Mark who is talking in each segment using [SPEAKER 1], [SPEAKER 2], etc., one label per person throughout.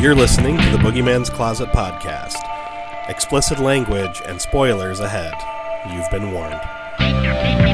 [SPEAKER 1] You're listening to the Boogeyman's Closet podcast. Explicit language and spoilers ahead. You've been warned.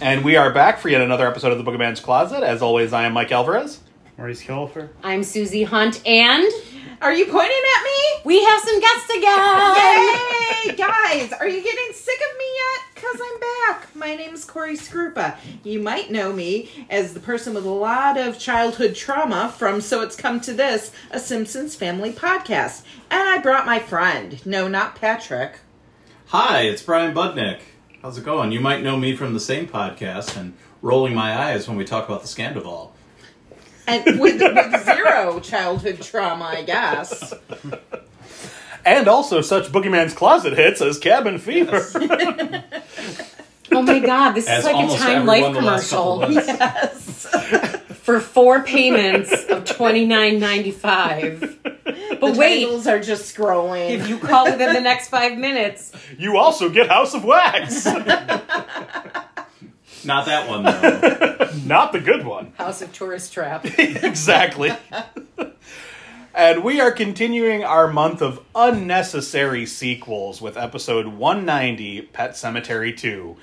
[SPEAKER 2] And we are back for yet another episode of the Boogeyman's Closet. As always, I am Mike Alvarez.
[SPEAKER 3] Maurice Killifer.
[SPEAKER 4] I'm Susie Hunt, and
[SPEAKER 5] Are you pointing at me?
[SPEAKER 4] we have some guests again.
[SPEAKER 5] Yay! Guys, are you getting sick of me yet? Because I'm back. My name's Corey Scrupa. You might know me as the person with a lot of childhood trauma from So It's Come to This, a Simpsons family podcast. And I brought my friend. No, not Patrick.
[SPEAKER 6] Hi, it's Brian Budnick. How's it going? You might know me from the same podcast and rolling my eyes when we talk about the Scandival.
[SPEAKER 5] And with, with zero childhood trauma, I guess.
[SPEAKER 2] And also such Boogeyman's Closet hits as Cabin Fever.
[SPEAKER 4] Oh my god, this
[SPEAKER 6] As
[SPEAKER 4] is like a
[SPEAKER 6] almost
[SPEAKER 4] Time Life
[SPEAKER 6] everyone the last couple
[SPEAKER 4] commercial
[SPEAKER 6] months.
[SPEAKER 5] Yes.
[SPEAKER 4] for four payments of twenty nine ninety five. But wait,
[SPEAKER 5] Titles are just scrolling.
[SPEAKER 4] if you call within the next five minutes,
[SPEAKER 2] You also get House of Wax.
[SPEAKER 6] Not that one though.
[SPEAKER 2] Not the good one.
[SPEAKER 4] House of Tourist Trap.
[SPEAKER 2] exactly. and we are continuing our month of unnecessary sequels with episode 190, Pet Cemetery 2.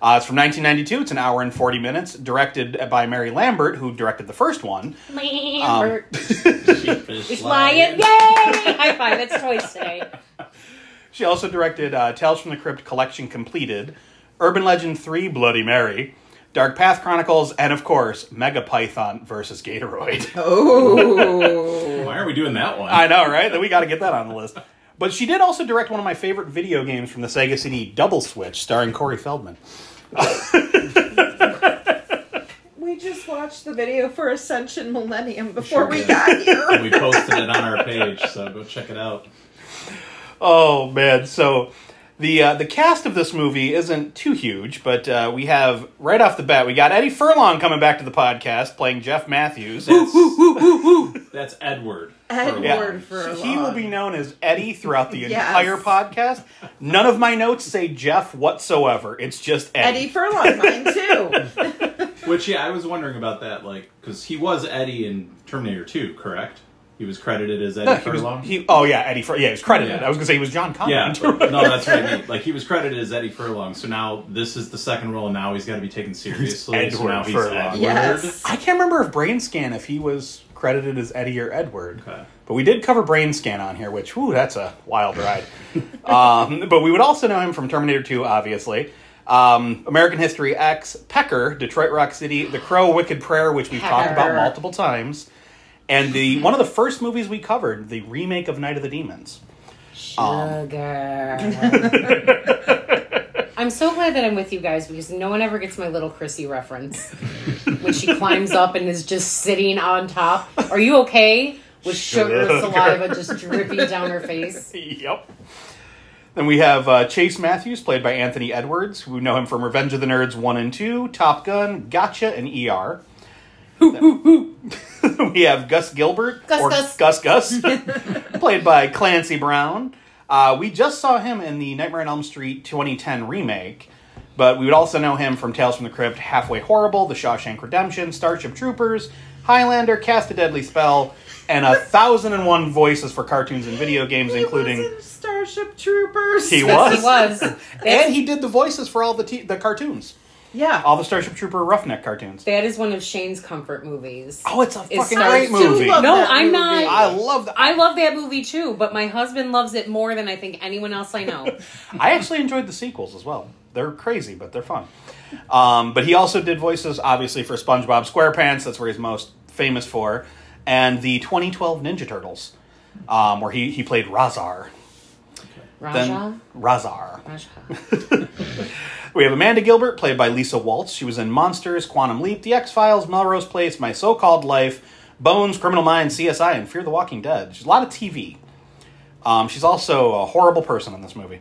[SPEAKER 2] Uh, it's from 1992. It's an hour and 40 minutes, directed by Mary Lambert, who directed the first one.
[SPEAKER 6] Um,
[SPEAKER 4] Lambert.
[SPEAKER 6] Sheepish
[SPEAKER 4] Lion, yay! High five, that's toys today.
[SPEAKER 2] She also directed uh, Tales from the Crypt Collection Completed, Urban Legend 3 Bloody Mary, Dark Path Chronicles, and of course, Mega Python versus Gatoroid.
[SPEAKER 5] oh.
[SPEAKER 6] Why are we doing that one?
[SPEAKER 2] I know, right? we got to get that on the list. But she did also direct one of my favorite video games from the Sega CD, Double Switch, starring Corey Feldman.
[SPEAKER 5] We just watched the video for Ascension Millennium before we got here.
[SPEAKER 6] And we posted it on our page, so go check it out.
[SPEAKER 2] Oh man! So the uh, the cast of this movie isn't too huge, but uh, we have right off the bat we got Eddie Furlong coming back to the podcast playing Jeff Matthews.
[SPEAKER 6] That's, that's Edward.
[SPEAKER 5] Edward.
[SPEAKER 2] Yeah.
[SPEAKER 5] Word for
[SPEAKER 2] he
[SPEAKER 5] long.
[SPEAKER 2] will be known as Eddie throughout the
[SPEAKER 5] Yes.
[SPEAKER 2] entire podcast. None of my notes say Jeff whatsoever. It's just Eddie.
[SPEAKER 5] Eddie Furlong, mine too.
[SPEAKER 6] Which yeah, I was wondering about that, like, because he was Eddie in Terminator 2, correct? He was credited as Eddie
[SPEAKER 2] No, he was-
[SPEAKER 6] Furlong.
[SPEAKER 2] he- oh yeah, Eddie. Fur- yeah, he was credited.
[SPEAKER 6] Yeah.
[SPEAKER 2] I was gonna say he was John
[SPEAKER 6] yeah,
[SPEAKER 2] Conrad.
[SPEAKER 6] but- no, that's what I mean. Like he was credited as Eddie Furlong, so now this is the second role, and now he's got to be taken seriously. so
[SPEAKER 2] Edward
[SPEAKER 6] now he's
[SPEAKER 2] Furlong.
[SPEAKER 6] Edward.
[SPEAKER 5] yes.
[SPEAKER 2] I can't remember if Brain Scan if he was credited as Eddie or Edward.
[SPEAKER 6] Okay.
[SPEAKER 2] But we did cover Brain Scan on here, which, whoo, that's a wild ride. um, but we would also know him from Terminator 2, obviously. Um, American History X, Pecker, Detroit Rock City, The Crow, Wicked Prayer, which we've talked about
[SPEAKER 4] Pecker.
[SPEAKER 2] multiple times, and the one of the first movies we covered, the remake of Night of the Demons.
[SPEAKER 4] Sugar. I'm so glad that I'm with you guys because no one ever gets my little Chrissy reference when she climbs up and is just sitting on top. Are you okay? With sugar,
[SPEAKER 2] Sugar.
[SPEAKER 4] saliva just dripping down her face.
[SPEAKER 2] Yep. Then we have uh, Chase Matthews, played by Anthony Edwards. We know him from Revenge of the Nerds 1 and 2, Top Gun, Gotcha, and ER. we have Gus Gilbert,
[SPEAKER 4] Gus
[SPEAKER 2] or
[SPEAKER 4] Gus.
[SPEAKER 2] Gus Gus, played by Clancy Brown. Uh, we just saw him in the Nightmare on Elm Street 2010 remake, but we would also know him from Tales from the Crypt, Halfway Horrible, The Shawshank Redemption, Starship Troopers, Highlander, Cast a Deadly Spell, and a thousand and one voices for cartoons and video games,
[SPEAKER 5] He
[SPEAKER 2] including.
[SPEAKER 5] was in Starship Troopers.
[SPEAKER 2] He
[SPEAKER 4] Yes,
[SPEAKER 2] was.
[SPEAKER 4] he was. That's-
[SPEAKER 2] And he did the voices for all the t- the cartoons,
[SPEAKER 5] Yeah.
[SPEAKER 2] all the Starship Trooper Roughneck cartoons.
[SPEAKER 4] that is one of Shane's comfort movies.
[SPEAKER 2] Oh, it's a
[SPEAKER 4] It's
[SPEAKER 2] fucking
[SPEAKER 4] so
[SPEAKER 2] great
[SPEAKER 5] super-
[SPEAKER 2] movie.
[SPEAKER 4] no,
[SPEAKER 5] that
[SPEAKER 4] I'm
[SPEAKER 5] movie.
[SPEAKER 2] I
[SPEAKER 4] not.
[SPEAKER 2] love that. I,
[SPEAKER 4] I love that movie too, but my husband loves it more than I think anyone else I know.
[SPEAKER 2] I actually enjoyed the sequels as well. They're crazy, but they're fun. Um, but he also did voices, obviously, for SpongeBob SquarePants. That's where he's most famous for, and the 2012 Ninja Turtles, um, where he he played Razar.
[SPEAKER 4] Raja?
[SPEAKER 2] Razar.
[SPEAKER 4] Raja.
[SPEAKER 2] We have Amanda Gilbert, played by Lisa Waltz. She was in Monsters, Quantum Leap, The X Files, Melrose Place, My So Called Life, Bones, Criminal Minds, CSI, and Fear the Walking Dead. She's a lot of TV. Um, she's also a horrible person in this movie.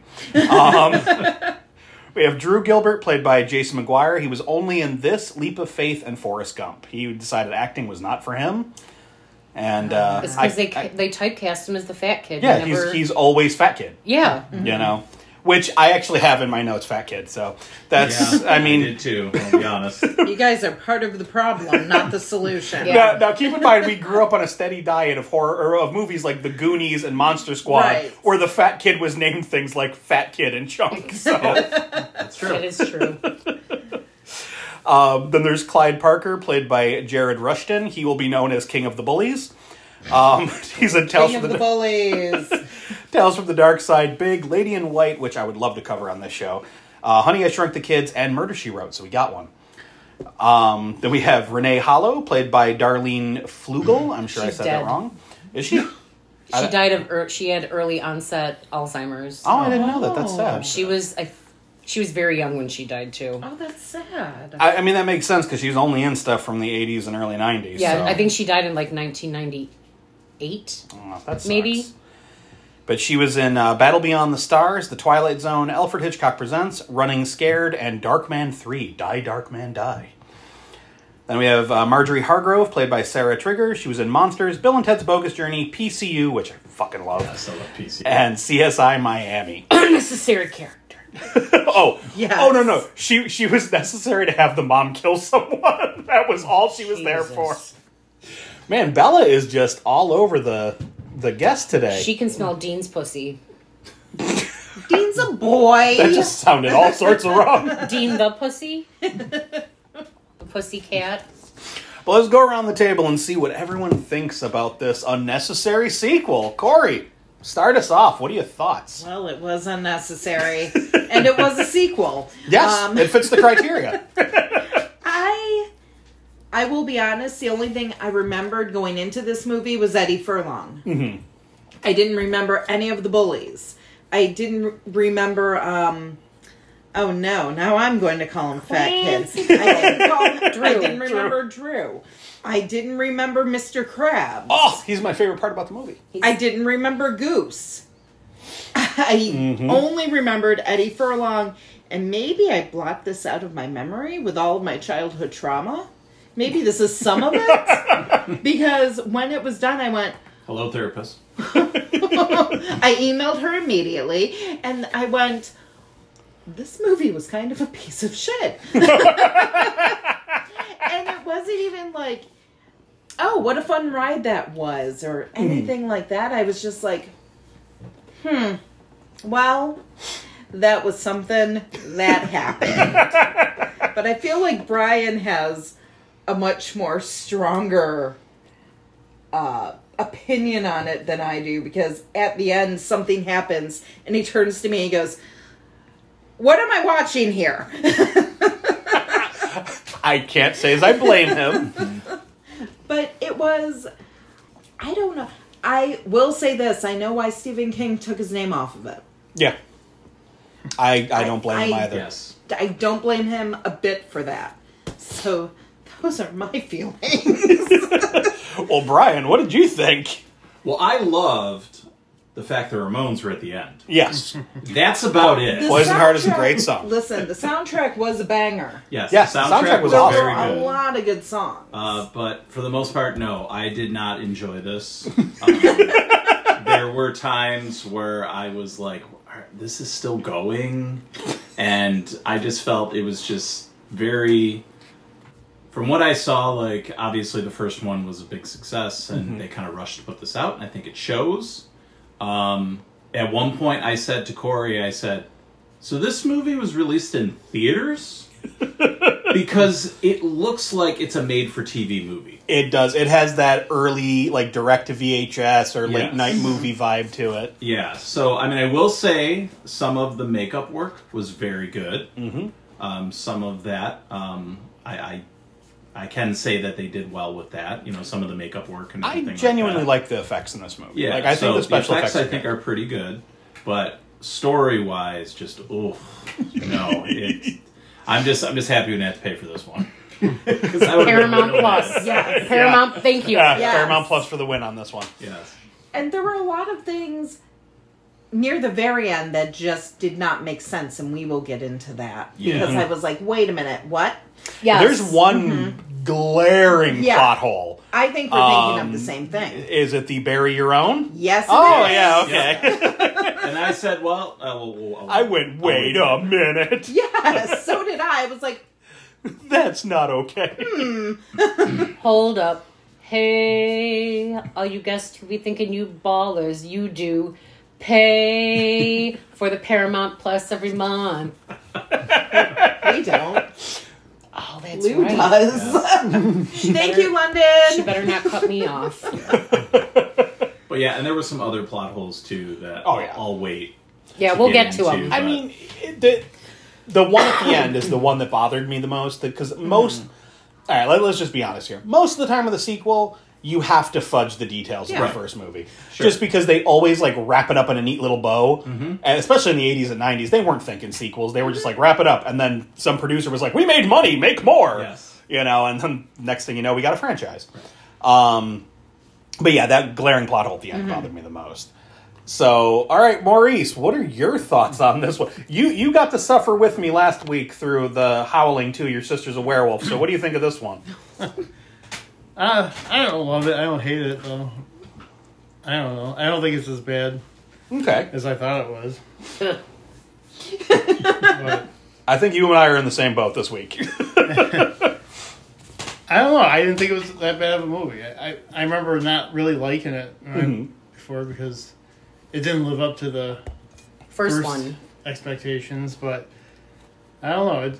[SPEAKER 2] Um, We have Drew Gilbert, played by Jason McGuire. He was only in this Leap of Faith and Forrest Gump. He decided acting was not for him, and uh,
[SPEAKER 4] Oh, It's
[SPEAKER 2] I-
[SPEAKER 4] because they
[SPEAKER 2] I-
[SPEAKER 4] they typecast him as the fat kid.
[SPEAKER 2] yeah,
[SPEAKER 4] He never- Mm-hmm.
[SPEAKER 2] he's he's always fat kid.
[SPEAKER 4] yeah.
[SPEAKER 2] You know, which I actually have in my notes, fat kid. So that's I
[SPEAKER 6] I
[SPEAKER 2] mean.
[SPEAKER 6] did too. I'll be honest.
[SPEAKER 5] You guys are part of the problem, not the solution.
[SPEAKER 4] Yeah.
[SPEAKER 2] Now, now, keep in mind, we grew up on a steady diet of horror or of movies like The Goonies and Monster Squad,
[SPEAKER 5] Right.
[SPEAKER 2] where the fat kid was named things like Fat Kid and Chunk. So.
[SPEAKER 4] That
[SPEAKER 6] That's true.
[SPEAKER 4] is true.
[SPEAKER 2] Um, then there's Clyde Parker, played by Jared Rushton. He will be known as King of the Bullies. Um, he's in Tales
[SPEAKER 5] King
[SPEAKER 2] from
[SPEAKER 5] of the
[SPEAKER 2] the,
[SPEAKER 5] bullies.
[SPEAKER 2] Tales from the Dark Side, Big, Lady in White, which I would love to cover on this show. Uh, Honey, I Shrunk the Kids, and Murder, She Wrote, so we got one. Um, then we have Renee Hollow, played by Darlene Flugel. I'm sure
[SPEAKER 4] She's
[SPEAKER 2] I said
[SPEAKER 4] dead.
[SPEAKER 2] that wrong. Is she?
[SPEAKER 4] She died of ear she had early onset Alzheimer's.
[SPEAKER 2] Oh, I didn't know that. That's
[SPEAKER 5] Oh.
[SPEAKER 2] sad.
[SPEAKER 4] She was I, she was very young when she died too.
[SPEAKER 5] Oh, that's sad.
[SPEAKER 2] I, I mean, that makes sense because she was only in stuff from the 80s and early 90s.
[SPEAKER 4] Yeah,
[SPEAKER 2] so-
[SPEAKER 4] I think she died in like 1998.
[SPEAKER 2] Oh, that sucks.
[SPEAKER 4] Maybe.
[SPEAKER 2] But she was in uh, Battle Beyond the Stars, The Twilight Zone, Alfred Hitchcock Presents, Running Scared, and Darkman 3, Die Darkman Die. Then we have uh, Marjorie Hargrove, played by Sarah Trigger. She was in Monsters, Bill and Ted's Bogus Journey, PCU, which I fucking love,
[SPEAKER 6] I still love PC.
[SPEAKER 2] and CSI Miami.
[SPEAKER 4] Unnecessary character.
[SPEAKER 2] oh,
[SPEAKER 5] Yes.
[SPEAKER 2] oh no, no. She, she was necessary to have the mom kill someone. that was all she was there for.
[SPEAKER 4] Jesus.
[SPEAKER 2] Man, Bella is just all over the, the guest today.
[SPEAKER 4] She can smell Dean's pussy.
[SPEAKER 5] Dean's a boy.
[SPEAKER 2] That just sounded all sorts of wrong.
[SPEAKER 4] Dean the pussy. the pussy cat.
[SPEAKER 2] Well, let's go around the table and see what everyone thinks about this unnecessary sequel. Corey, start us off. What are your thoughts?
[SPEAKER 5] Well, it was unnecessary, and it was a sequel.
[SPEAKER 2] Yes,
[SPEAKER 5] Um,
[SPEAKER 2] it fits the criteria.
[SPEAKER 5] I I will be honest, the only thing I remembered going into this movie was Eddie Furlong. Mm-hmm. I didn't remember any of the bullies. I didn't re- remember um oh no, now I'm going to call him fat kid. I didn't, call him, I
[SPEAKER 4] Drew.
[SPEAKER 5] didn't remember Drew. I didn't remember Mr. Krabs.
[SPEAKER 2] oh, he's my favorite part about the movie.
[SPEAKER 5] I didn't remember Goose. I only remembered Eddie Furlong, and maybe I blocked this out of my memory with all of my childhood trauma. Maybe this is some of it. because when it was done, I went,
[SPEAKER 6] Hello, therapist.
[SPEAKER 5] I emailed her immediately, and I went, this movie was kind of a piece of shit. and it wasn't even like, oh, what a fun ride that was, or anything like that. I was just like, hmm, well, that was something that happened. but I feel like Brian has a much more stronger uh, opinion on it than I do because at the end something happens and he turns to me and he goes, what am I watching here?
[SPEAKER 2] I can't say as I blame him.
[SPEAKER 5] but it was, I don't know. I will say this I know why Stephen King took his name off of it.
[SPEAKER 2] yeah. I, I don't blame him
[SPEAKER 5] I-
[SPEAKER 2] either.
[SPEAKER 6] Yes.
[SPEAKER 5] I don't blame him a bit for that. So those are my feelings.
[SPEAKER 2] Well, Brian, what did you think?
[SPEAKER 6] Well, I loved the fact the Ramones were at the end.
[SPEAKER 2] Yes.
[SPEAKER 6] That's about it.
[SPEAKER 5] The
[SPEAKER 2] Poison Heart is a
[SPEAKER 5] soundtrack-
[SPEAKER 2] great song.
[SPEAKER 5] Listen, the soundtrack was a banger.
[SPEAKER 6] Yes.
[SPEAKER 2] Yes,
[SPEAKER 6] the
[SPEAKER 2] the
[SPEAKER 6] soundtrack,
[SPEAKER 2] soundtrack was
[SPEAKER 6] was
[SPEAKER 5] There
[SPEAKER 2] awesome.
[SPEAKER 5] were
[SPEAKER 6] very
[SPEAKER 5] a
[SPEAKER 6] good.
[SPEAKER 5] lot of good songs.
[SPEAKER 6] Uh, but for the most part, no, I did not enjoy this. Um, there were times where I was like, "Are- "This is still going," and I just felt it was just very. From what I saw, like obviously the first one was a big success, and they kind of rushed to put this out, and I think it shows. Um, at one point, I said to Corey, "I said, so this movie was released in theaters." because it looks like it's a made-for-TV movie.
[SPEAKER 2] It does. It has that early, like, direct to VHS or late
[SPEAKER 6] Yes.
[SPEAKER 2] night movie vibe to it.
[SPEAKER 6] Yeah. So I mean, I will say some of the makeup work was very good. Mm-hmm. Um, some of that, um, I, I, I can say that they did well with that. You know, some of the makeup work and
[SPEAKER 2] I
[SPEAKER 6] everything
[SPEAKER 2] genuinely
[SPEAKER 6] like. that.
[SPEAKER 2] like the effects in this movie.
[SPEAKER 6] Yeah,
[SPEAKER 2] like, I
[SPEAKER 6] so
[SPEAKER 2] think the special effects.
[SPEAKER 6] I think are pretty good, but story wise, just oof, no. It, I'm just I'm just happy we didn't have to pay for this one. 'Cause I would've been
[SPEAKER 4] Paramount
[SPEAKER 6] literally-
[SPEAKER 4] Plus.
[SPEAKER 5] yes.
[SPEAKER 4] Paramount, thank you.
[SPEAKER 2] yeah,
[SPEAKER 5] Yes.
[SPEAKER 2] Paramount Plus for the win on this one.
[SPEAKER 6] Yes.
[SPEAKER 5] and there were a lot of things near the very end that just did not make sense, and we will get into that
[SPEAKER 6] Yeah.
[SPEAKER 5] because I was like, wait a minute, what?
[SPEAKER 4] Yes.
[SPEAKER 2] There's one glaring
[SPEAKER 5] Mm-hmm. Yeah.
[SPEAKER 2] plot hole.
[SPEAKER 5] I think we're thinking of the
[SPEAKER 2] Um,
[SPEAKER 5] same thing.
[SPEAKER 2] Is it the bury your own?
[SPEAKER 5] Yes. it
[SPEAKER 2] Oh
[SPEAKER 5] is.
[SPEAKER 2] yeah, okay.
[SPEAKER 6] And I said, well, I will- will- will-
[SPEAKER 2] I went. Wait a minute,
[SPEAKER 5] Yes. So did I. I was like,
[SPEAKER 2] that's not okay.
[SPEAKER 4] Hold up. Hey, all you guests who be thinking you ballers, you do pay for the Paramount Plus every month.
[SPEAKER 5] we don't.
[SPEAKER 4] Oh, that's
[SPEAKER 5] Lou
[SPEAKER 4] right.
[SPEAKER 5] does. Thank you,
[SPEAKER 4] She
[SPEAKER 5] London.
[SPEAKER 4] better not cut me off.
[SPEAKER 6] But yeah, and there were some other plot holes too that
[SPEAKER 2] Oh,
[SPEAKER 6] I'll-
[SPEAKER 2] yeah.
[SPEAKER 6] I'll wait.
[SPEAKER 4] Yeah, we'll
[SPEAKER 6] Get
[SPEAKER 4] get to
[SPEAKER 6] into-
[SPEAKER 4] them.
[SPEAKER 2] I
[SPEAKER 6] but-
[SPEAKER 2] mean, it- the the one at the end is the one that bothered me the most because most. All right, let, us just be honest here. Most of the time of the sequel, you have to fudge the details
[SPEAKER 5] Yeah.
[SPEAKER 2] of
[SPEAKER 5] Right.
[SPEAKER 2] the first movie,
[SPEAKER 6] Sure.
[SPEAKER 2] just because they always like wrap it up in a neat little bow. And especially in the eighties and nineties, they weren't thinking sequels; they were just like wrap it up, and then some producer was like, "We made money, make more,"
[SPEAKER 6] Yes.
[SPEAKER 2] you know. And then next thing you know, we got a franchise. Um, but yeah, that glaring plot hole at the end bothered me the most. So, all right, Maurice, what are your thoughts on this one? You you got to suffer with me last week through the howling too. Your sister's a werewolf. So, what do you think of this one?
[SPEAKER 3] I, I don't love it. I don't hate it though. I don't know. I don't think it's as bad
[SPEAKER 2] Okay,
[SPEAKER 3] as I thought it was. But
[SPEAKER 2] I think you and I are in the same boat this week.
[SPEAKER 3] I don't know. I didn't think it was that bad of a movie. I, I, I remember not really liking it when I- before because it didn't live up to the
[SPEAKER 4] First,
[SPEAKER 3] first
[SPEAKER 4] one.
[SPEAKER 3] expectations. But I don't know. It,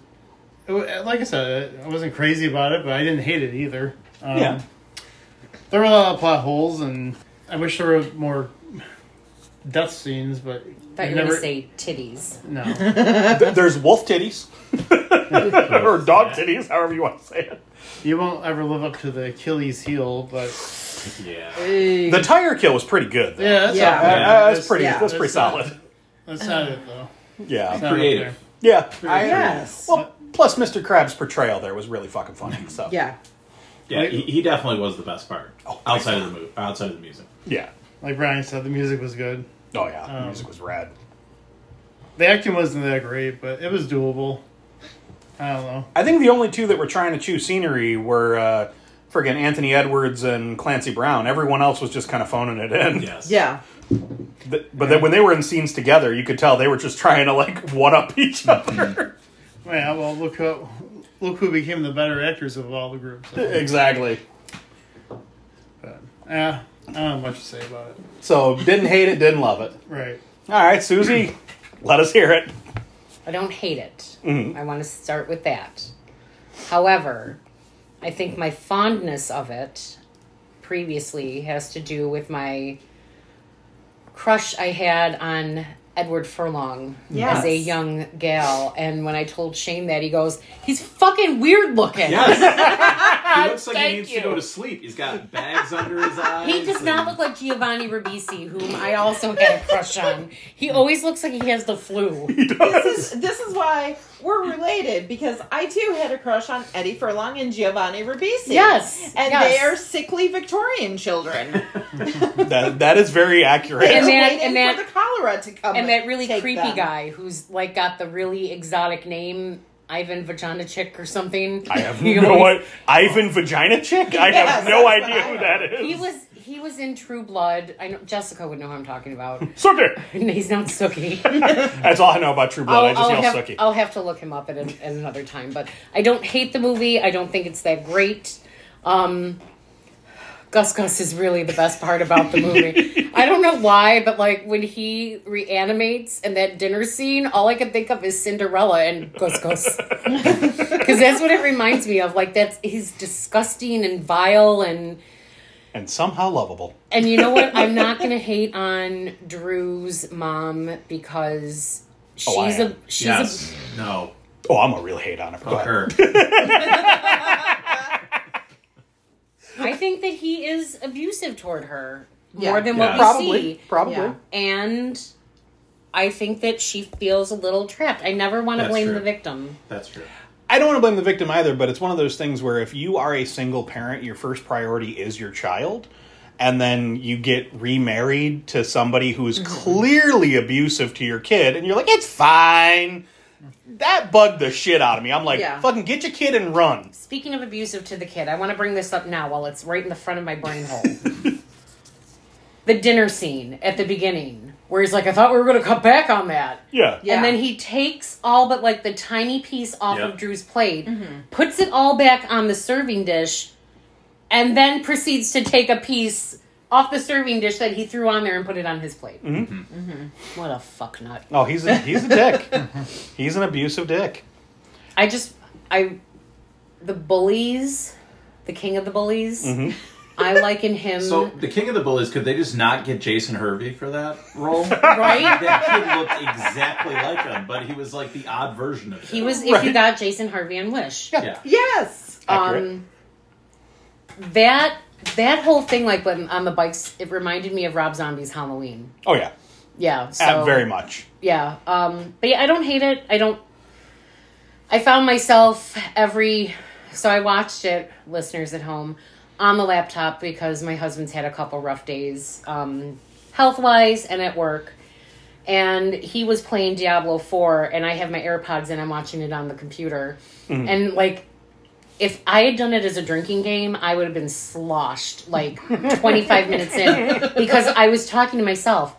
[SPEAKER 3] it, wa- like I said, I wasn't crazy about it, but I didn't hate it either. Um,
[SPEAKER 2] yeah,
[SPEAKER 3] There were a lot of plot holes, and I wish there were more death scenes, but
[SPEAKER 4] Thought
[SPEAKER 3] I
[SPEAKER 4] you were gonna say titties.
[SPEAKER 3] no.
[SPEAKER 2] Th- there's wolf titties or dog titties, however you want to say it.
[SPEAKER 3] You won't ever live up to the Achilles heel, but
[SPEAKER 6] Yeah.
[SPEAKER 2] The tire kill was pretty good. Though.
[SPEAKER 3] yeah, that's
[SPEAKER 5] Yeah.
[SPEAKER 3] not
[SPEAKER 2] Uh,
[SPEAKER 3] bad.
[SPEAKER 2] uh, that's pretty.
[SPEAKER 5] yeah,
[SPEAKER 2] that's pretty
[SPEAKER 3] that's not-
[SPEAKER 2] solid.
[SPEAKER 3] That's not it though. It's
[SPEAKER 2] Yeah,
[SPEAKER 3] not up
[SPEAKER 6] Creative.
[SPEAKER 2] yeah. I-
[SPEAKER 5] Yes.
[SPEAKER 2] Well, plus Mr. Krabs' portrayal there was really fucking funny. So
[SPEAKER 5] Yeah.
[SPEAKER 6] Yeah, he, he definitely was the best part.
[SPEAKER 2] my
[SPEAKER 6] outside of the movie, outside of the music.
[SPEAKER 2] yeah.
[SPEAKER 3] there. Like Brian said, the music was good.
[SPEAKER 2] Oh yeah, the
[SPEAKER 3] Um,
[SPEAKER 2] music was rad.
[SPEAKER 3] The acting wasn't that great, but it was doable. I don't know.
[SPEAKER 2] I think the only two that were trying to chew scenery were uh, friggin' Anthony Edwards and Clancy Brown. Everyone else was just kind of phoning it in.
[SPEAKER 6] Yes.
[SPEAKER 5] Yeah.
[SPEAKER 2] Th- But then when they were in scenes together, you could tell they were just trying to like one up each other.
[SPEAKER 3] Yeah, well, look who look who became the better actors of all the groups. So,
[SPEAKER 2] exactly.
[SPEAKER 3] but, yeah, I don't have much to say about it.
[SPEAKER 2] So didn't hate it, didn't love it.
[SPEAKER 3] Right.
[SPEAKER 2] All right, Susie, let us hear it.
[SPEAKER 4] I don't hate it. I want to start with that. However, I think my fondness of it previously has to do with my crush I had on Edward Furlong
[SPEAKER 5] Yes.
[SPEAKER 4] as a young gal. And when I told Shane that, he goes, He's fucking weird looking.
[SPEAKER 6] Yes. he looks like he
[SPEAKER 4] Thank
[SPEAKER 6] needs
[SPEAKER 4] you.
[SPEAKER 6] to go to sleep. He's got bags under his eyes.
[SPEAKER 4] He does not look like Giovanni Ribisi, whom I also had a crush on. He always looks like he has the flu.
[SPEAKER 5] This is this is why we're related because I too had a crush on Eddie Furlong and Giovanni Ribisi.
[SPEAKER 4] Yes,
[SPEAKER 5] and
[SPEAKER 4] yes.
[SPEAKER 5] they are sickly Victorian children.
[SPEAKER 2] That that is very accurate.
[SPEAKER 4] And
[SPEAKER 5] They're
[SPEAKER 4] that-
[SPEAKER 5] waiting
[SPEAKER 4] and that-
[SPEAKER 5] for the cholera to come
[SPEAKER 4] And that really
[SPEAKER 5] take
[SPEAKER 4] creepy
[SPEAKER 5] them.
[SPEAKER 4] guy who's like got the really exotic name, Ivan Vajanicic or something.
[SPEAKER 2] I have
[SPEAKER 4] He
[SPEAKER 2] no
[SPEAKER 4] always-
[SPEAKER 2] idea. Ivan Vagina Chick? I
[SPEAKER 5] Yes,
[SPEAKER 2] have
[SPEAKER 5] that's
[SPEAKER 2] no
[SPEAKER 5] what
[SPEAKER 2] idea
[SPEAKER 5] I
[SPEAKER 2] who
[SPEAKER 5] know.
[SPEAKER 2] that is.
[SPEAKER 4] He was he was in True Blood. I know Jessica would know who I'm talking about.
[SPEAKER 2] Sookie.
[SPEAKER 4] He's not Sookie.
[SPEAKER 2] That's all I know about True Blood. i just yell
[SPEAKER 4] have,
[SPEAKER 2] Sookie.
[SPEAKER 4] I'll have to look him up at, an, at another time. But I don't hate the movie. I don't think it's that great. Um, Gus Gus is really the best part about the movie. I don't know why, but like when he reanimates and that dinner scene, all I can think of is Cinderella and Gus Gus. Because that's what it reminds me of. Like that's he's disgusting and vile and
[SPEAKER 2] And somehow lovable.
[SPEAKER 4] and you know what? I'm not gonna hate on Drew's mom because she's
[SPEAKER 2] Oh, I am.
[SPEAKER 4] a she's a
[SPEAKER 6] Yes. No.
[SPEAKER 2] Oh, I'm a real hate on her. Go ahead.
[SPEAKER 6] Her.
[SPEAKER 4] I think that he is abusive toward her
[SPEAKER 5] Yeah.
[SPEAKER 4] more than
[SPEAKER 6] Yeah.
[SPEAKER 4] what we
[SPEAKER 2] Probably.
[SPEAKER 4] see.
[SPEAKER 2] Probably.
[SPEAKER 5] Yeah.
[SPEAKER 4] And I think that she feels a little trapped. I never want to
[SPEAKER 6] That's
[SPEAKER 4] blame
[SPEAKER 6] true.
[SPEAKER 4] the victim.
[SPEAKER 6] That's true.
[SPEAKER 2] I don't want to blame the victim either, but it's one of those things where if you are a single parent, your first priority is your child. and then you get remarried to somebody who is clearly abusive to your kid, and you're like, it's fine. That bugged the shit out of me. I'm like,
[SPEAKER 5] Yeah.
[SPEAKER 2] fucking get your kid and run.
[SPEAKER 4] Speaking of abusive to the kid, I want to bring this up now while it's right in the front of my brain hole. the dinner scene at the beginning, where he's like, I thought we were going to cut back on that.
[SPEAKER 2] Yeah.
[SPEAKER 5] Yeah.
[SPEAKER 4] And then he takes all but like the tiny piece off
[SPEAKER 6] Yep.
[SPEAKER 4] of Drew's plate, puts it all back on the serving dish, and then proceeds to take a piece off the serving dish that he threw on there and put it on his plate. Mm-hmm. What a fuck nut.
[SPEAKER 2] Oh, he's a, he's a dick. he's an abusive dick.
[SPEAKER 4] I just I the bullies, the king of the bullies. I liken him
[SPEAKER 6] So the King of the Bullies, could they just not get Jason Hervey for that role?
[SPEAKER 4] right.
[SPEAKER 6] that kid looked exactly like him, but he was like the odd version of
[SPEAKER 4] He
[SPEAKER 6] him.
[SPEAKER 4] was if you got Jason Harvey on Wish.
[SPEAKER 6] Yeah.
[SPEAKER 5] Yes.
[SPEAKER 2] Accurate.
[SPEAKER 4] Um, That that whole thing, like when on the bikes, it reminded me of Rob Zombie's Halloween.
[SPEAKER 2] oh yeah,
[SPEAKER 4] Yeah, so,
[SPEAKER 2] Uh, very much.
[SPEAKER 4] Yeah, um, but yeah, I don't hate it. I don't. I found myself every so I watched it, listeners at home, on the laptop because my husband's had a couple rough days, um, health wise and at work, and he was playing Diablo Four, and I have my AirPods and I'm watching it on the computer, and like. If I had done it as a drinking game, I would have been sloshed like 25 minutes in because I was talking to myself.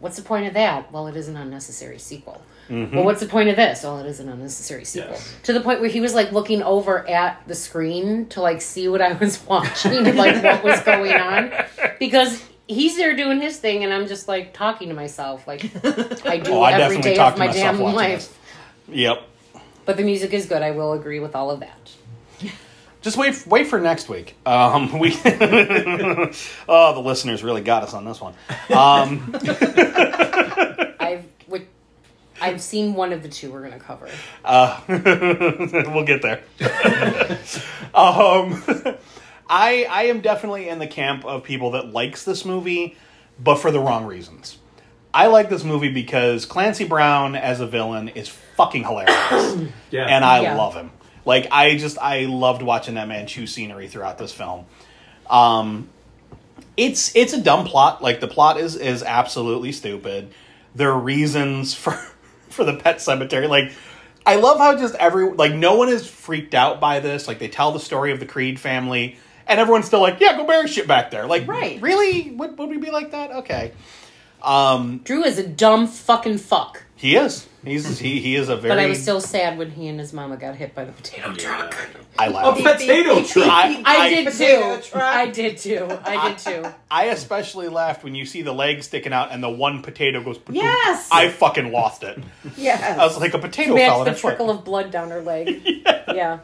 [SPEAKER 4] What's the point of that? Well, it is an unnecessary sequel.
[SPEAKER 2] Mm-hmm.
[SPEAKER 4] Well, what's the point of this? Well, it is an unnecessary sequel.
[SPEAKER 6] Yes.
[SPEAKER 4] To the point where he was like looking over at the screen to like see what I was watching and like what was going on because he's there doing his thing and I'm just like talking to myself like I do
[SPEAKER 2] Oh, I
[SPEAKER 4] every
[SPEAKER 2] definitely
[SPEAKER 4] day
[SPEAKER 2] talked
[SPEAKER 4] of
[SPEAKER 2] to
[SPEAKER 4] my
[SPEAKER 2] myself
[SPEAKER 4] damn
[SPEAKER 2] watching
[SPEAKER 4] life.
[SPEAKER 2] this. Yep.
[SPEAKER 4] But the music is good. I will agree with all of that.
[SPEAKER 2] Just wait. Wait for next week. Um, we. oh, the listeners really got us on this one. Um,
[SPEAKER 4] I've which, I've seen one of the two we're gonna cover.
[SPEAKER 2] we'll get there. um, I I am definitely in the camp of people that likes this movie, but for the wrong reasons. I like this movie because Clancy Brown as a villain is fucking hilarious.
[SPEAKER 6] Yeah.
[SPEAKER 2] and I
[SPEAKER 4] Yeah.
[SPEAKER 2] love him. Like I just I loved watching that man chew scenery throughout this film. Um, it's it's a dumb plot. Like the plot is is absolutely stupid. There are reasons for for the pet cemetery. Like I love how just every like no one is freaked out by this. Like they tell the story of the Creed family, and everyone's still like, "Yeah, go bury shit back there." Like,
[SPEAKER 5] Right.
[SPEAKER 2] Really? Would would we be like that? Okay,
[SPEAKER 4] Drew is a dumb fucking fuck.
[SPEAKER 2] he is. He's he he is a very.
[SPEAKER 4] But I was still sad when he and his mama got hit by the potato
[SPEAKER 6] Yeah.
[SPEAKER 4] truck.
[SPEAKER 2] I
[SPEAKER 6] A
[SPEAKER 2] laugh.
[SPEAKER 6] potato truck.
[SPEAKER 2] I-
[SPEAKER 4] I did
[SPEAKER 5] Potato
[SPEAKER 4] too.
[SPEAKER 5] truck.
[SPEAKER 4] I did too. I did too.
[SPEAKER 2] I especially laughed when you see the leg sticking out and the one potato goes. "Padoom."
[SPEAKER 5] Yes.
[SPEAKER 2] I fucking lost it.
[SPEAKER 5] Yes.
[SPEAKER 2] I was like a potato
[SPEAKER 4] Match
[SPEAKER 2] fell in
[SPEAKER 4] the
[SPEAKER 2] a foot.
[SPEAKER 4] trickle of blood down her leg. yeah.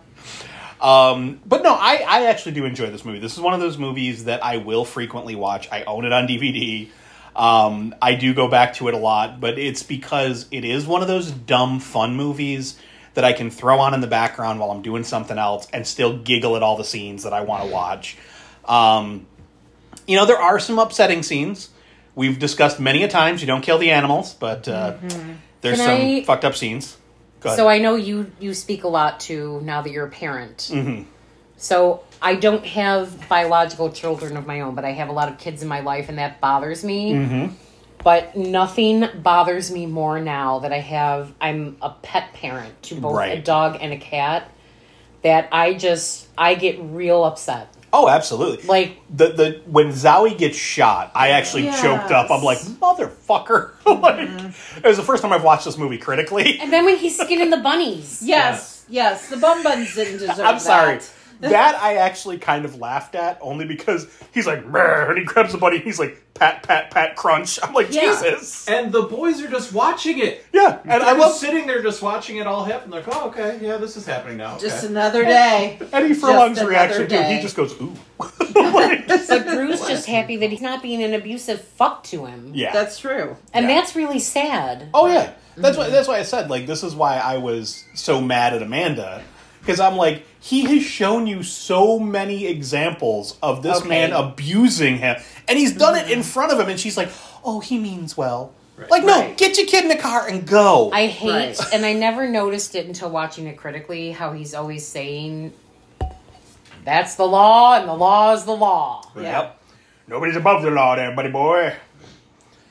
[SPEAKER 2] Um, but no, I, I actually do enjoy this movie. This is one of those movies that I will frequently watch. I own it on DVD. Um, I do go back to it a lot, but it's because it is one of those dumb fun movies that I can throw on in the background while I'm doing something else and still giggle at all the scenes that I want to watch. Um, you know, there are some upsetting scenes. We've discussed many a times. You don't kill the animals, but uh, there's
[SPEAKER 4] Mm-hmm. Can
[SPEAKER 2] some
[SPEAKER 4] I-
[SPEAKER 2] fucked up scenes. Go ahead.
[SPEAKER 4] So I know you you speak a lot to now that you're a parent.
[SPEAKER 2] Mm-hmm.
[SPEAKER 4] So I don't have biological children of my own, but I have a lot of kids in my life, and that bothers me.
[SPEAKER 2] Mm-hmm.
[SPEAKER 4] But nothing bothers me more now that I have I'm a pet parent to both a
[SPEAKER 2] Right.
[SPEAKER 4] dog and a cat that I just I get real upset.
[SPEAKER 2] oh, absolutely.
[SPEAKER 4] Like
[SPEAKER 2] the the when Zowie gets shot, I actually
[SPEAKER 5] Yes.
[SPEAKER 2] choked up. I'm like, motherfucker! like,
[SPEAKER 4] Mm-hmm.
[SPEAKER 2] it was the first time I've watched this movie critically.
[SPEAKER 4] and then when he's skinning the bunnies.
[SPEAKER 5] yes. Yes. The bum buns didn't deserve
[SPEAKER 2] I'm sorry.
[SPEAKER 5] that.
[SPEAKER 2] That I actually kind of laughed at only because he's like, "Brr," and he grabs the buddy and he's like, pat, pat, pat, crunch. I'm like,
[SPEAKER 4] Yeah.
[SPEAKER 2] Jesus.
[SPEAKER 6] And the boys are just watching it.
[SPEAKER 2] Yeah, and I
[SPEAKER 6] I was
[SPEAKER 2] love
[SPEAKER 6] sitting there just watching it all happen. Like, oh, okay, yeah, this is happening now. okay."
[SPEAKER 5] Just another day.
[SPEAKER 2] Eddie Furlong's
[SPEAKER 5] another
[SPEAKER 2] reaction too. He
[SPEAKER 5] day.
[SPEAKER 2] just goes, ooh. Like,
[SPEAKER 4] But Drew's just happy that he's not being an abusive fuck to him.
[SPEAKER 2] yeah.
[SPEAKER 5] That's true.
[SPEAKER 4] And
[SPEAKER 2] Yeah.
[SPEAKER 4] that's really sad.
[SPEAKER 2] Oh yeah, that's why. That's why I said like this is why I was so mad at Amanda because I'm like he has shown you so many examples of this
[SPEAKER 4] Okay.
[SPEAKER 2] man abusing him, and he's done it in front of him, and she's like, "Oh, he means well."
[SPEAKER 6] Right.
[SPEAKER 2] Like, no,
[SPEAKER 5] Right.
[SPEAKER 2] get your kid in the car and go.
[SPEAKER 4] I hate,
[SPEAKER 5] Right.
[SPEAKER 4] and I never noticed it until watching it critically, how he's always saying, that's the law, and the law is the law.
[SPEAKER 5] Yeah.
[SPEAKER 2] Yep. Nobody's above the law there, buddy boy.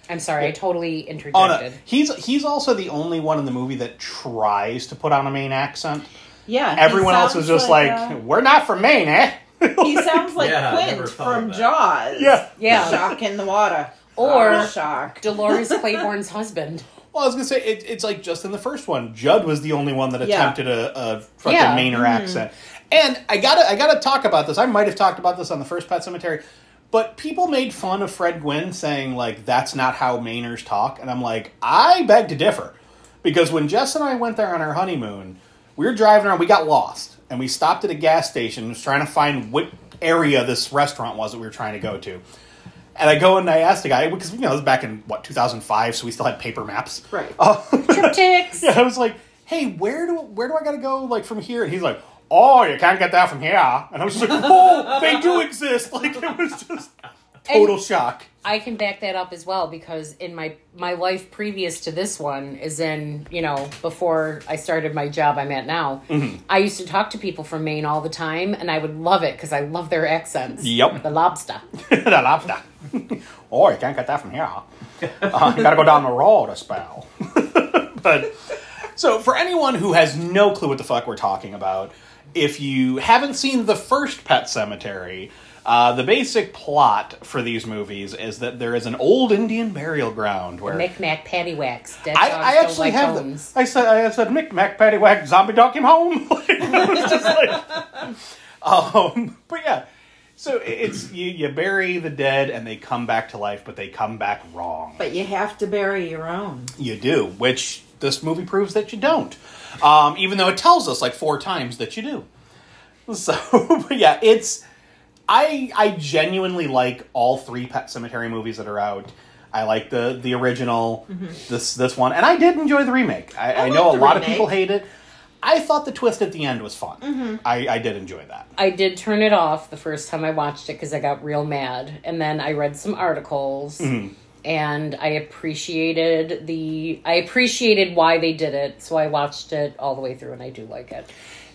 [SPEAKER 4] I'm sorry, I totally
[SPEAKER 2] Oh, no.
[SPEAKER 4] interjected.
[SPEAKER 2] He's he's also the only one in the movie that tries to put on a Maine accent.
[SPEAKER 5] Yeah. he
[SPEAKER 2] Everyone else is
[SPEAKER 5] sounds
[SPEAKER 2] just like,
[SPEAKER 5] uh,
[SPEAKER 2] "We're not from Maine, eh?"
[SPEAKER 5] he sounds like
[SPEAKER 6] Yeah, I never
[SPEAKER 5] Quint
[SPEAKER 6] thought of
[SPEAKER 5] from
[SPEAKER 6] that.
[SPEAKER 5] Jaws.
[SPEAKER 2] Yeah.
[SPEAKER 4] Yeah.
[SPEAKER 5] Shock in the water.
[SPEAKER 4] Or-
[SPEAKER 5] Oh, shock.
[SPEAKER 4] Dolores Claiborne's husband.
[SPEAKER 2] Well, I was gonna say it, it's like just in the first one, Judd was the only one that
[SPEAKER 5] Yeah.
[SPEAKER 2] attempted a, a fucking
[SPEAKER 4] Yeah.
[SPEAKER 2] Mainer accent. And I gotta I gotta talk about this. I might have talked about this on the first Pet Cemetery, but people made fun of Fred Gwynn saying like that's not how Mainers talk, and I'm like I beg to differ, because when Jess and I went there on our honeymoon, we were driving around, we got lost, and we stopped at a gas station, was trying to find what area this restaurant was that we were trying to go to. And I go and I asked the guy because you know it was back in what 2005, so we still had paper maps.
[SPEAKER 5] Right.
[SPEAKER 4] Oh. Triptychs.
[SPEAKER 2] I was like, "Hey, where do where do I gotta go like from here?" And he's like, "Oh, you can't get that from here." And I was just like, "Oh, they do exist!" Like it was just total
[SPEAKER 4] And-
[SPEAKER 2] shock.
[SPEAKER 4] I can back that up as well because in my my life previous to this one is in you know before I started my job I'm at now.
[SPEAKER 2] Mm-hmm.
[SPEAKER 4] I used to talk to people from Maine all the time, and I would love it because I love their accents.
[SPEAKER 2] Yep.
[SPEAKER 4] the lobster.
[SPEAKER 2] the lobster. oh, you can't get that from here. Uh, you gotta go down the road a spell. but so for anyone who has no clue what the fuck we're talking about, if you haven't seen the first Pet Cemetery. Uh, the basic plot for these movies is that there is an old Indian burial ground where
[SPEAKER 4] Knickknack, paddywhacks. Dead
[SPEAKER 2] I,
[SPEAKER 4] dogs
[SPEAKER 2] I
[SPEAKER 4] don't
[SPEAKER 2] actually
[SPEAKER 4] like
[SPEAKER 2] have
[SPEAKER 4] bones.
[SPEAKER 2] the, I said I said Mick Mac Paddywhack Zombie Dog Him Home. Like, it was just like, um, but yeah, so it's you you bury the dead and they come back to life, but they come back wrong.
[SPEAKER 5] But you have to bury your own.
[SPEAKER 2] You do, which this movie proves that you don't. Um, even though it tells us like four times that you do. So, but yeah, it's I I genuinely like all three Pet Cemetery movies that are out. I like the the original, this this one, and I did enjoy the remake. I, I,
[SPEAKER 5] like Mm-hmm. the
[SPEAKER 2] know a lot of
[SPEAKER 5] remake. Mm-hmm.
[SPEAKER 2] people hate it. I thought the twist at the end was fun. I, I did enjoy that.
[SPEAKER 4] I did turn it off the first time I watched it because I got real mad, and then I read some articles,
[SPEAKER 2] Mm-hmm.
[SPEAKER 4] and I appreciated the I appreciated why they did it, so I watched it all the way through, and I do like it.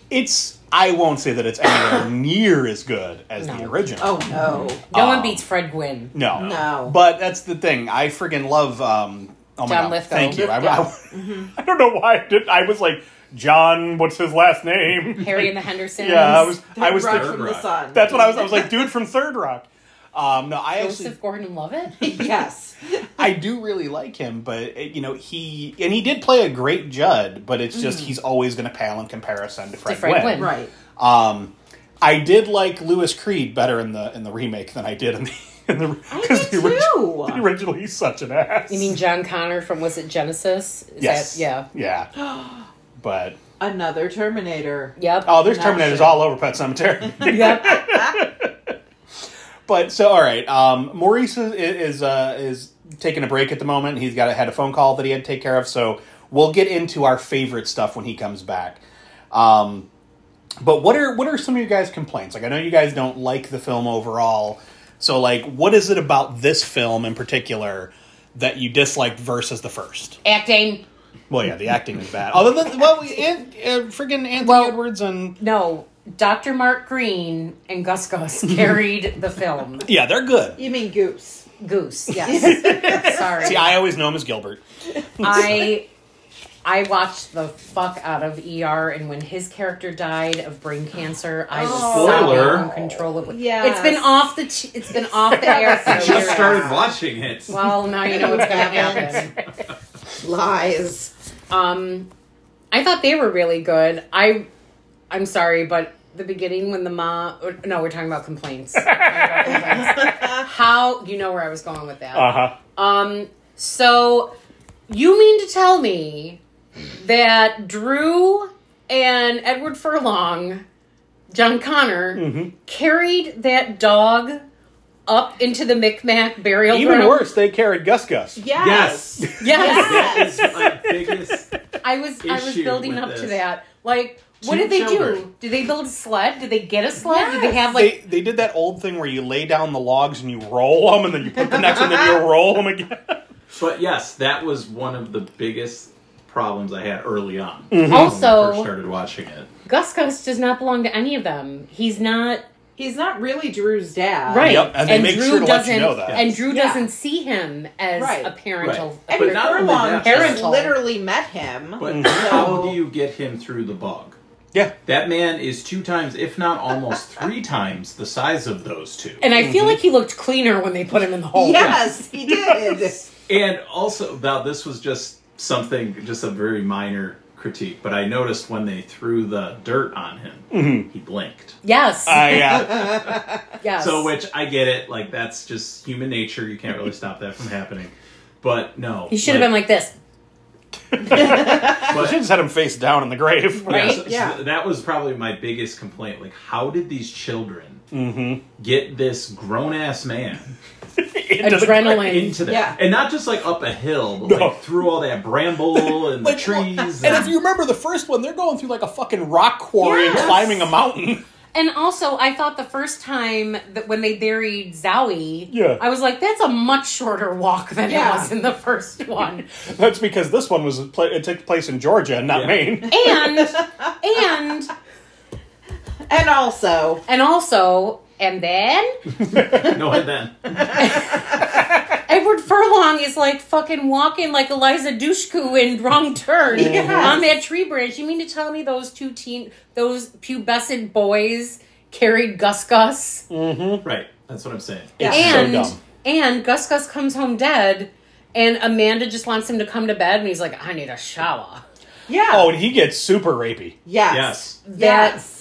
[SPEAKER 2] It's I won't say that it's anywhere near as good as the
[SPEAKER 4] No.
[SPEAKER 2] original.
[SPEAKER 5] Oh, no.
[SPEAKER 4] No one beats Fred Gwynn.
[SPEAKER 2] No.
[SPEAKER 5] No.
[SPEAKER 2] But that's the thing. I friggin' love um oh my
[SPEAKER 4] John
[SPEAKER 2] God.
[SPEAKER 4] Lithgow.
[SPEAKER 2] Thank you. I,
[SPEAKER 4] Lithgow.
[SPEAKER 2] I- I don't know why I did I was like John, what's his last name?
[SPEAKER 4] Harry and the Hendersons.
[SPEAKER 2] Yeah, I was I was
[SPEAKER 5] Rock
[SPEAKER 2] thinking-
[SPEAKER 5] from the
[SPEAKER 6] Rock.
[SPEAKER 5] sun.
[SPEAKER 2] that's what I was I was like dude from Third Rock. Um no, I
[SPEAKER 4] Joseph
[SPEAKER 2] actually
[SPEAKER 4] Gordon Levitt.
[SPEAKER 5] yes.
[SPEAKER 2] I do really like him, but it, you know, he and he did play a great Judd, but it's
[SPEAKER 4] Mm.
[SPEAKER 2] just he's always going to pale in comparison to Fred,
[SPEAKER 4] Fred Gwynn.
[SPEAKER 2] Gwynn.
[SPEAKER 5] Right.
[SPEAKER 2] Um I did like Lewis Creed better in the in the remake than I did in the in the because the,
[SPEAKER 5] did
[SPEAKER 2] original,
[SPEAKER 5] too.
[SPEAKER 2] the original he's such an ass.
[SPEAKER 4] You mean John Connor from was it Genesis? Is
[SPEAKER 2] Yes.
[SPEAKER 4] That, yeah.
[SPEAKER 2] Yeah. But
[SPEAKER 5] Another Terminator.
[SPEAKER 4] Yep.
[SPEAKER 2] oh, there's
[SPEAKER 5] Not
[SPEAKER 2] Terminators
[SPEAKER 5] sure.
[SPEAKER 2] all over Pet Cemetery.
[SPEAKER 4] Yep.
[SPEAKER 2] but so all right, um, Maurice is is, uh, is taking a break at the moment. He's got had a phone call that he had to take care of. So we'll get into our favorite stuff when he comes back. Um, but what are what are some of your guys' complaints? Like I know you guys don't like the film overall. So like, what is it about this film in particular that you disliked versus the first?
[SPEAKER 4] Acting.
[SPEAKER 2] Well, yeah, the acting is bad. Other than well, we, and, uh, friggin' Anthony
[SPEAKER 4] Well-
[SPEAKER 2] Edwards and
[SPEAKER 4] No. Dr. Mark Green and Gus Gus carried the film.
[SPEAKER 2] yeah, they're good.
[SPEAKER 5] You mean Goose.
[SPEAKER 4] Goose. Yes. Sorry.
[SPEAKER 2] See, I always know him as Gilbert.
[SPEAKER 4] I I watched the fuck out of ER, and when his character died of brain cancer, I was
[SPEAKER 5] Oh.
[SPEAKER 6] Spoiler.
[SPEAKER 4] sobbing uncontrollably.
[SPEAKER 5] Yes.
[SPEAKER 4] It's been off the ch- it's been off the air for
[SPEAKER 6] I
[SPEAKER 4] a year.
[SPEAKER 6] just started watching it.
[SPEAKER 4] Well, now you know what's gonna happen.
[SPEAKER 5] Lies.
[SPEAKER 4] Um, I thought they were really good. I, I'm sorry, but the beginning when the mom. or- No, we're talking about complaints. Talking about complaints. How you know where I was going with that?
[SPEAKER 2] huh.
[SPEAKER 4] Um, so you mean to tell me that Drew and Edward Furlong, John Connor,
[SPEAKER 2] Mm-hmm.
[SPEAKER 4] carried that dog up into the Micmac burial
[SPEAKER 2] Even
[SPEAKER 4] ground?
[SPEAKER 2] worse, they carried Gus Gus.
[SPEAKER 5] Yes.
[SPEAKER 6] Yes.
[SPEAKER 4] Yes.
[SPEAKER 6] That is my biggest.
[SPEAKER 4] I was I was
[SPEAKER 6] issue
[SPEAKER 4] building
[SPEAKER 6] with
[SPEAKER 4] up to
[SPEAKER 6] this.
[SPEAKER 4] that. Like, what
[SPEAKER 6] Two
[SPEAKER 4] did they do?
[SPEAKER 6] children.
[SPEAKER 4] Did they build a sled? Did they get a sled? Did they have
[SPEAKER 2] They,
[SPEAKER 4] like?
[SPEAKER 2] they did that old thing where you lay down the logs and you roll them, and then you put the next one, then you roll them again.
[SPEAKER 6] But yes, that was one of the biggest problems I had early on. when I first
[SPEAKER 4] Mm-hmm. Also,
[SPEAKER 6] started watching it.
[SPEAKER 4] Gus Gus does not belong to any of them. He's not.
[SPEAKER 5] He's not really Drew's dad.
[SPEAKER 4] Right.
[SPEAKER 2] Uh, Yep, and they make sure to let you
[SPEAKER 4] doesn't-
[SPEAKER 2] know that.
[SPEAKER 4] And Drew
[SPEAKER 5] Yeah.
[SPEAKER 4] doesn't see him as
[SPEAKER 5] Right.
[SPEAKER 4] a parental.
[SPEAKER 5] And
[SPEAKER 6] But not only
[SPEAKER 5] Furlong
[SPEAKER 6] that-
[SPEAKER 5] just
[SPEAKER 4] Parental.
[SPEAKER 5] literally met him.
[SPEAKER 6] But
[SPEAKER 4] Mm-hmm.
[SPEAKER 6] how do you get him through the bog?
[SPEAKER 2] Yeah.
[SPEAKER 6] That man is two times, if not almost three times, the size of those two.
[SPEAKER 4] And I
[SPEAKER 2] Mm-hmm.
[SPEAKER 4] feel like he looked cleaner when they put him in the
[SPEAKER 6] oh,
[SPEAKER 4] hole.
[SPEAKER 5] yes, he did.
[SPEAKER 6] And also, now this was just something, just a very minor critique, but I noticed when they threw the dirt on him, he blinked.
[SPEAKER 4] Yes.
[SPEAKER 2] I, uh,
[SPEAKER 4] yes.
[SPEAKER 6] So, which I get it. Like, that's just human nature. You can't really stop that from happening. But no.
[SPEAKER 4] he should have been like this.
[SPEAKER 6] been
[SPEAKER 2] I should have set him face down in the grave.
[SPEAKER 4] Right.
[SPEAKER 6] Yeah, so- so
[SPEAKER 5] Yeah.
[SPEAKER 6] that was probably my biggest complaint. Like, how did these children
[SPEAKER 2] Mm-hmm.
[SPEAKER 6] get this grown ass man
[SPEAKER 2] Into the-
[SPEAKER 4] Adrenaline.
[SPEAKER 6] into that?
[SPEAKER 5] Yeah.
[SPEAKER 6] And not just like up a hill, but
[SPEAKER 2] No.
[SPEAKER 6] like through all that bramble and the
[SPEAKER 2] Like,
[SPEAKER 6] trees.
[SPEAKER 2] And if you remember the first one, they're going through like a fucking rock quarry
[SPEAKER 5] Yes.
[SPEAKER 2] and climbing a mountain.
[SPEAKER 4] And also, I thought the first time that when they buried Zowie,
[SPEAKER 2] Yeah.
[SPEAKER 4] I was like, that's a much shorter walk than
[SPEAKER 5] Yeah.
[SPEAKER 4] it was in the first one.
[SPEAKER 2] That's because this one was pla- it took place in Georgia, not
[SPEAKER 6] Yeah.
[SPEAKER 2] Maine.
[SPEAKER 4] and and
[SPEAKER 5] And also,
[SPEAKER 4] and also and then
[SPEAKER 6] no, and then.
[SPEAKER 4] Edward Furlong is like fucking walking like Eliza Dushku in Wrong Turn
[SPEAKER 5] Yes.
[SPEAKER 4] on that tree branch. You mean to tell me those two teen, those pubescent boys carried Gus Gus?
[SPEAKER 6] Right. That's what I'm saying.
[SPEAKER 2] It's
[SPEAKER 4] and
[SPEAKER 2] so dumb.
[SPEAKER 4] and Gus Gus comes home dead, and Amanda just wants him to come to bed, and he's like, I need a shower.
[SPEAKER 5] yeah.
[SPEAKER 2] Oh, and he gets super rapey.
[SPEAKER 5] yes.
[SPEAKER 6] Yes.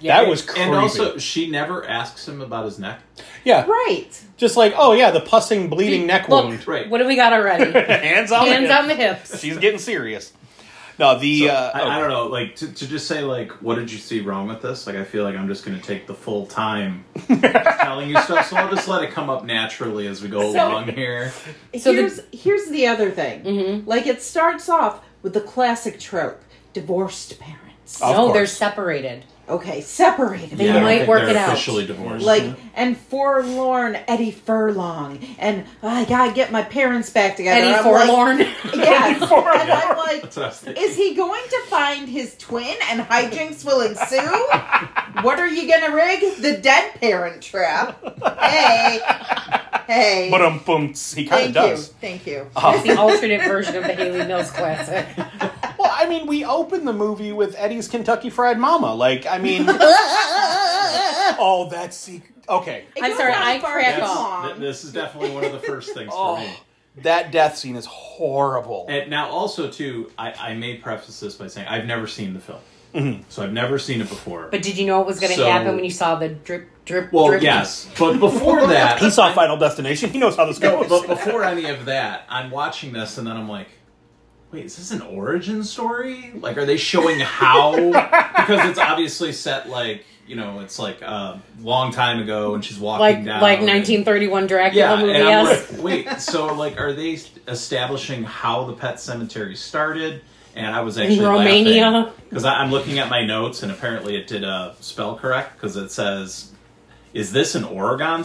[SPEAKER 5] Yes.
[SPEAKER 2] That was creepy.
[SPEAKER 6] And also, she never asks him about his neck.
[SPEAKER 2] yeah,
[SPEAKER 5] Right.
[SPEAKER 2] just like oh yeah, the pussing, bleeding neck
[SPEAKER 4] Look,
[SPEAKER 2] wound. Oh
[SPEAKER 6] Right.
[SPEAKER 4] What do we got already?
[SPEAKER 2] Hands on,
[SPEAKER 4] Hands on the hips.
[SPEAKER 2] She's getting serious. No, the
[SPEAKER 6] So,
[SPEAKER 2] uh,
[SPEAKER 6] I,
[SPEAKER 2] oh.
[SPEAKER 6] I don't know. Like to, to just say like, what did you see wrong with this? Like, I feel like I'm just going to take the full time telling you stuff. So I'll just let it come up naturally as we go
[SPEAKER 5] So-
[SPEAKER 6] along here.
[SPEAKER 4] So the- Mm-hmm.
[SPEAKER 5] here's here's the other thing. Like it starts off with the classic trope: divorced parents.
[SPEAKER 6] Oh.
[SPEAKER 2] Of
[SPEAKER 4] no, Oh, they're
[SPEAKER 2] course.
[SPEAKER 4] separated.
[SPEAKER 5] Okay, separated.
[SPEAKER 4] They
[SPEAKER 6] I don't
[SPEAKER 4] might
[SPEAKER 6] think
[SPEAKER 4] work
[SPEAKER 6] they're
[SPEAKER 4] it out.
[SPEAKER 6] Officially divorced.
[SPEAKER 5] Like and forlorn Eddie Furlong and "Oh, I gotta get my parents back together.
[SPEAKER 4] Eddie
[SPEAKER 5] I'm
[SPEAKER 4] Forlorn.
[SPEAKER 5] Like, yes. And I'm
[SPEAKER 6] That's
[SPEAKER 5] like,
[SPEAKER 6] what I was thinking.
[SPEAKER 5] is he going to find his twin and hijinks will ensue? what are you gonna rig? The dead parent trap. Hey. Hey.
[SPEAKER 1] uh,
[SPEAKER 2] But um, boom, he kind
[SPEAKER 5] Thank you.
[SPEAKER 2] of does.
[SPEAKER 5] Thank you.
[SPEAKER 4] It's the alternate version of the Haley Mills classic.
[SPEAKER 2] Well, I mean, we open the movie with Eddie's Kentucky Fried Mama. Like, I mean, oh, that's secret. Okay,
[SPEAKER 5] It
[SPEAKER 4] I'm
[SPEAKER 5] goes
[SPEAKER 4] sorry,
[SPEAKER 5] on
[SPEAKER 4] I
[SPEAKER 5] for
[SPEAKER 4] crack
[SPEAKER 5] too
[SPEAKER 4] up.
[SPEAKER 5] long.
[SPEAKER 6] Th- this is definitely one of the first things for
[SPEAKER 4] Oh.
[SPEAKER 6] me.
[SPEAKER 2] that death scene is horrible.
[SPEAKER 6] And now, also too, I, I may preface this by saying I've never seen the film, so I've never seen it before.
[SPEAKER 4] But did you know what was going to
[SPEAKER 6] So-
[SPEAKER 4] happen when you saw the drip, drip,
[SPEAKER 6] well,
[SPEAKER 4] drip?
[SPEAKER 6] yes, but before that,
[SPEAKER 2] he saw Final Destination. He knows how this
[SPEAKER 6] No,
[SPEAKER 2] goes.
[SPEAKER 6] Oh, but before any of that, I'm watching this and then I'm like, wait, is this an origin story? Like, are they showing how? because it's obviously set like, you know, it's like a long time ago and she's walking
[SPEAKER 4] Like
[SPEAKER 6] down.
[SPEAKER 4] like
[SPEAKER 6] and-
[SPEAKER 4] 1931 Dracula
[SPEAKER 6] yeah,
[SPEAKER 4] movie.
[SPEAKER 6] and I'm
[SPEAKER 4] Yes.
[SPEAKER 6] like, wait, so like, are they establishing how the pet cemetery started? And I was actually
[SPEAKER 4] Romania.
[SPEAKER 6] because I'm looking at my notes, and apparently it did uh, spell correct because it says, "Is this an Oregon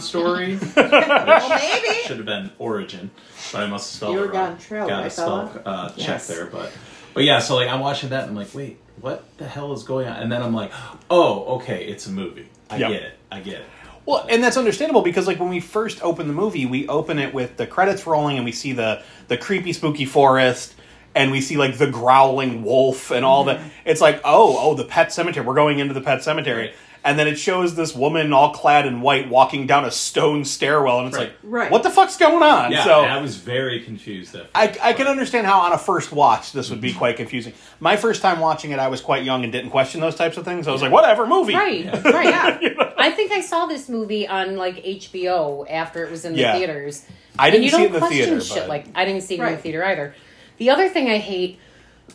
[SPEAKER 6] story?"
[SPEAKER 5] Well, maybe.
[SPEAKER 6] should have been origin, but I must spell
[SPEAKER 5] You're
[SPEAKER 6] it wrong.
[SPEAKER 5] gone trail,
[SPEAKER 6] Got
[SPEAKER 5] right,
[SPEAKER 6] a spell
[SPEAKER 5] fella?
[SPEAKER 6] uh, check
[SPEAKER 5] Yes.
[SPEAKER 6] there, but but yeah. So like I'm watching that, and I'm like, wait, what the hell is going on? And then I'm like, oh, okay, it's a movie. I
[SPEAKER 2] Yep.
[SPEAKER 6] get it. I get it.
[SPEAKER 2] Well, and that's understandable because like when we first open the movie, we open it with the credits rolling and we see the the creepy spooky forest and we see like the growling wolf and all
[SPEAKER 6] Mm-hmm.
[SPEAKER 2] that. It's like, "Oh, oh, the pet cemetery. We're going into the pet cemetery." And then it shows this woman all clad in white walking down a stone stairwell and it's
[SPEAKER 6] Right.
[SPEAKER 2] like,
[SPEAKER 5] Right.
[SPEAKER 2] "What the fuck's going on?"
[SPEAKER 6] Yeah,
[SPEAKER 2] so
[SPEAKER 6] and I was very confused. At
[SPEAKER 2] I,
[SPEAKER 6] first,
[SPEAKER 2] I can
[SPEAKER 6] but-
[SPEAKER 2] understand how on a first watch this would be
[SPEAKER 4] Mm-hmm.
[SPEAKER 2] quite confusing. My first time watching it, I was quite young and didn't question those types of things. I was like, "Whatever, movie."
[SPEAKER 4] Right,
[SPEAKER 6] Yeah.
[SPEAKER 4] right. I think I saw this movie on like HBO after it was in the
[SPEAKER 2] Yeah.
[SPEAKER 4] theaters.
[SPEAKER 2] I
[SPEAKER 4] And
[SPEAKER 2] didn't
[SPEAKER 4] you
[SPEAKER 2] see
[SPEAKER 4] don't
[SPEAKER 2] it in the
[SPEAKER 4] question
[SPEAKER 2] theater,
[SPEAKER 4] Shit.
[SPEAKER 2] but-
[SPEAKER 4] Like I didn't see it in
[SPEAKER 5] Right.
[SPEAKER 4] the theater either. The other thing I hate,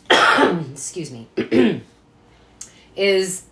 [SPEAKER 4] excuse me, is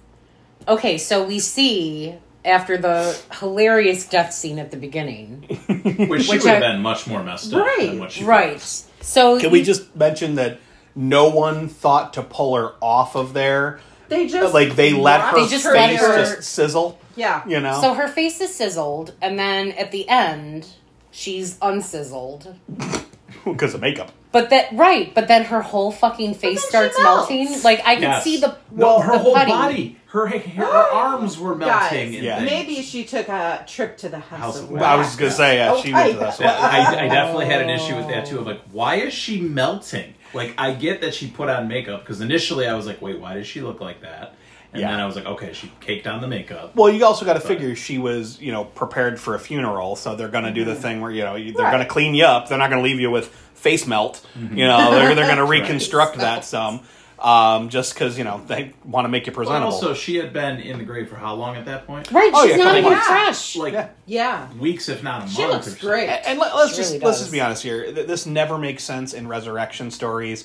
[SPEAKER 4] okay. So we see after the hilarious death scene at the beginning,
[SPEAKER 6] which she
[SPEAKER 4] which
[SPEAKER 6] would have
[SPEAKER 4] I-
[SPEAKER 6] been much more messed up
[SPEAKER 5] Right,
[SPEAKER 6] than what she
[SPEAKER 4] right? So
[SPEAKER 2] Can we just mention that no one thought to pull her off of there?
[SPEAKER 5] They just
[SPEAKER 2] Like they let her
[SPEAKER 4] They
[SPEAKER 5] watched
[SPEAKER 4] just
[SPEAKER 2] face
[SPEAKER 4] let her-
[SPEAKER 2] just sizzle.
[SPEAKER 5] yeah.
[SPEAKER 2] You know.
[SPEAKER 4] So her face is sizzled, and then at the end, she's unsizzled.
[SPEAKER 2] because of makeup.
[SPEAKER 4] But that right, but then her whole fucking face
[SPEAKER 5] then she
[SPEAKER 4] starts
[SPEAKER 5] melts.
[SPEAKER 4] melting. Like I can
[SPEAKER 6] Yes.
[SPEAKER 4] see the
[SPEAKER 6] No, her
[SPEAKER 4] the
[SPEAKER 6] whole
[SPEAKER 4] putty.
[SPEAKER 6] body. Her hair, her arms were melting.
[SPEAKER 5] Guys,
[SPEAKER 6] and
[SPEAKER 1] Yeah.
[SPEAKER 6] things.
[SPEAKER 5] maybe she took a trip to the House,
[SPEAKER 6] House
[SPEAKER 5] of
[SPEAKER 6] of
[SPEAKER 5] Wax. Oh,
[SPEAKER 1] I
[SPEAKER 6] Wax.
[SPEAKER 1] was gonna say yeah,
[SPEAKER 4] Oh,
[SPEAKER 1] she went to that.
[SPEAKER 6] Yeah, I, I definitely had an issue with that too. I'm like, why is she melting? Like, I get that she put on makeup because initially I was like, wait, why does she look like that? And
[SPEAKER 1] Yeah.
[SPEAKER 6] then I was like, okay, she caked on the makeup.
[SPEAKER 1] Well, you also got to figure she was, you know, prepared for a funeral, so they're going to do the thing where you know they're
[SPEAKER 5] Right.
[SPEAKER 1] going to clean you up. They're not going to leave you with face melt. You know, they're they're going to reconstruct that some, um, just because you know they want to make you
[SPEAKER 6] But
[SPEAKER 1] presentable.
[SPEAKER 6] also, she had been in the grave for how long at that point?
[SPEAKER 4] Right,
[SPEAKER 1] Oh,
[SPEAKER 4] she's
[SPEAKER 1] yeah,
[SPEAKER 4] not
[SPEAKER 1] come
[SPEAKER 4] even
[SPEAKER 5] on.
[SPEAKER 4] fresh.
[SPEAKER 6] Like
[SPEAKER 1] Yeah.
[SPEAKER 5] Yeah.
[SPEAKER 6] weeks, if not a
[SPEAKER 5] She
[SPEAKER 6] month.
[SPEAKER 5] looks
[SPEAKER 6] or something.
[SPEAKER 5] great.
[SPEAKER 1] and, and let, us
[SPEAKER 4] She really
[SPEAKER 1] just let's just
[SPEAKER 4] does.
[SPEAKER 1] be honest here. Th- This never makes sense in resurrection stories.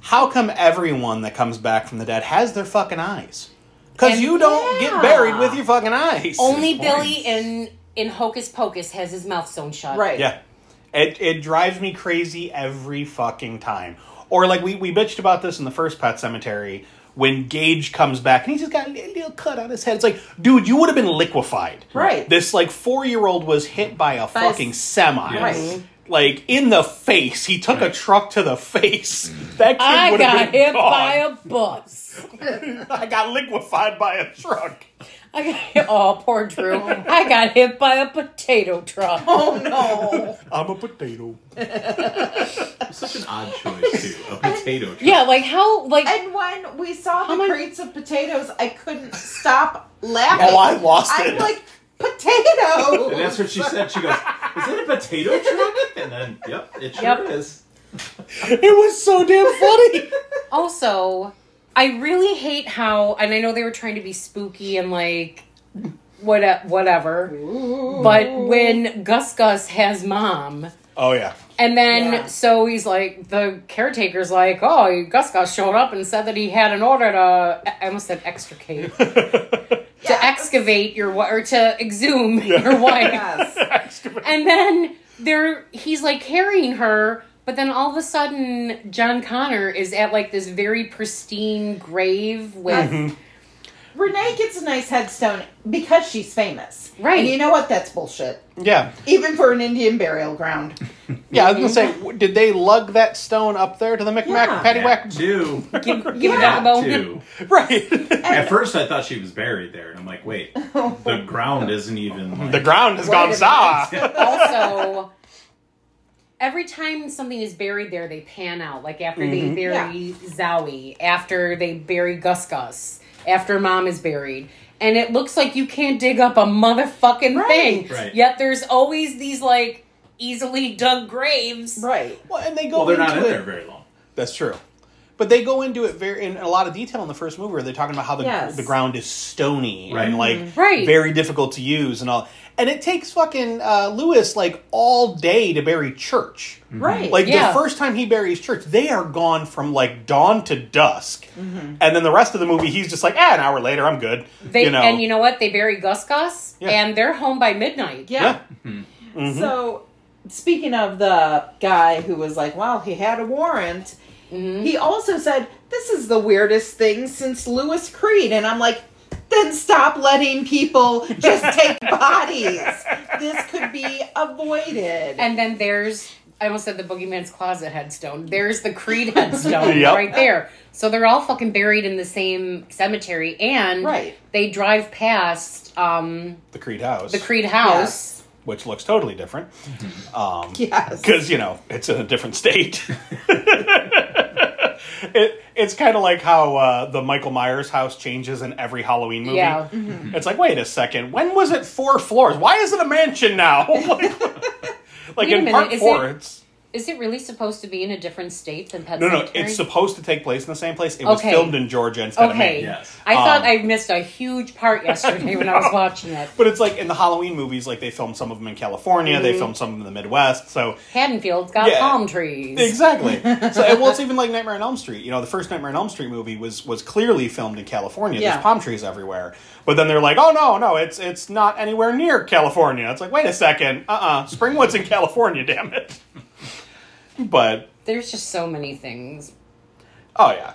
[SPEAKER 1] How come everyone that comes back from the dead has their fucking eyes? Because
[SPEAKER 4] And-
[SPEAKER 1] you don't
[SPEAKER 5] Yeah.
[SPEAKER 1] get buried with your fucking eyes.
[SPEAKER 4] Only
[SPEAKER 6] points.
[SPEAKER 4] Billy in in Hocus Pocus has his mouth sewn shut.
[SPEAKER 5] Right.
[SPEAKER 1] Yeah. It, it drives me crazy every fucking time. Or like we, we bitched about this in the first Pet Cemetery when Gage comes back and he's just got a little cut on his head. It's like, dude, you would have been liquefied.
[SPEAKER 5] Right.
[SPEAKER 1] This like four year old was hit by a
[SPEAKER 5] By a s-
[SPEAKER 1] fucking semi.
[SPEAKER 6] Yes.
[SPEAKER 5] Right.
[SPEAKER 1] Like in the face. He took a truck to the face. That kid
[SPEAKER 4] I
[SPEAKER 1] would have
[SPEAKER 4] got
[SPEAKER 1] been
[SPEAKER 4] hit
[SPEAKER 1] gone.
[SPEAKER 4] by a bus.
[SPEAKER 1] I got liquefied by a truck.
[SPEAKER 4] I got hit. Oh, poor Drew. I got hit by a potato truck.
[SPEAKER 5] Oh no.
[SPEAKER 1] I'm a potato.
[SPEAKER 6] Such an odd choice too. A potato. Truck.
[SPEAKER 4] Yeah, like how? Like
[SPEAKER 5] and when we saw the
[SPEAKER 4] my-
[SPEAKER 5] crates of potatoes, I couldn't stop laughing.
[SPEAKER 1] Oh, I lost
[SPEAKER 5] I'm
[SPEAKER 1] it.
[SPEAKER 5] like potato.
[SPEAKER 6] And that's what she said. She goes, "Is that a potato truck?" And then, yep, it sure
[SPEAKER 4] Yep.
[SPEAKER 6] is.
[SPEAKER 1] It was so damn funny.
[SPEAKER 4] also, I really hate how. And I know they were trying to be spooky and like what whatever. But when Gus Gus has mom.
[SPEAKER 1] oh yeah.
[SPEAKER 4] And then
[SPEAKER 5] Yeah.
[SPEAKER 4] so he's like the caretaker's like, oh, Gus Gus showed up and said that he had an order to I almost said extricate
[SPEAKER 5] Yeah.
[SPEAKER 4] to excavate your wi- or to exhume your wife.
[SPEAKER 5] Yes.
[SPEAKER 4] And then there he's like carrying her, but then all of a sudden John Connor is at like this very pristine grave with
[SPEAKER 5] Renee gets a nice headstone because she's famous.
[SPEAKER 4] Right.
[SPEAKER 5] And you know what? That's bullshit.
[SPEAKER 1] Yeah.
[SPEAKER 5] Even for an Indian burial ground.
[SPEAKER 1] Yeah, I was gonna say, w- did they lug that stone up there to the Micmac
[SPEAKER 5] Yeah.
[SPEAKER 1] Patty
[SPEAKER 6] Act
[SPEAKER 1] Whack?
[SPEAKER 6] two.
[SPEAKER 4] give, give a dog
[SPEAKER 5] Yeah.
[SPEAKER 4] a bone.
[SPEAKER 6] Two.
[SPEAKER 1] Right.
[SPEAKER 6] At first, I thought she was buried there, and I'm like, wait, the ground isn't even. Like,
[SPEAKER 1] the ground has
[SPEAKER 5] Wait a
[SPEAKER 1] gone
[SPEAKER 5] minute.
[SPEAKER 1] soft.
[SPEAKER 4] also every time something is buried there they pan out like after they bury zowie after they bury gus gus after mom is buried and it looks like you can't dig up a motherfucking
[SPEAKER 5] Right.
[SPEAKER 4] thing
[SPEAKER 6] Right.
[SPEAKER 4] yet there's always these like easily dug graves
[SPEAKER 5] Right.
[SPEAKER 1] Well, and they go
[SPEAKER 6] Well, they're not
[SPEAKER 1] into
[SPEAKER 6] in
[SPEAKER 1] it.
[SPEAKER 6] there very long.
[SPEAKER 1] That's true. But they go into it very in a lot of detail in the first movie where they're talking about how the,
[SPEAKER 5] Yes.
[SPEAKER 1] the ground is stony
[SPEAKER 6] Right.
[SPEAKER 1] and like
[SPEAKER 4] Right.
[SPEAKER 1] very difficult to use and all. And it takes fucking uh, Lewis like all day to bury church.
[SPEAKER 5] Right.
[SPEAKER 1] Like
[SPEAKER 4] Yeah.
[SPEAKER 1] the first time he buries church, they are gone from like dawn to dusk, and then the rest of the movie he's just like, ah, an hour later, I'm good.
[SPEAKER 4] Mm-hmm. they
[SPEAKER 1] you know,
[SPEAKER 4] and you know what they bury gus gus
[SPEAKER 1] Yeah.
[SPEAKER 4] and they're home by midnight
[SPEAKER 5] Yeah.
[SPEAKER 1] Mm-hmm.
[SPEAKER 5] So, speaking of the guy who was like, "Wow, he had a warrant," he also said, "This is the weirdest thing since Lewis Creed," and I'm like. Then stop letting people just take bodies. This could be avoided.
[SPEAKER 4] And then there's I almost said the boogeyman's closet headstone. There's the Creed headstone
[SPEAKER 1] Yep.
[SPEAKER 4] right there. So they're all fucking buried in the same cemetery and
[SPEAKER 5] Right.
[SPEAKER 4] they drive past um,
[SPEAKER 1] the Creed house,
[SPEAKER 4] the Creed house.
[SPEAKER 1] which looks totally different. Um,
[SPEAKER 5] yes.
[SPEAKER 1] because you know it's in a different state. it it's kind of like how uh, the Michael Myers house changes in every Halloween movie.
[SPEAKER 4] Yeah.
[SPEAKER 1] It's like, wait a second, when was it four floors? Why is it a mansion now? like
[SPEAKER 4] Wait a
[SPEAKER 1] in
[SPEAKER 4] minute,
[SPEAKER 1] part
[SPEAKER 4] is
[SPEAKER 1] four,
[SPEAKER 4] it-
[SPEAKER 1] it's
[SPEAKER 4] Is it really supposed to be in a different state than Pet
[SPEAKER 1] no, no,
[SPEAKER 4] Sematary?
[SPEAKER 1] it's supposed to take place in the same place. It was
[SPEAKER 4] Okay.
[SPEAKER 1] filmed in Georgia instead of
[SPEAKER 4] Okay.
[SPEAKER 1] Maine.
[SPEAKER 6] Yes.
[SPEAKER 4] I thought
[SPEAKER 1] Um,
[SPEAKER 4] I missed a huge part yesterday when I was watching it.
[SPEAKER 1] But it's like in the Halloween movies, like they filmed some of them in California, they filmed some of them in the Midwest. So
[SPEAKER 4] Haddonfield's got
[SPEAKER 1] Yeah.
[SPEAKER 4] palm trees.
[SPEAKER 1] Exactly. So, and, well, it's even like Nightmare on Elm Street. You know, the first Nightmare on Elm Street movie was was clearly filmed in California.
[SPEAKER 5] Yeah.
[SPEAKER 1] There's palm trees everywhere. But then they're like, oh no, no, it's it's not anywhere near California. It's like, wait a second, uh, uh Springwood's in California, damn it. But
[SPEAKER 4] There's just so many things.
[SPEAKER 1] oh yeah.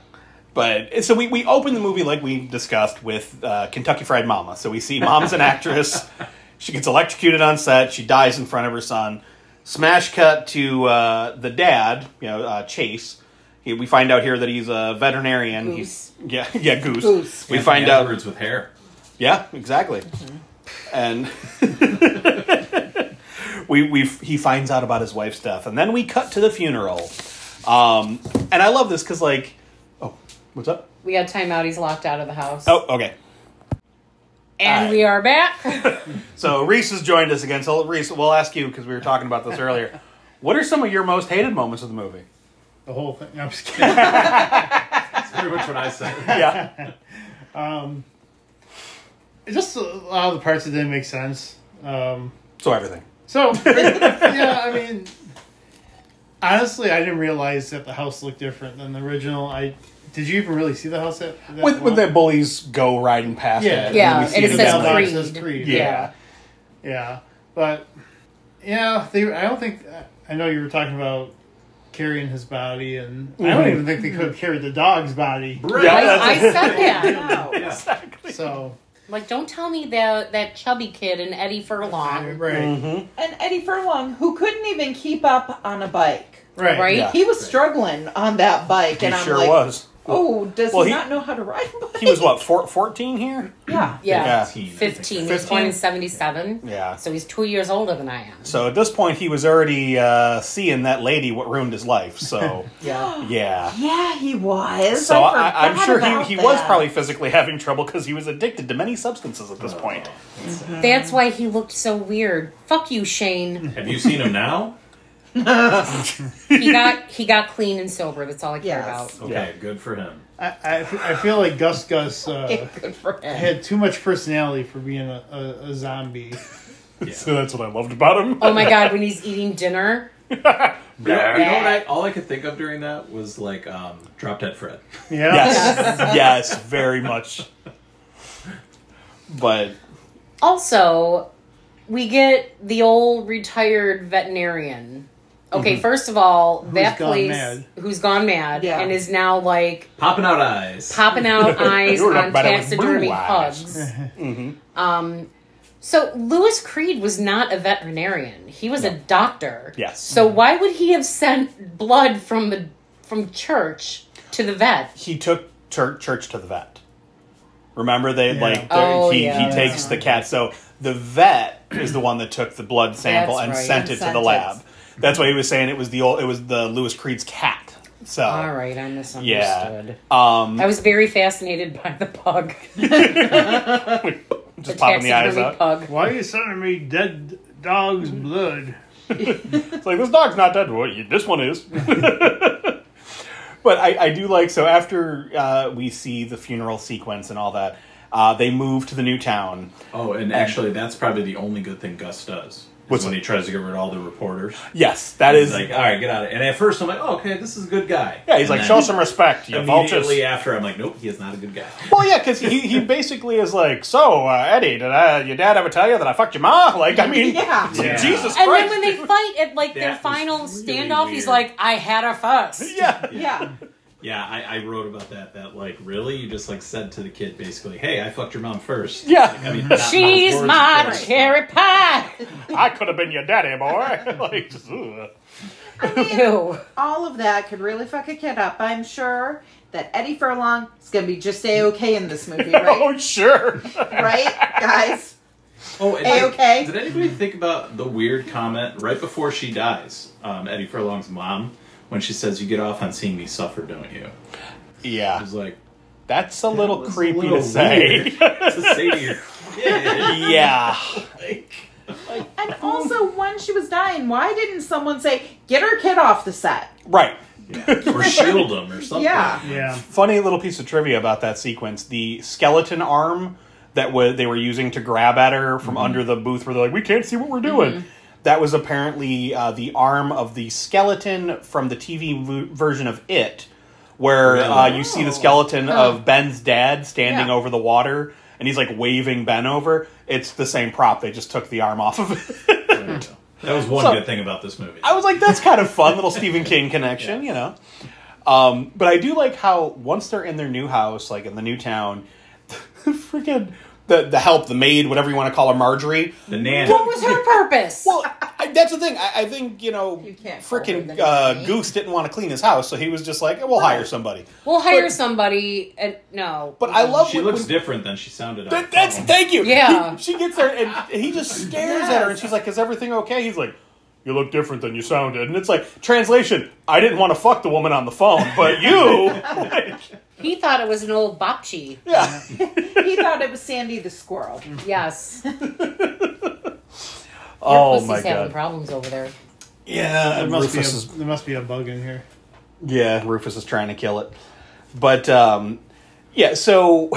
[SPEAKER 1] But so we, we open the movie like we discussed with uh, Kentucky Fried Mama. So we see mom's an actress. She gets electrocuted on set. She dies in front of her son. Smash cut to uh, the dad, you know, uh, Chase. He- We find out here that he's a veterinarian.
[SPEAKER 4] Goose.
[SPEAKER 1] He's yeah, yeah, goose.
[SPEAKER 4] Goose.
[SPEAKER 1] We
[SPEAKER 6] Anthony
[SPEAKER 1] find out
[SPEAKER 6] Edwards with hair.
[SPEAKER 1] yeah, exactly. And we we he finds out about his wife's death, and then we cut to the funeral. Um, and I love this because like, oh, what's up?
[SPEAKER 4] We had time out. He's locked out of the house.
[SPEAKER 1] Oh, okay.
[SPEAKER 4] and
[SPEAKER 1] I-
[SPEAKER 4] we are back.
[SPEAKER 1] So Reese has joined us again. So Reese, we'll ask you because we were talking about this earlier. What are some of your most hated moments of the movie?
[SPEAKER 3] The whole thing. No, I'm just kidding.
[SPEAKER 6] That's pretty much what I said.
[SPEAKER 1] Yeah.
[SPEAKER 3] It's just a lot of the parts that didn't make sense. Um,
[SPEAKER 1] So everything.
[SPEAKER 3] so, yeah, I mean, honestly, I didn't realize that the house looked different than the original. I did you even really see the house that? that
[SPEAKER 1] When, when
[SPEAKER 3] well?
[SPEAKER 1] the bullies go riding past
[SPEAKER 3] Yeah.
[SPEAKER 1] it. and
[SPEAKER 4] Yeah,
[SPEAKER 1] we
[SPEAKER 4] and
[SPEAKER 1] see
[SPEAKER 4] it
[SPEAKER 1] the
[SPEAKER 4] says
[SPEAKER 1] building.
[SPEAKER 3] Yeah,
[SPEAKER 4] Creed.
[SPEAKER 3] it says Creed.
[SPEAKER 1] Yeah.
[SPEAKER 4] Yeah.
[SPEAKER 3] Yeah, but yeah, they. I don't think. I know you were talking about carrying his body, and I don't
[SPEAKER 1] Mhm.
[SPEAKER 3] even think they could have carried the dog's body.
[SPEAKER 1] Yeah,
[SPEAKER 4] I,
[SPEAKER 1] that's-
[SPEAKER 4] I said that.
[SPEAKER 5] Wow.
[SPEAKER 6] Yeah.
[SPEAKER 3] So
[SPEAKER 4] Like, don't tell me that that chubby kid and Eddie Furlong.
[SPEAKER 3] right,
[SPEAKER 5] And Eddie Furlong, who couldn't even keep up on a bike.
[SPEAKER 3] right,
[SPEAKER 4] Right?
[SPEAKER 1] Yeah.
[SPEAKER 5] He was struggling on that bike,
[SPEAKER 1] He
[SPEAKER 5] and I'm
[SPEAKER 1] sure
[SPEAKER 5] like,
[SPEAKER 1] was.
[SPEAKER 5] "Oh, does
[SPEAKER 1] Well,
[SPEAKER 5] he,
[SPEAKER 1] he-
[SPEAKER 5] not know how to ride a bike?"
[SPEAKER 1] He was what, four, 14 here?
[SPEAKER 5] yeah.
[SPEAKER 4] Yeah.
[SPEAKER 6] 15, I think.
[SPEAKER 4] 15. He's born in 77.
[SPEAKER 1] Yeah.
[SPEAKER 4] So he's two years older than I am.
[SPEAKER 1] So at this point, he was already uh, seeing that lady what ruined his life. So,
[SPEAKER 4] Yeah.
[SPEAKER 1] yeah.
[SPEAKER 5] Yeah, he was.
[SPEAKER 1] So
[SPEAKER 5] I
[SPEAKER 1] I, I'm
[SPEAKER 5] forgot
[SPEAKER 1] sure
[SPEAKER 5] about
[SPEAKER 1] he, he was
[SPEAKER 5] that.
[SPEAKER 1] probably physically having trouble because he was addicted to many substances at this point.
[SPEAKER 4] That's why he looked so weird. Fuck you, Shane.
[SPEAKER 6] Have you seen him now?
[SPEAKER 4] He got he got clean and sober. That's all I care
[SPEAKER 5] Yes.
[SPEAKER 4] about.
[SPEAKER 6] Okay,
[SPEAKER 1] Yeah.
[SPEAKER 6] good for him.
[SPEAKER 3] I, I, fe- I feel like Gus Gus uh,
[SPEAKER 5] good for him.
[SPEAKER 3] had too much personality for being a, a, a zombie.
[SPEAKER 1] So that's what I loved about him.
[SPEAKER 4] Oh my god, when he's eating dinner.
[SPEAKER 6] You know, you know what I, all I could think of during that was like um, Drop Dead Fred.
[SPEAKER 3] Yeah,
[SPEAKER 1] Yes. yes, very much. But,
[SPEAKER 4] Also, we get the old retired veterinarian. Okay, first of all, that
[SPEAKER 3] gone
[SPEAKER 4] place
[SPEAKER 3] mad.
[SPEAKER 4] who's gone mad
[SPEAKER 5] Yeah.
[SPEAKER 4] and is now like
[SPEAKER 6] Popping out eyes.
[SPEAKER 4] popping out eyes
[SPEAKER 1] You're not
[SPEAKER 4] on
[SPEAKER 1] better with
[SPEAKER 4] taxidermy
[SPEAKER 1] blue eyes. Mm-hmm.
[SPEAKER 4] pugs. Um, so Lewis Creed was not a veterinarian; he was a doctor.
[SPEAKER 1] Yes.
[SPEAKER 4] So why would he have sent blood from the from church to the vet?
[SPEAKER 1] he took church, church to the vet. Remember they
[SPEAKER 3] Yeah.
[SPEAKER 1] like the,
[SPEAKER 4] Oh,
[SPEAKER 1] he,
[SPEAKER 4] yeah.
[SPEAKER 1] he takes the cat. So the vet is the one that took the blood sample
[SPEAKER 4] That's
[SPEAKER 1] and
[SPEAKER 4] right.
[SPEAKER 1] sent
[SPEAKER 5] And
[SPEAKER 1] it to
[SPEAKER 5] sent
[SPEAKER 1] the
[SPEAKER 5] it.
[SPEAKER 1] lab. That's why he was saying it was the old it was the Lewis Creed's cat. So
[SPEAKER 4] All right, I misunderstood.
[SPEAKER 1] yeah, um,
[SPEAKER 4] I was very fascinated by the pug, the
[SPEAKER 1] just popping the eyes
[SPEAKER 4] taxidermy
[SPEAKER 1] out.
[SPEAKER 4] pug.
[SPEAKER 3] why are you sending me dead dog's blood?
[SPEAKER 1] It's like this dog's not dead. Well, you- this one is. but I, I do like so after uh, we see the funeral sequence and all that, uh, they move to the new town.
[SPEAKER 6] Oh, and actually, that's probably the only good thing Gus does. is
[SPEAKER 1] What's
[SPEAKER 6] when
[SPEAKER 1] that?
[SPEAKER 6] he tries to get rid of all the reporters.
[SPEAKER 1] Yes, that
[SPEAKER 6] He's
[SPEAKER 1] is.
[SPEAKER 6] like, all right, get out of it. And at first, I'm like, oh, okay, this is a good guy.
[SPEAKER 1] yeah, he's
[SPEAKER 6] And
[SPEAKER 1] like,
[SPEAKER 6] then
[SPEAKER 1] show some respect, you vultures.
[SPEAKER 6] Immediately after, I'm like, nope, he is not a good guy.
[SPEAKER 1] Well, yeah, because he, he basically is like, so uh, Eddie, did I, your dad ever tell you that I fucked your mom? Like, I mean,
[SPEAKER 5] Yeah.
[SPEAKER 6] Yeah.
[SPEAKER 1] Jesus
[SPEAKER 4] And then
[SPEAKER 1] Christ,
[SPEAKER 4] when they fight at like their
[SPEAKER 6] That was
[SPEAKER 4] final
[SPEAKER 6] really
[SPEAKER 4] standoff, he's
[SPEAKER 6] weird.
[SPEAKER 4] like, "I had her first.
[SPEAKER 1] yeah,
[SPEAKER 5] Yeah.
[SPEAKER 6] Yeah, I, I wrote about that. That like, really, you just like said to the kid basically, hey, I fucked your mom first. I
[SPEAKER 1] yeah,
[SPEAKER 6] mean, not-
[SPEAKER 4] She's
[SPEAKER 6] not
[SPEAKER 4] my
[SPEAKER 6] words, but-
[SPEAKER 4] cherry pie."
[SPEAKER 1] I could have been your daddy, boy. like, just, ugh.
[SPEAKER 4] Ew.
[SPEAKER 5] All of that could really fuck a kid up. I'm sure that Eddie Furlong is going to be just a okay in this movie, right?
[SPEAKER 1] oh sure,
[SPEAKER 5] right, guys.
[SPEAKER 6] Oh, and
[SPEAKER 5] Hey,
[SPEAKER 6] did-
[SPEAKER 5] okay.
[SPEAKER 6] Did anybody think about the weird comment right before she dies, um, Eddie Furlong's mom, when she says, "You get off on seeing me suffer, don't you?" I
[SPEAKER 1] yeah,
[SPEAKER 6] was like,
[SPEAKER 1] that's a little
[SPEAKER 6] that was a
[SPEAKER 1] creepy
[SPEAKER 6] little
[SPEAKER 1] to say.
[SPEAKER 6] weird to say to your kid.
[SPEAKER 1] yeah,
[SPEAKER 6] Like,
[SPEAKER 5] And also, when she was dying, why didn't someone say, "Get her kid off the set"?
[SPEAKER 1] right.
[SPEAKER 6] yeah. Or shield him or something.
[SPEAKER 5] Yeah.
[SPEAKER 3] Yeah,
[SPEAKER 1] Funny little piece of trivia about that sequence: the skeleton arm that wa they were using to grab at her from under the booth, where they're like, "We can't see what we're doing." That was apparently uh, the arm of the skeleton from the TV v- version of It, where uh, you see the skeleton of Ben's dad standing
[SPEAKER 4] Yeah.
[SPEAKER 1] over the water, and he's like waving Ben over. It's the same prop; they just took the arm off of it.
[SPEAKER 6] That was one
[SPEAKER 1] So-
[SPEAKER 6] good thing about this movie.
[SPEAKER 1] I was like, that's kind of fun, little Stephen King connection, you know. Um, but I do like how once they're in their new house, like in the new town, freaking the the help, the maid, whatever you want to call her, Marjorie.
[SPEAKER 6] the nanny.
[SPEAKER 4] What was her purpose?
[SPEAKER 1] Well, I, that's the thing. I, I think you know,
[SPEAKER 5] You can't
[SPEAKER 4] forward
[SPEAKER 1] freaking
[SPEAKER 4] the
[SPEAKER 1] uh,
[SPEAKER 4] name.
[SPEAKER 1] Goose didn't want to clean his house, so he was just like, "We'll hire somebody."
[SPEAKER 4] We'll hire
[SPEAKER 1] But-
[SPEAKER 4] somebody. And, no,
[SPEAKER 1] But I love
[SPEAKER 6] She
[SPEAKER 1] when-
[SPEAKER 6] looks
[SPEAKER 1] when-
[SPEAKER 6] different than she sounded. on
[SPEAKER 1] That,
[SPEAKER 6] the
[SPEAKER 1] that's
[SPEAKER 6] phone.
[SPEAKER 1] thank you.
[SPEAKER 4] Yeah.
[SPEAKER 1] He- she gets there and he just stares at her and she's like, "Is everything okay?" He's like, "You look different than you sounded." And it's like translation: I didn't want to fuck the woman on the phone, but you. like,
[SPEAKER 4] he thought it was an old bopchi.
[SPEAKER 1] yeah.
[SPEAKER 5] he thought it was Sandy the squirrel.
[SPEAKER 1] Mm-hmm.
[SPEAKER 4] Yes. Your
[SPEAKER 1] Oh
[SPEAKER 4] pussy's
[SPEAKER 1] my
[SPEAKER 4] having
[SPEAKER 1] god.
[SPEAKER 4] problems over there.
[SPEAKER 1] Yeah.
[SPEAKER 3] There must, be
[SPEAKER 1] Rufus is
[SPEAKER 3] a, there must be a bug in here.
[SPEAKER 1] Yeah, Rufus is trying to kill it. But um, yeah, so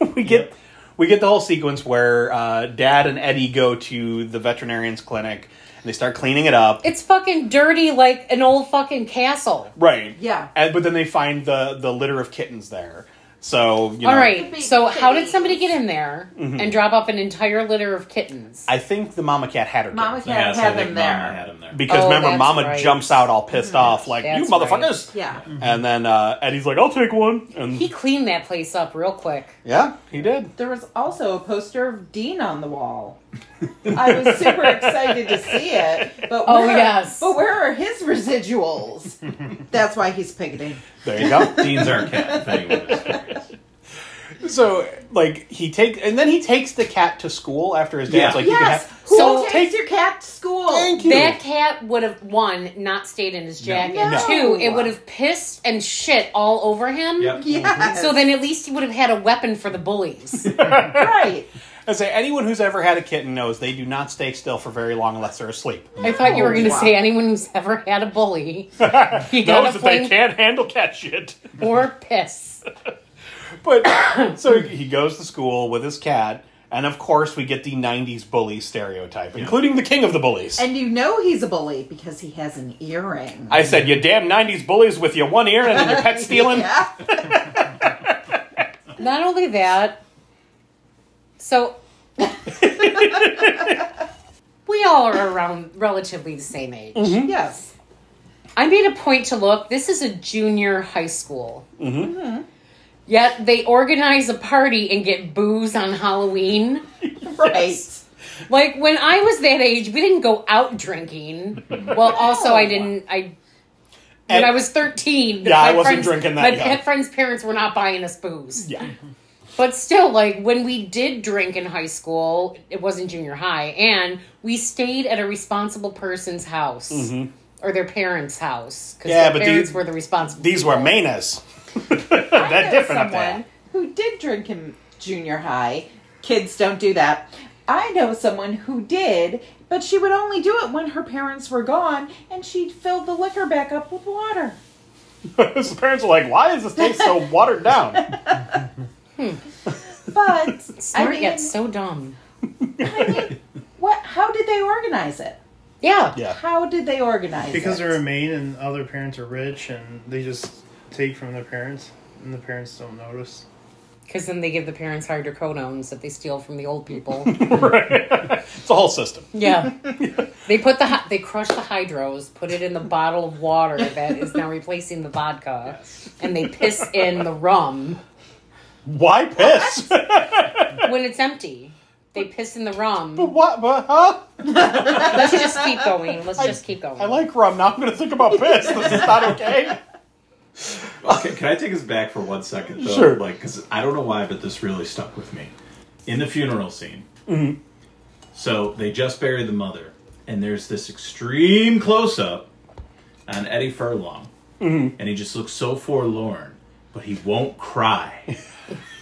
[SPEAKER 1] we get we get the whole sequence where uh, Dad and Eddie go to the veterinarian's clinic and they start cleaning it up.
[SPEAKER 4] It's fucking dirty like an old fucking castle.
[SPEAKER 1] right.
[SPEAKER 5] Yeah.
[SPEAKER 1] And, but then they find the the litter of kittens there. So you know,
[SPEAKER 4] All
[SPEAKER 5] Could
[SPEAKER 4] right.
[SPEAKER 5] be
[SPEAKER 4] So how did
[SPEAKER 5] kitties.
[SPEAKER 4] somebody get in there and drop off an entire litter of kittens?
[SPEAKER 1] Mm-hmm. I think the mama cat had her.
[SPEAKER 5] Mama
[SPEAKER 1] kittens.
[SPEAKER 5] cat
[SPEAKER 6] Yes, I
[SPEAKER 5] had
[SPEAKER 6] think
[SPEAKER 5] him
[SPEAKER 6] Mama
[SPEAKER 5] there.
[SPEAKER 6] had him there.
[SPEAKER 1] Because
[SPEAKER 4] Oh,
[SPEAKER 1] remember,
[SPEAKER 4] that's
[SPEAKER 1] Mama
[SPEAKER 4] right.
[SPEAKER 1] jumps out all pissed off, like you
[SPEAKER 4] That's
[SPEAKER 1] motherfuckers.
[SPEAKER 5] Yeah.
[SPEAKER 1] And then uh, Eddie's like, "I'll take one." And
[SPEAKER 4] he cleaned that place up real quick.
[SPEAKER 1] yeah, he did.
[SPEAKER 5] There was also a poster of Dean on the wall. I was super excited to see it, but
[SPEAKER 4] Oh,
[SPEAKER 5] where,
[SPEAKER 4] yes.
[SPEAKER 5] but where are his residuals? That's why he's picketing.
[SPEAKER 1] There you go.
[SPEAKER 6] Dean's our cat. If anyone is curious.
[SPEAKER 1] So like he takes and then he takes the cat to school after his dad's
[SPEAKER 6] Yeah.
[SPEAKER 1] like you can
[SPEAKER 5] Yes,
[SPEAKER 1] have
[SPEAKER 5] who
[SPEAKER 4] So
[SPEAKER 5] takes
[SPEAKER 1] take-
[SPEAKER 5] your cat to school?
[SPEAKER 1] Thank you.
[SPEAKER 4] That cat would have one, not stayed in his jacket.
[SPEAKER 5] No.
[SPEAKER 4] Two, it would have pissed and shit all over him.
[SPEAKER 6] Yep.
[SPEAKER 5] Yes.
[SPEAKER 4] So then at least he would have had a weapon for the bullies.
[SPEAKER 5] right.
[SPEAKER 1] I say anyone who's ever had a kitten knows they do not stay still for very long unless they're asleep.
[SPEAKER 4] I thought you were going to
[SPEAKER 5] Wow.
[SPEAKER 4] say anyone who's ever had a bully, you got to play
[SPEAKER 1] can't handle cat shit.
[SPEAKER 4] or piss.
[SPEAKER 1] But so he goes to school with his cat, and of course we get the '90s bully stereotype, including the king of the bullies.
[SPEAKER 5] And you know he's a bully because he has an earring.
[SPEAKER 1] I said, "You damn '90s bullies with your one ear and then your pet stealing."
[SPEAKER 5] Yeah.
[SPEAKER 4] Not only that, so we all are around relatively the same age.
[SPEAKER 5] Mm-hmm.
[SPEAKER 1] Hmm?
[SPEAKER 5] yes.
[SPEAKER 4] I made a point to look. This is a junior high school. Mm-hmm. Yet they organize a party and get booze on Halloween.
[SPEAKER 5] Right.
[SPEAKER 4] Like when I was that age, we didn't go out drinking. Well, also I didn't. I when
[SPEAKER 1] And-
[SPEAKER 4] I was thirteen.
[SPEAKER 1] Yeah, I
[SPEAKER 4] my
[SPEAKER 1] wasn't
[SPEAKER 4] friends-
[SPEAKER 1] drinking that
[SPEAKER 4] My
[SPEAKER 1] young.
[SPEAKER 4] pet friend's parents were not buying us booze.
[SPEAKER 1] Yeah.
[SPEAKER 4] But still, like when we did drink in high school, it wasn't junior high, and we stayed at a responsible person's house or their parents' house
[SPEAKER 1] Mm-hmm.
[SPEAKER 4] because
[SPEAKER 1] Yeah,
[SPEAKER 4] yeah,
[SPEAKER 1] but
[SPEAKER 4] parents
[SPEAKER 1] these-
[SPEAKER 4] were the responsible.
[SPEAKER 1] These were manas.
[SPEAKER 5] I
[SPEAKER 1] that
[SPEAKER 5] know
[SPEAKER 1] different up
[SPEAKER 5] someone
[SPEAKER 1] there.
[SPEAKER 5] who did drink in junior high. Kids don't do that. I know someone who did, but she would only do it when her parents were gone, and she filled the liquor back up with water.
[SPEAKER 1] his parents were like, "Why is this thing so watered down?"
[SPEAKER 5] But I
[SPEAKER 4] Smart
[SPEAKER 5] mean,
[SPEAKER 4] yet so dumb.
[SPEAKER 5] what? How did they organize it?
[SPEAKER 4] Yeah.
[SPEAKER 1] Yeah.
[SPEAKER 5] How did they organize
[SPEAKER 3] Because
[SPEAKER 5] it?
[SPEAKER 3] they're in Maine and other parents are rich and they just take from their parents and the parents don't notice.
[SPEAKER 4] Because then they give the parents hydrocodones that they steal from the old people.
[SPEAKER 1] It's a whole system.
[SPEAKER 4] yeah. They put the hy- they crush the hydros, put it in the bottle of water that is now replacing the vodka, and they piss in the rum
[SPEAKER 1] Why piss?
[SPEAKER 4] when it's empty. They piss in the rum.
[SPEAKER 1] what? But, huh?
[SPEAKER 4] Let's just keep going. Let's just keep going.
[SPEAKER 1] I like rum. Now I'm going to think about piss. This is not okay.
[SPEAKER 6] Okay, can I take us back for one second? Though?
[SPEAKER 1] Sure.
[SPEAKER 6] Like, because I don't know why, but this really stuck with me. In the funeral scene, so they just buried the mother, and there's this extreme close up on Eddie Furlong, and he just looks so forlorn, but he won't cry.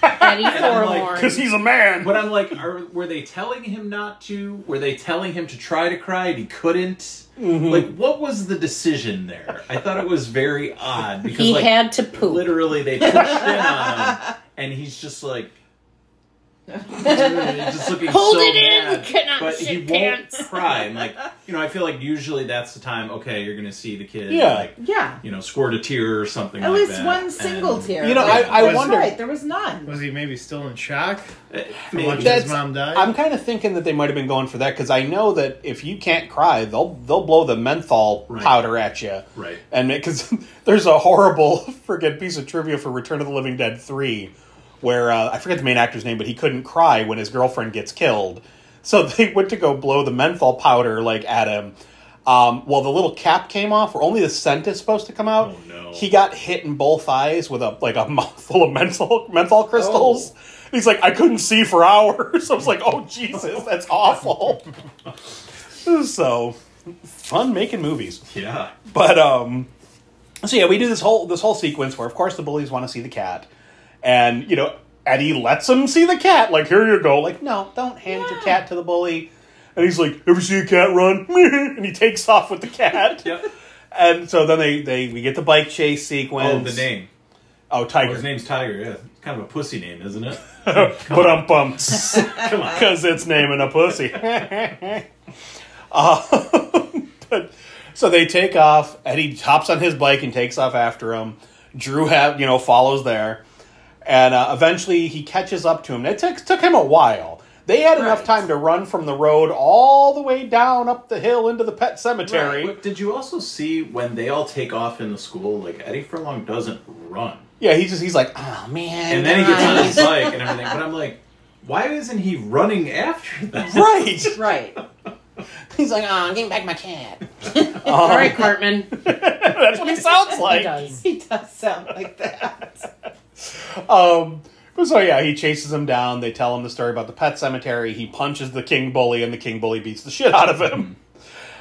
[SPEAKER 4] Eddie
[SPEAKER 6] like,
[SPEAKER 4] Forlorn.
[SPEAKER 1] he's a man.
[SPEAKER 6] But I'm like, are, were they telling him not to? Were they telling him to try to cry and he couldn't? Like, what was the decision there? I thought it was very odd because
[SPEAKER 4] he
[SPEAKER 6] like,
[SPEAKER 4] had to poop.
[SPEAKER 6] literally they pushed in on him, and he's just like. just looking
[SPEAKER 4] Hold
[SPEAKER 6] so
[SPEAKER 4] it in,
[SPEAKER 6] mad,
[SPEAKER 4] cannot
[SPEAKER 6] but he
[SPEAKER 4] shit
[SPEAKER 6] won't
[SPEAKER 4] pants.
[SPEAKER 6] cry. And like, you know, I feel like usually that's the time. Okay, you're gonna see the kid,
[SPEAKER 1] Yeah.
[SPEAKER 6] like,
[SPEAKER 5] yeah.
[SPEAKER 6] you know, squirt a tear or something.
[SPEAKER 5] At
[SPEAKER 6] like
[SPEAKER 5] least
[SPEAKER 6] that.
[SPEAKER 5] one single
[SPEAKER 6] And-
[SPEAKER 5] tear.
[SPEAKER 1] You know,
[SPEAKER 5] Like,
[SPEAKER 1] I, I
[SPEAKER 3] That's
[SPEAKER 1] wonder.
[SPEAKER 5] right. There was none.
[SPEAKER 3] Was he maybe still in shock?
[SPEAKER 6] Uh,
[SPEAKER 3] From watching
[SPEAKER 1] That's-
[SPEAKER 3] his mom die?
[SPEAKER 1] I'm kind of thinking that they might have been going for that because I know that if you can't cry, they'll they'll blow the menthol
[SPEAKER 6] Right.
[SPEAKER 1] powder at you.
[SPEAKER 6] Right.
[SPEAKER 1] And because there's a horrible freaking piece of trivia for Return of the Living Dead three, where uh, I forget the main actor's name, but he couldn't cry when his girlfriend gets killed. So they went to go blow the menthol powder like at him. Um, well, the little cap came off, where only the scent is supposed to come out.
[SPEAKER 6] Oh, no.
[SPEAKER 1] He got hit in both eyes with a like a mouthful of menthol menthol crystals.
[SPEAKER 6] Oh.
[SPEAKER 1] He's like, I couldn't see for hours. I was like, Oh Jesus, that's awful. so fun making movies.
[SPEAKER 6] Yeah.
[SPEAKER 1] But um, so yeah, we do this whole this whole sequence where, of course, the bullies want to see the cat, and you know Eddie lets them see the cat. Like, here you go. Like, no, don't hand your cat to the bully. And he's like, ever see a cat run? and he takes off with the cat.
[SPEAKER 6] Yep.
[SPEAKER 1] And so then they they we get the bike chase
[SPEAKER 6] Oh,
[SPEAKER 1] sequence.
[SPEAKER 6] the name.
[SPEAKER 1] Oh,
[SPEAKER 6] Oh,
[SPEAKER 1] Tiger.
[SPEAKER 6] his name's Tiger. Yeah. It's kind of a pussy name, isn't it?
[SPEAKER 1] but um bumps
[SPEAKER 6] Come on.
[SPEAKER 1] because it's naming a pussy. uh, but, so they take off. Eddie hops on his bike and takes off after him. Drew, ha- you know, follows there, and uh, eventually he catches up to him. It took took him a while. They had enough
[SPEAKER 5] Right.
[SPEAKER 1] time to run from the road all the way down up the hill into the pet cemetery.
[SPEAKER 6] Right. Did you also see when they all take off in the school? Like Eddie Furlong doesn't run,
[SPEAKER 1] Yeah, he just he's like, oh man,
[SPEAKER 6] and then he gets on his
[SPEAKER 1] guys."
[SPEAKER 6] bike and everything. But I'm like, why isn't he running after them?
[SPEAKER 1] right.
[SPEAKER 5] Right.
[SPEAKER 1] He's like, oh, I'm getting back my cat.
[SPEAKER 4] All right, Cartman.
[SPEAKER 1] That's what he sounds like.
[SPEAKER 4] He does.
[SPEAKER 5] He does sound like that.
[SPEAKER 1] Um, but so yeah, he chases him down. They tell him the story about the pet cemetery. He punches the king bully, and the king bully beats the shit out of him.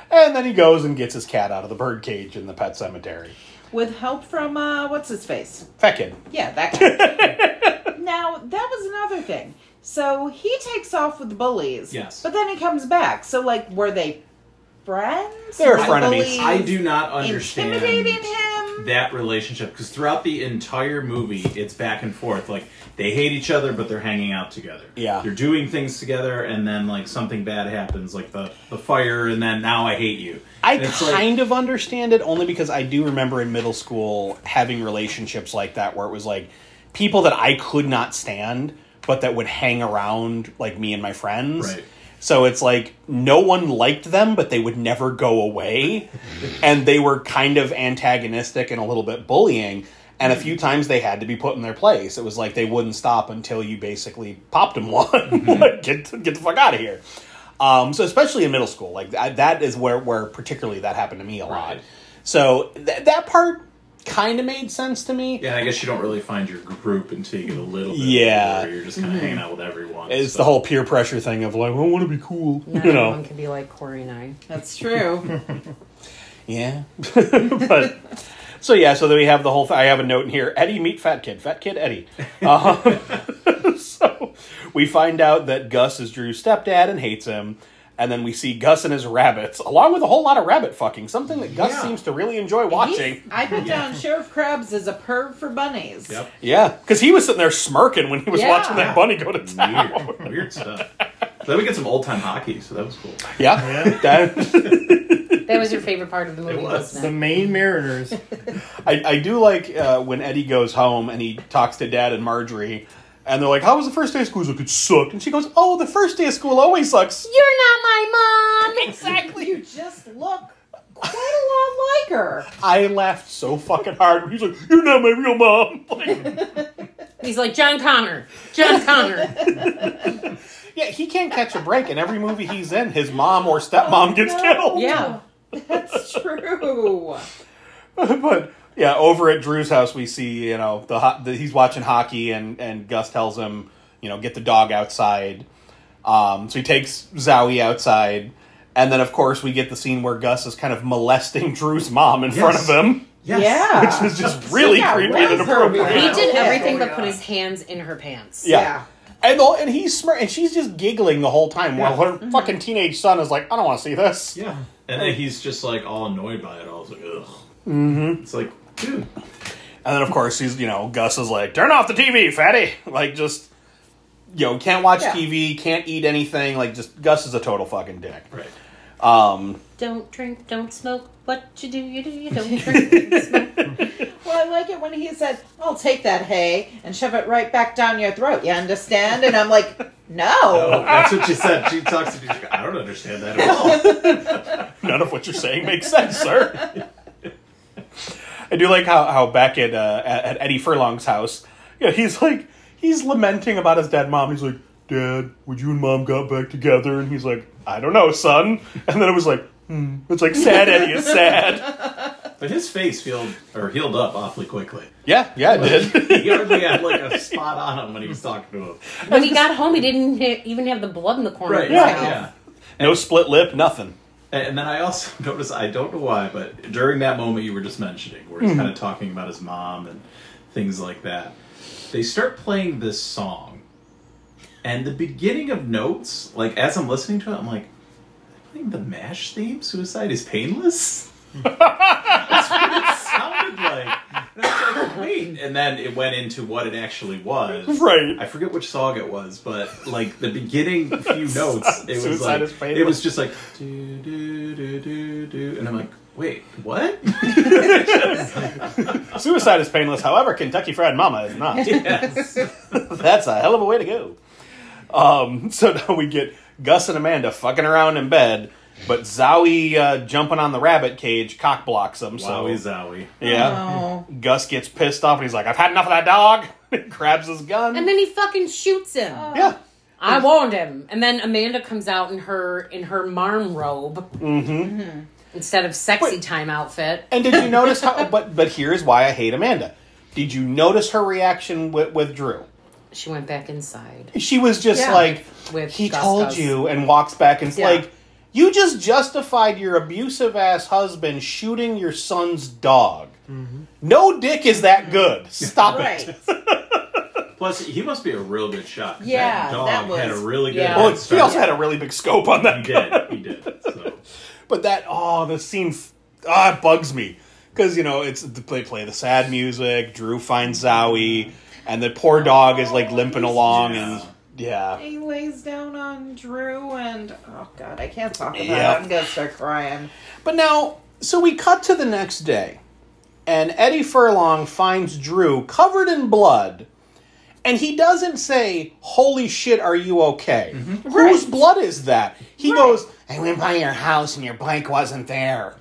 [SPEAKER 1] And then he goes and gets his cat out of the bird cage in the pet cemetery.
[SPEAKER 5] With help from uh what's his face?
[SPEAKER 1] Fat kid.
[SPEAKER 5] Yeah, that guy. now that was another thing. So he takes off with the bullies.
[SPEAKER 6] Yes.
[SPEAKER 5] But then he comes back. So like were they friends?
[SPEAKER 1] They were
[SPEAKER 5] Were the
[SPEAKER 1] frenemies.
[SPEAKER 5] bullies
[SPEAKER 6] I do not understand
[SPEAKER 5] Intimidating him.
[SPEAKER 6] that relationship because throughout the entire movie, it's back and forth. Like they hate each other, but they're hanging out together.
[SPEAKER 1] Yeah.
[SPEAKER 6] they're doing things together, and then like something bad happens, like the the fire, and then now I hate you.
[SPEAKER 1] I
[SPEAKER 6] And it's like-
[SPEAKER 1] kind of understand it only because I do remember in middle school having relationships like that where it was like people that I could not stand but that would hang around like me and my friends.
[SPEAKER 6] Right.
[SPEAKER 1] So it's like no one liked them but they would never go away and they were kind of antagonistic and a little bit bullying and a few times they had to be put in their place. It was like they wouldn't stop until you basically popped them one.
[SPEAKER 6] Mm-hmm.
[SPEAKER 1] like get get the fuck out of here. Um, so especially in middle school, like I, that is where where particularly that happened to me a lot.
[SPEAKER 6] Right.
[SPEAKER 1] So th- that part kind of made sense to me.
[SPEAKER 6] Yeah, I guess you don't really find your group until you get a little bit
[SPEAKER 1] Yeah.
[SPEAKER 6] older. You're just
[SPEAKER 5] Mm-hmm.
[SPEAKER 6] kind of hanging out with everyone.
[SPEAKER 1] It's
[SPEAKER 6] so-
[SPEAKER 1] the whole peer pressure thing of like, I want to be cool,
[SPEAKER 4] Not
[SPEAKER 1] you
[SPEAKER 4] everyone
[SPEAKER 1] know?
[SPEAKER 4] can be like Corey and I.
[SPEAKER 5] That's true.
[SPEAKER 1] Yeah. but so yeah, so then we have the whole. Th- I have a note in here. Eddie meet Fat Kid. Fat Kid Eddie. Um, so we find out that Gus is Drew's stepdad and hates him. And then we see Gus and his rabbits, along with a whole lot of rabbit fucking, something that Gus
[SPEAKER 6] Yeah.
[SPEAKER 1] seems to really enjoy watching.
[SPEAKER 5] He's- I put down Sheriff Krabs as a perv for bunnies.
[SPEAKER 6] Yep.
[SPEAKER 1] Yeah, because he was sitting there smirking when he was
[SPEAKER 5] Yeah.
[SPEAKER 1] watching that bunny go to town.
[SPEAKER 6] Weird, weird stuff. Then we get some old time hockey, so that was cool.
[SPEAKER 1] Yeah, That-
[SPEAKER 4] That was your favorite part of the movie,
[SPEAKER 6] It was.
[SPEAKER 7] The
[SPEAKER 4] wasn't it?
[SPEAKER 7] Maine Mariners.
[SPEAKER 1] I, I do like uh, when Eddie goes home and he talks to Dad and Marjorie, and they're like, "How was the first day of school?" He's like, "It sucked," and she goes, "Oh, the first day of school always sucks."
[SPEAKER 4] You're not my mom. Exactly.
[SPEAKER 5] You just look quite a lot like her.
[SPEAKER 1] I laughed so fucking hard when he's like, "You're not my real mom." Like,
[SPEAKER 4] He's like John Connor. John Connor.
[SPEAKER 1] yeah, he can't catch a break. In every movie he's in, his mom or
[SPEAKER 4] Oh,
[SPEAKER 1] stepmom gets
[SPEAKER 5] no.
[SPEAKER 1] killed.
[SPEAKER 4] Yeah.
[SPEAKER 5] That's true.
[SPEAKER 1] but yeah, over at Drew's house, we see you know the, ho- the he's watching hockey, and and Gus tells him you know get the dog outside. Um, so he takes Zowie outside, and then of course we get the scene where Gus is kind of molesting Drew's mom in front of
[SPEAKER 6] Yes.
[SPEAKER 1] him,
[SPEAKER 5] Yeah.
[SPEAKER 1] which is just really
[SPEAKER 5] got
[SPEAKER 1] creepy
[SPEAKER 5] razor
[SPEAKER 1] and inappropriate.
[SPEAKER 5] blades.
[SPEAKER 4] He did
[SPEAKER 5] Yeah.
[SPEAKER 4] everything but put his hands in her pants.
[SPEAKER 1] Yeah. And the, and he's smart, and she's just giggling the whole time while her fucking teenage son is like, I don't want to see this.
[SPEAKER 6] Yeah. And then he's just like all annoyed by it all. It's like, ugh. Mm-hmm. It's like, dude.
[SPEAKER 1] And then, of course, he's, you know, Gus is like, turn off the TV, fatty. Like, just, you know, can't watch
[SPEAKER 5] Yeah.
[SPEAKER 1] TV, can't eat anything. Like, just, Gus is a total fucking dick.
[SPEAKER 6] Right.
[SPEAKER 1] Um,
[SPEAKER 4] Don't drink, don't smoke. What you do, you do, you don't drink, don't smoke.
[SPEAKER 5] Well, I like it when he said, I'll take that hay and shove it right back down your throat. You understand? And I'm like,
[SPEAKER 6] Oh,
[SPEAKER 5] no.
[SPEAKER 6] that's what she said. She talks to me. she's like, I don't understand that at all.
[SPEAKER 1] none of what you're saying makes sense, sir. I do like how, how back at, uh, at, at Eddie Furlong's house, you know, he's like, he's lamenting about his dead mom. He's like,
[SPEAKER 2] Dad, would you and Mom got back together? And he's like, I don't know, son. And then it was like, hmm. It's like sad Eddie is sad.
[SPEAKER 6] But his face healed or healed up awfully quickly.
[SPEAKER 1] Yeah, yeah, it did.
[SPEAKER 6] He hardly had like a spot on him when he was talking to him.
[SPEAKER 4] When he got home, he didn't ha- even have the blood in the corner.
[SPEAKER 6] Right.
[SPEAKER 4] of his
[SPEAKER 6] Yeah.
[SPEAKER 4] mouth.
[SPEAKER 6] yeah.
[SPEAKER 1] No split lip, nothing.
[SPEAKER 6] And and then I also noticed, I don't know why, but during that moment you were just mentioning, where he's kind of talking about his mom and things like that, they start playing this song. And the beginning of notes, like as I'm listening to it, I'm like, I think the MASH theme, Suicide is Painless? That's what it sounded like. And I was like, wait. And then it went into what it actually was.
[SPEAKER 2] Right.
[SPEAKER 6] I forget which song it was, but like the beginning few notes, it was
[SPEAKER 2] Suicide
[SPEAKER 6] like
[SPEAKER 2] is Painless.
[SPEAKER 6] it was just like do do do do do, and I'm like, wait, what?
[SPEAKER 1] Suicide is painless, however, Kentucky Fried Mama is not.
[SPEAKER 6] yes.
[SPEAKER 1] That's a hell of a way to go. Um, so now we get Gus and Amanda fucking around in bed, but Zowie uh, jumping on the rabbit cage cock blocks him. So
[SPEAKER 6] Wowie zowie.
[SPEAKER 1] yeah,
[SPEAKER 5] Oh.
[SPEAKER 1] Gus gets pissed off and he's like, "I've had enough of that dog." grabs his gun.
[SPEAKER 4] And then he fucking shoots him.
[SPEAKER 1] yeah,
[SPEAKER 4] I warned him. And then Amanda comes out in her in her marm robe. Mm-hmm. Instead of sexy time outfit.
[SPEAKER 1] and did you notice how? But but here's why I hate Amanda. Did you notice her reaction with, with Drew?
[SPEAKER 4] She went back inside.
[SPEAKER 1] She was just
[SPEAKER 5] Yeah.
[SPEAKER 1] like,
[SPEAKER 4] With
[SPEAKER 1] "He
[SPEAKER 4] Gus
[SPEAKER 1] told
[SPEAKER 4] Gus.
[SPEAKER 1] you," and walks back and it's
[SPEAKER 4] Yeah.
[SPEAKER 1] like, "You just justified your abusive ass husband shooting your son's dog." No dick is that good. Stop it.
[SPEAKER 5] Right.
[SPEAKER 6] Plus, he must be a real good shot. 'cause
[SPEAKER 5] Yeah,
[SPEAKER 6] that dog
[SPEAKER 5] that was-
[SPEAKER 6] had a really good.
[SPEAKER 4] yeah.
[SPEAKER 6] head
[SPEAKER 1] Well, he
[SPEAKER 6] start.
[SPEAKER 1] also had a really big scope on
[SPEAKER 6] He
[SPEAKER 1] that gun.
[SPEAKER 6] did. He did. So.
[SPEAKER 1] But that oh, the scene ah it bugs me because you know it's they play the sad music. Drew finds Zowie, and the poor dog is like limping along, and yeah,
[SPEAKER 5] He lays down on Drew and oh god, I can't talk about
[SPEAKER 1] Yeah.
[SPEAKER 5] it. I'm gonna start crying.
[SPEAKER 1] But now, so we cut to the next day, and Eddie Furlong finds Drew covered in blood, and he doesn't say, Holy shit, are you okay?
[SPEAKER 4] Mm-hmm.
[SPEAKER 1] Whose blood is that? He goes, I went by your house and your bike wasn't there.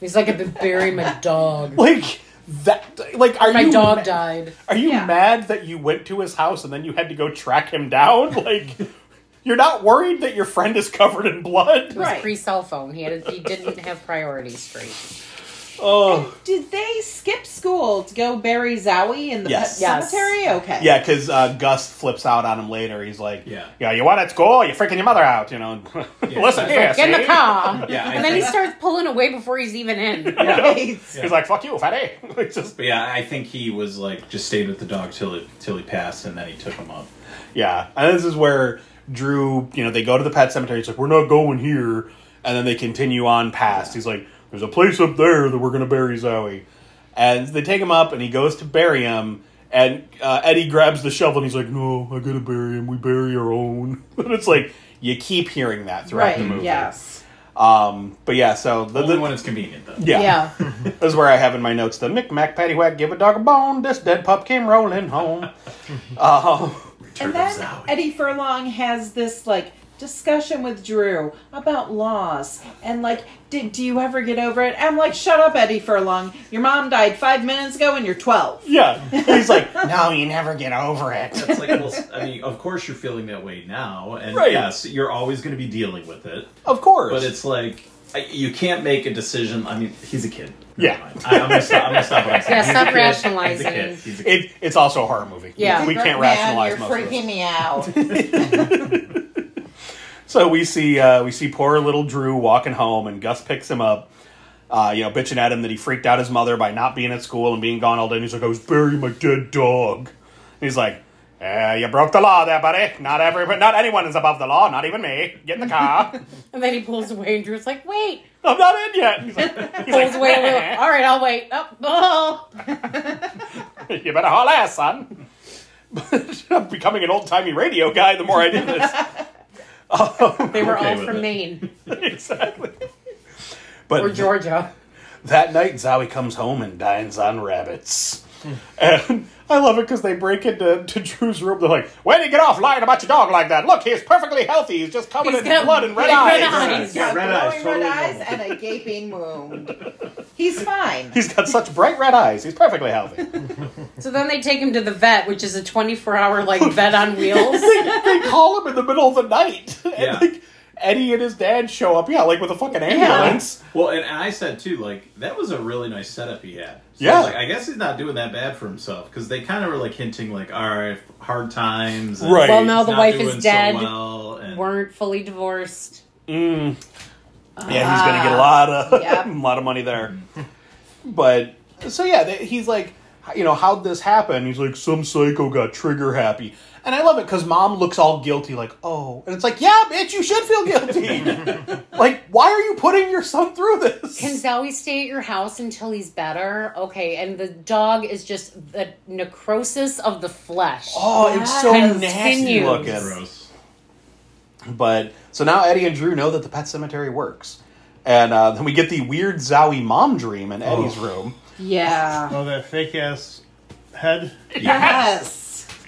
[SPEAKER 4] He's like, I've been burying my dog.
[SPEAKER 1] Like, that, like, are
[SPEAKER 4] my
[SPEAKER 1] you
[SPEAKER 4] dog
[SPEAKER 1] ma-
[SPEAKER 4] died.
[SPEAKER 1] Are you
[SPEAKER 5] Yeah.
[SPEAKER 1] mad that you went to his house and then you had to go track him down? Like, you're not worried that your friend is covered in blood?
[SPEAKER 4] It was
[SPEAKER 5] Right.
[SPEAKER 4] pre cell phone. He had he didn't have priorities straight.
[SPEAKER 1] Oh.
[SPEAKER 5] Did they skip school to go bury Zowie in the
[SPEAKER 1] Yes.
[SPEAKER 5] pet
[SPEAKER 4] Yes.
[SPEAKER 5] cemetery? Okay.
[SPEAKER 1] Yeah, because uh, Gus flips out on him later. He's like,
[SPEAKER 6] Yeah.
[SPEAKER 1] yeah, you want at school? You're freaking your mother out, you know. Listen
[SPEAKER 6] Yeah.
[SPEAKER 1] here,
[SPEAKER 4] Get in
[SPEAKER 1] see?
[SPEAKER 4] the car.
[SPEAKER 6] Yeah, I
[SPEAKER 4] and then he
[SPEAKER 6] think-
[SPEAKER 4] starts pulling away before he's even in.
[SPEAKER 5] Right.
[SPEAKER 1] He's like, fuck you, fatty. It's just-
[SPEAKER 6] But yeah, I think he was like just stayed with the dog till it till he passed, and then he took him up.
[SPEAKER 1] yeah, and this is where Drew, you know, they go to the pet cemetery. He's like, we're not going here, and then they continue on past. He's like, there's a place up there that we're gonna bury Zoe, and they take him up, and he goes to bury him. And uh, Eddie grabs the shovel and he's like, "No, I gotta bury him. We bury our own." And it's like you keep hearing that throughout
[SPEAKER 5] Right.
[SPEAKER 1] the movie.
[SPEAKER 5] Yes.
[SPEAKER 1] Um. But yeah. So the,
[SPEAKER 6] Only
[SPEAKER 1] the
[SPEAKER 6] when it's convenient, though.
[SPEAKER 1] Yeah. This is where I have in my notes the Mic Mac Patty Whack, give a dog a bone. This dead pup came rolling home. Uh,
[SPEAKER 5] And
[SPEAKER 6] Return of
[SPEAKER 5] then
[SPEAKER 6] Zowie.
[SPEAKER 5] Eddie Furlong has this like discussion with Drew about loss and like, did do you ever get over it? I'm like, shut up, Eddie Furlong. Your mom died five minutes ago, and you're 12.
[SPEAKER 1] yeah. He's like, no, you never get over it.
[SPEAKER 6] That's like, well, I mean, of course you're feeling that way now, and
[SPEAKER 1] Right.
[SPEAKER 6] yes, you're always going to be dealing with it.
[SPEAKER 1] Of course.
[SPEAKER 6] But it's like I- you can't make a decision. I mean, he's a kid.
[SPEAKER 1] Yeah.
[SPEAKER 6] Never mind. I, I'm gonna stop. I'm gonna stop. What I'm saying.
[SPEAKER 4] Yeah,
[SPEAKER 6] He's a
[SPEAKER 4] stop
[SPEAKER 6] kid.
[SPEAKER 4] rationalizing.
[SPEAKER 6] He's a kid. He's a kid.
[SPEAKER 1] it, it's also a horror movie.
[SPEAKER 4] Yeah.
[SPEAKER 1] We can't rationalize most of it.
[SPEAKER 5] me out.
[SPEAKER 1] So we see uh, we see poor little Drew walking home, and Gus picks him up. Uh, you know, bitching at him that he freaked out his mother by not being at school and being gone all day. And he's like, "I was burying my dead dog." And he's like, eh, "You broke the law, there, buddy. Not every, but not anyone is above the law. Not even me. Get in the car.
[SPEAKER 4] And then he pulls away and Drew's like, wait.
[SPEAKER 1] I'm not in yet." He's like, he's
[SPEAKER 4] Pulls
[SPEAKER 1] like,
[SPEAKER 4] away a little. All right, I'll wait. Oh, oh.
[SPEAKER 1] "You better haul ass, son." But I'm becoming an old timey radio guy. The more I do this.
[SPEAKER 4] They were
[SPEAKER 6] Okay
[SPEAKER 4] all
[SPEAKER 6] with
[SPEAKER 4] from
[SPEAKER 6] it.
[SPEAKER 4] Maine
[SPEAKER 1] exactly. But
[SPEAKER 4] or Georgia.
[SPEAKER 1] that night, Zowie comes home and dines on rabbits. Hmm. And I love it because they break into to Drew's room. They're like, "Where do you get off lying about your dog like that? Look, he's perfectly healthy. He's just covered
[SPEAKER 4] He's
[SPEAKER 1] in
[SPEAKER 4] got
[SPEAKER 1] blood and red
[SPEAKER 4] big red
[SPEAKER 1] eyes.
[SPEAKER 4] eyes.
[SPEAKER 6] eyes. Yeah,
[SPEAKER 5] Got
[SPEAKER 6] red eyes.
[SPEAKER 5] glowing
[SPEAKER 6] Totally
[SPEAKER 5] red eyes
[SPEAKER 6] normal.
[SPEAKER 5] and a gaping wound. He's fine.
[SPEAKER 2] He's got such bright red eyes. He's perfectly healthy.
[SPEAKER 4] So then they take him to the vet, which is a 24 hour like vet on wheels.
[SPEAKER 1] they call him in the middle of the night. And
[SPEAKER 6] Yeah.
[SPEAKER 1] like Eddie and his dad show up, yeah, like with a fucking ambulance.
[SPEAKER 6] Well, and I said too, like that was a really nice setup he had. So,
[SPEAKER 1] Yeah.
[SPEAKER 6] like I guess he's not doing that bad for himself because they kind of were like hinting, like, all right, hard times. and
[SPEAKER 1] Right.
[SPEAKER 4] Well,
[SPEAKER 6] he's
[SPEAKER 4] now the
[SPEAKER 6] not
[SPEAKER 4] wife
[SPEAKER 6] doing
[SPEAKER 4] is dead.
[SPEAKER 6] So well, and
[SPEAKER 4] Weren't fully divorced.
[SPEAKER 1] Mm. Yeah, he's gonna get a lot of
[SPEAKER 5] Yep.
[SPEAKER 1] a lot of money there. But so yeah, they, he's like, you know, how'd this happen? He's like, some psycho got trigger happy, and I love it because mom looks all guilty, like, oh, and it's like, yeah, bitch, you should feel guilty. like, why are you putting your son through this?
[SPEAKER 4] Can Zowie stay at your house until he's better? Okay, and the dog is just the necrosis of the flesh.
[SPEAKER 1] oh, it was so
[SPEAKER 4] Yes.
[SPEAKER 1] nasty
[SPEAKER 4] Continues.
[SPEAKER 1] looking.
[SPEAKER 6] gross.
[SPEAKER 2] But so now Eddie and Drew know that the pet cemetery works. And uh, then we get the weird Zowie mom dream in Eddie's room.
[SPEAKER 5] Yeah.
[SPEAKER 3] Oh, that fake ass head,
[SPEAKER 5] Yes.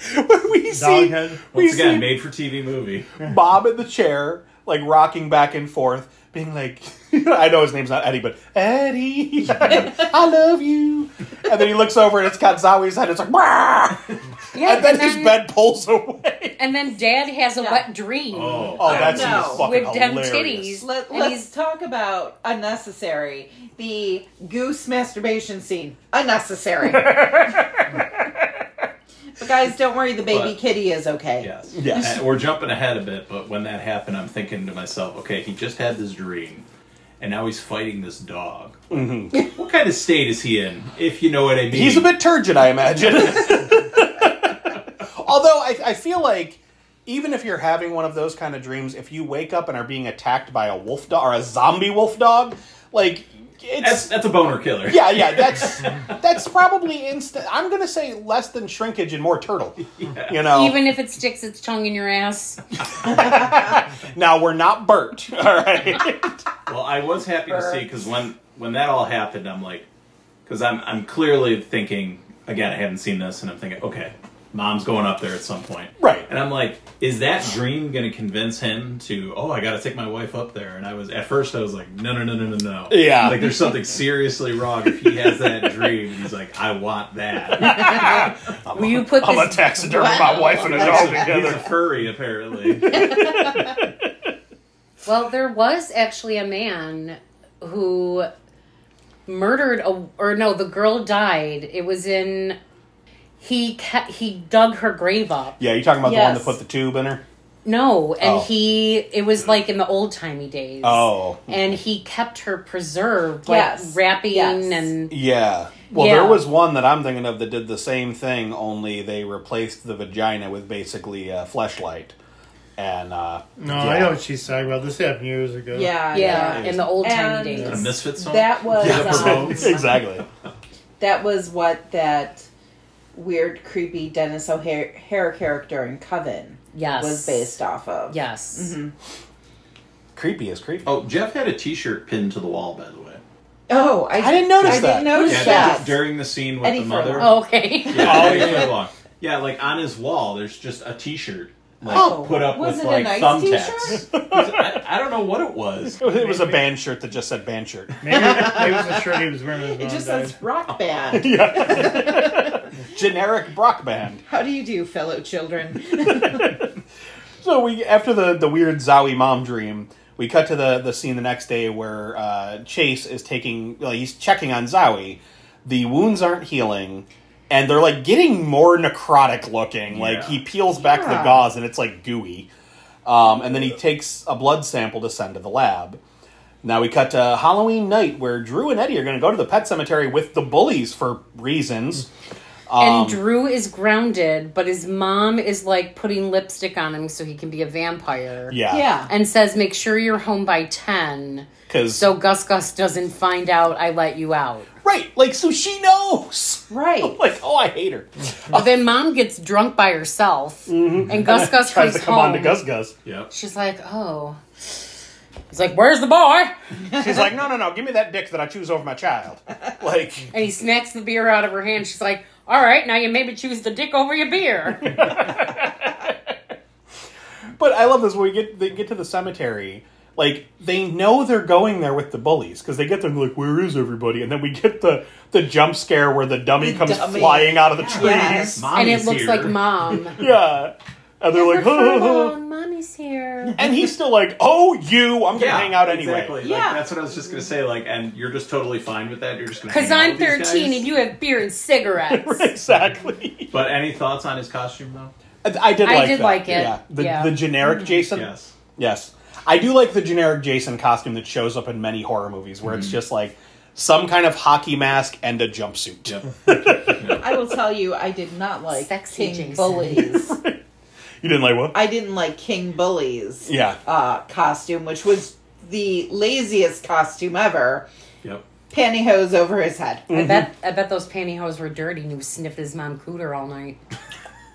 [SPEAKER 1] we see
[SPEAKER 3] dog head.
[SPEAKER 1] we
[SPEAKER 6] Once again,
[SPEAKER 1] see
[SPEAKER 6] made for TV movie.
[SPEAKER 1] Bob in the chair, like rocking back and forth, being like, I know his name's not Eddie, but Eddie, I love you. And then he looks over and it's got Zawie's head. It's like, "Wah!"
[SPEAKER 4] yeah,
[SPEAKER 1] and then his bed pulls away.
[SPEAKER 4] and then Dad has a wet dream
[SPEAKER 6] Oh,
[SPEAKER 1] Oh, that
[SPEAKER 5] No.
[SPEAKER 1] scene is fucking
[SPEAKER 4] with them
[SPEAKER 1] hilarious.
[SPEAKER 4] titties.
[SPEAKER 5] Let,
[SPEAKER 4] and
[SPEAKER 5] let's
[SPEAKER 4] he's-
[SPEAKER 5] talk about unnecessary. The goose masturbation scene. Unnecessary. but guys, don't worry. The baby
[SPEAKER 6] But-
[SPEAKER 5] kitty is okay.
[SPEAKER 6] Yes.
[SPEAKER 1] Yes.
[SPEAKER 6] And we're jumping ahead a bit, but when that happened, I'm thinking to myself, okay, he just had this dream, and now he's fighting this dog. Mm-hmm. what kind of state is he in, if you know what I mean?
[SPEAKER 2] He's a bit turgid, I imagine. Although I, I feel like even if you're having one of those kind of dreams, if you wake up and are being attacked by a wolf dog or a zombie wolf dog, like it's
[SPEAKER 6] That's, that's a boner killer.
[SPEAKER 2] yeah, yeah, that's that's probably instant. I'm gonna say less than shrinkage and more turtle. You know,
[SPEAKER 4] even if it sticks its tongue in your ass.
[SPEAKER 2] now we're not Bert. All right,
[SPEAKER 6] Well, I was happy to see because when when that all happened, I'm like, because I'm I'm clearly thinking again. I haven't seen this, and I'm thinking, okay, mom's going up there at some point,
[SPEAKER 2] Right.
[SPEAKER 6] And I'm like, is that dream going to convince him to? Oh, I got to take my wife up there. And I was at first, I was like, no, no, no, no, no, no.
[SPEAKER 2] Yeah.
[SPEAKER 6] like there's something seriously wrong if he has that dream. He's like, I want that.
[SPEAKER 4] Will you put
[SPEAKER 1] I'm a
[SPEAKER 4] this?
[SPEAKER 1] taxidermy, my wife and a dog
[SPEAKER 6] He's a
[SPEAKER 1] together.
[SPEAKER 6] furry, apparently.
[SPEAKER 4] Well, there was actually a man who murdered a, or no, the girl died. It was in. He ca- he dug her grave up.
[SPEAKER 2] yeah, you talking about the one that
[SPEAKER 5] Yes.
[SPEAKER 2] put the tube in her?
[SPEAKER 4] No, and
[SPEAKER 2] Oh.
[SPEAKER 4] he it was like in the old timey days.
[SPEAKER 2] Oh,
[SPEAKER 4] And he kept her preserved, like
[SPEAKER 5] Yes.
[SPEAKER 4] wrapping
[SPEAKER 5] Yes.
[SPEAKER 4] and
[SPEAKER 2] yeah. Well,
[SPEAKER 4] Yeah.
[SPEAKER 2] there was one that I'm thinking of that did the same thing, only they replaced the vagina with basically a fleshlight. And uh,
[SPEAKER 3] No,
[SPEAKER 2] yeah.
[SPEAKER 3] I know what she's talking about. This happened years ago.
[SPEAKER 5] Yeah.
[SPEAKER 4] yeah, in the old
[SPEAKER 5] And-
[SPEAKER 4] timey
[SPEAKER 6] a
[SPEAKER 4] days.
[SPEAKER 6] misfit song.
[SPEAKER 5] That was um,
[SPEAKER 2] exactly.
[SPEAKER 5] that was what that weird, creepy Dennis O'Hare character in Coven
[SPEAKER 4] Yes.
[SPEAKER 5] was based off of.
[SPEAKER 4] Yes.
[SPEAKER 5] Mm-hmm.
[SPEAKER 2] creepy is creepy.
[SPEAKER 6] Oh, Jeff had a T-shirt pinned to the wall, by the way.
[SPEAKER 5] Oh, I,
[SPEAKER 2] I didn't notice
[SPEAKER 5] I
[SPEAKER 2] that.
[SPEAKER 5] didn't notice
[SPEAKER 6] Yeah,
[SPEAKER 5] that.
[SPEAKER 6] that- during the scene with
[SPEAKER 5] Eddie
[SPEAKER 6] the mother.
[SPEAKER 5] Furlong.
[SPEAKER 4] Oh, okay.
[SPEAKER 6] Yeah, oh, yeah. yeah, like on his wall, there's just a T-shirt like
[SPEAKER 5] Oh,
[SPEAKER 6] put up
[SPEAKER 5] was
[SPEAKER 6] with
[SPEAKER 5] it a
[SPEAKER 6] like
[SPEAKER 5] nice
[SPEAKER 6] thumbtacks. I, I don't know what it was.
[SPEAKER 2] Oh, It was a band shirt that just said band shirt.
[SPEAKER 3] Maybe, maybe it was a shirt he was wearing. when his
[SPEAKER 5] It
[SPEAKER 3] mom
[SPEAKER 5] just
[SPEAKER 3] died.
[SPEAKER 5] says rock band.
[SPEAKER 2] Generic Brock band.
[SPEAKER 5] How do you do, fellow children?
[SPEAKER 2] So we after the the weird Zowie mom dream, we cut to the the scene the next day where uh, Chase is taking well, he's checking on Zowie. The wounds aren't healing, and they're like getting more necrotic looking. Like
[SPEAKER 6] Yeah.
[SPEAKER 2] he peels back the
[SPEAKER 5] Yeah.
[SPEAKER 2] gauze, and it's like gooey. Um, and then he takes a blood sample to send to the lab. Now we cut to Halloween night where Drew and Eddie are going to go to the pet cemetery with the bullies for reasons. Um,
[SPEAKER 4] and Drew is grounded, but his mom is like putting lipstick on him so he can be a vampire.
[SPEAKER 2] Yeah,
[SPEAKER 5] yeah.
[SPEAKER 4] And says, make sure you're home by 10
[SPEAKER 2] Because
[SPEAKER 4] so Gus Gus doesn't find out I let you out.
[SPEAKER 2] right, like so she knows.
[SPEAKER 5] Right.
[SPEAKER 2] Like oh, I hate her.
[SPEAKER 4] But Oh, then mom gets drunk by herself, and Gus Gus
[SPEAKER 1] Mm-hmm. Tries
[SPEAKER 4] comes
[SPEAKER 1] to come
[SPEAKER 4] home.
[SPEAKER 1] on to Gus Gus.
[SPEAKER 6] Yep.
[SPEAKER 4] She's like, oh. He's like, where's the boy?
[SPEAKER 2] She's like, no, no, no, give me that dick that I choose over my child. Like,
[SPEAKER 4] And he smacks the beer out of her hand. She's like, all right, now you maybe choose the dick over your beer.
[SPEAKER 1] But I love this when we get they get to the cemetery. Like they know they're going there with the bullies because they get there and they're like, "Where is everybody?" And then we get the the jump scare where the dummy comes
[SPEAKER 5] dummy.
[SPEAKER 1] flying out of the tree.
[SPEAKER 5] Yes.
[SPEAKER 4] and it
[SPEAKER 6] Mommy's
[SPEAKER 4] looks
[SPEAKER 6] here.
[SPEAKER 4] like mom.
[SPEAKER 1] Yeah, and they're like, "Ha, ha, ha."
[SPEAKER 4] Mommy's here.
[SPEAKER 1] and he's still like, "Oh, you! I'm gonna hang out anyway."
[SPEAKER 6] Exactly.
[SPEAKER 5] Yeah.
[SPEAKER 6] Like, that's what I was just gonna say. Like, and you're just totally fine with that. You're just gonna.
[SPEAKER 4] Because
[SPEAKER 6] hang out
[SPEAKER 4] I'm
[SPEAKER 6] with these
[SPEAKER 4] 13
[SPEAKER 6] guys?
[SPEAKER 4] and you have beer and cigarettes.
[SPEAKER 1] Exactly.
[SPEAKER 6] But any thoughts on his costume though?
[SPEAKER 1] I I did
[SPEAKER 4] I
[SPEAKER 1] like
[SPEAKER 4] did
[SPEAKER 1] that.
[SPEAKER 4] like it.
[SPEAKER 1] Yeah. Mm-hmm. The,
[SPEAKER 4] Yeah.
[SPEAKER 1] the generic Jason.
[SPEAKER 6] Yes.
[SPEAKER 1] Yes. I do like the generic Jason costume that shows up in many horror movies where it's just like some kind of hockey mask and a jumpsuit.
[SPEAKER 6] Yep.
[SPEAKER 5] I will tell you, I did not like
[SPEAKER 4] Sexy
[SPEAKER 5] King
[SPEAKER 4] Jason.
[SPEAKER 5] Bullies.
[SPEAKER 1] You didn't like what?
[SPEAKER 5] I didn't like King Bullies.
[SPEAKER 1] yeah.
[SPEAKER 5] uh, costume, which was the laziest costume ever.
[SPEAKER 6] Yep.
[SPEAKER 5] Pantyhose over his head.
[SPEAKER 4] I bet I bet those pantyhose were dirty and he was sniffing his mom cooter all night.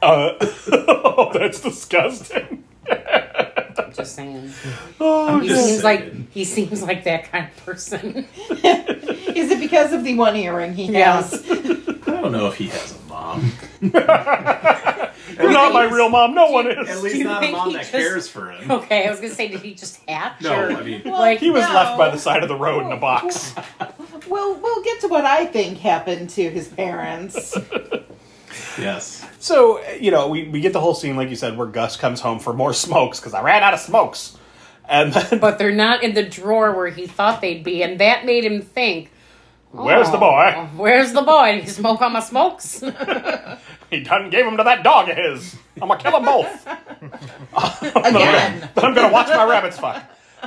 [SPEAKER 1] Uh, oh, that's disgusting.
[SPEAKER 4] I'm just saying.
[SPEAKER 1] Oh,
[SPEAKER 4] He
[SPEAKER 6] Just
[SPEAKER 4] seems
[SPEAKER 6] saying.
[SPEAKER 4] like he seems like that kind of person.
[SPEAKER 5] Is it because of the one earring he
[SPEAKER 4] Yeah.
[SPEAKER 5] has?
[SPEAKER 6] I don't know if he has a mom.
[SPEAKER 1] you're not my real mom. No one is.
[SPEAKER 6] At
[SPEAKER 4] Do
[SPEAKER 6] least
[SPEAKER 4] you
[SPEAKER 6] not a
[SPEAKER 4] think
[SPEAKER 6] mom
[SPEAKER 4] he
[SPEAKER 6] that
[SPEAKER 4] just- Oh,
[SPEAKER 6] cares for him.
[SPEAKER 4] Okay, I was gonna say, did he just hatch?
[SPEAKER 6] No,
[SPEAKER 4] or,
[SPEAKER 6] I mean-
[SPEAKER 4] like
[SPEAKER 1] he was
[SPEAKER 5] No.
[SPEAKER 1] left by the side of the road in a box.
[SPEAKER 5] Well, we'll get to what I think happened to his parents.
[SPEAKER 6] Yes.
[SPEAKER 1] So, you know, we, we get the whole scene, like you said, where Gus comes home for more smokes because I ran out of smokes. And then,
[SPEAKER 4] but they're not in the drawer where he thought they'd be, and that made him think.
[SPEAKER 1] where's the
[SPEAKER 4] "Oh,
[SPEAKER 1] boy?
[SPEAKER 4] Where's the boy? Did he smoke all my smokes?
[SPEAKER 1] He done gave him to that dog of his. I'm gonna kill them both.
[SPEAKER 5] Again.
[SPEAKER 1] But I'm gonna watch my rabbits fuck.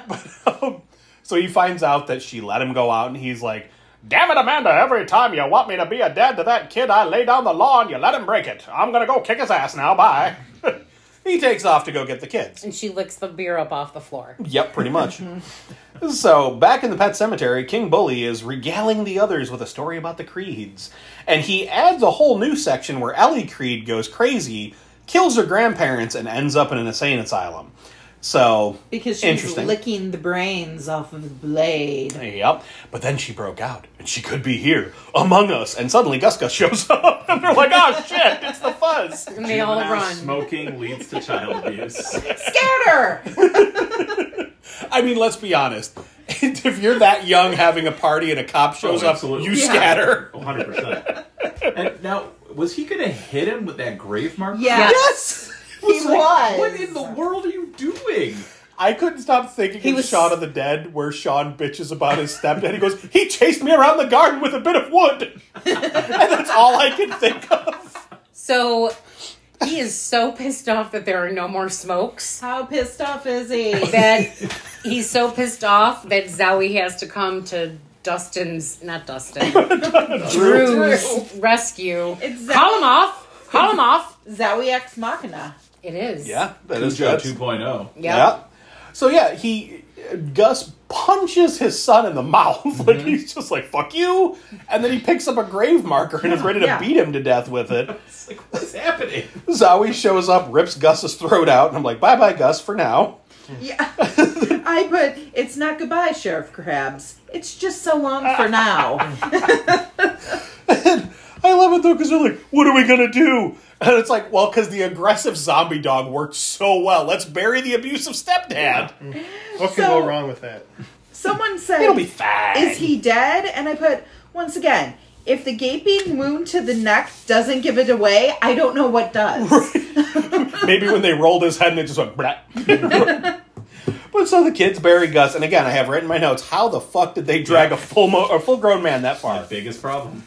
[SPEAKER 1] But, um, so he finds out that she let him go out, and he's like, "Damn it, Amanda! Every time you want me to be a dad to that kid, I lay down the law and you let him break it. I'm gonna go kick his ass now. Bye." he takes off to go get the kids.
[SPEAKER 4] and she licks the beer up off the floor.
[SPEAKER 1] Yep, pretty much. so back in the pet cemetery, King Bully is regaling the others with a story about the Creeds, and he adds a whole new section where Ellie Creed goes crazy, kills her grandparents, and ends up in an insane asylum. So
[SPEAKER 5] Because she's
[SPEAKER 1] Interesting.
[SPEAKER 5] licking the brains off of the blade.
[SPEAKER 1] Yep. But then she broke out, and she could be here among us. And suddenly Gus Gus shows up, and they're like, "Oh shit, it's the fuzz."
[SPEAKER 4] And they all
[SPEAKER 6] Juvenile
[SPEAKER 4] run.
[SPEAKER 6] Smoking leads to child abuse.
[SPEAKER 5] Scatter!
[SPEAKER 1] I mean, let's be honest. if you're that young having a party and a cop shows
[SPEAKER 6] Oh,
[SPEAKER 1] up,
[SPEAKER 6] absolutely.
[SPEAKER 1] you
[SPEAKER 6] Yeah.
[SPEAKER 1] scatter.
[SPEAKER 6] 100%. And now, was he going to hit him with that grave mark?
[SPEAKER 5] Yes.
[SPEAKER 1] Yes.
[SPEAKER 5] He
[SPEAKER 6] It's
[SPEAKER 5] was.
[SPEAKER 6] like, What in the world are you doing?
[SPEAKER 1] I couldn't stop thinking
[SPEAKER 4] He
[SPEAKER 1] of
[SPEAKER 4] was-
[SPEAKER 1] Shaun of the Dead, where Sean bitches about his stepdad. He goes, "He chased me around the garden with a bit of wood," and that's all I could think of.
[SPEAKER 4] So he is so pissed off that there are no more smokes
[SPEAKER 5] How pissed off is he?
[SPEAKER 4] that he's so pissed off that Zowie has to come to Dustin's not Dustin Drew's rescue.
[SPEAKER 5] Exactly.
[SPEAKER 4] Call him off. Call him off.
[SPEAKER 5] Zowie ex machina.
[SPEAKER 4] It is.
[SPEAKER 1] Yeah, that is uh,
[SPEAKER 6] Cujo
[SPEAKER 1] good.
[SPEAKER 6] 2.0.
[SPEAKER 4] Yep.
[SPEAKER 1] Yeah. So yeah, he Gus punches his son in the mouth.
[SPEAKER 5] Mm-hmm.
[SPEAKER 1] like he's just like fuck you, and then he picks up a grave marker and is ready to
[SPEAKER 5] Yeah.
[SPEAKER 1] beat him to death with it.
[SPEAKER 6] It's like, what's happening?
[SPEAKER 1] Zowie shows up, rips Gus's throat out, and I'm like, bye bye Gus for now.
[SPEAKER 5] Yeah. I put, it's not goodbye, Sheriff Krabs. It's just so long for now.
[SPEAKER 1] I love it though because they're like, what are we gonna do? And it's like, well, because the aggressive zombie dog worked so well, let's bury the abusive stepdad.
[SPEAKER 3] What can
[SPEAKER 5] So-
[SPEAKER 3] go wrong with that?
[SPEAKER 5] Someone said,
[SPEAKER 1] It'll be fine.
[SPEAKER 5] Is he dead? And I put, once again, if the gaping wound to the neck doesn't give it away, I don't know what does.
[SPEAKER 1] Maybe when they rolled his head and it just went blah. but so the kids bury Gus, and again, I have written in my notes. How the fuck did they drag a full mo- or full grown man that
[SPEAKER 6] Our
[SPEAKER 1] far?
[SPEAKER 6] biggest problem.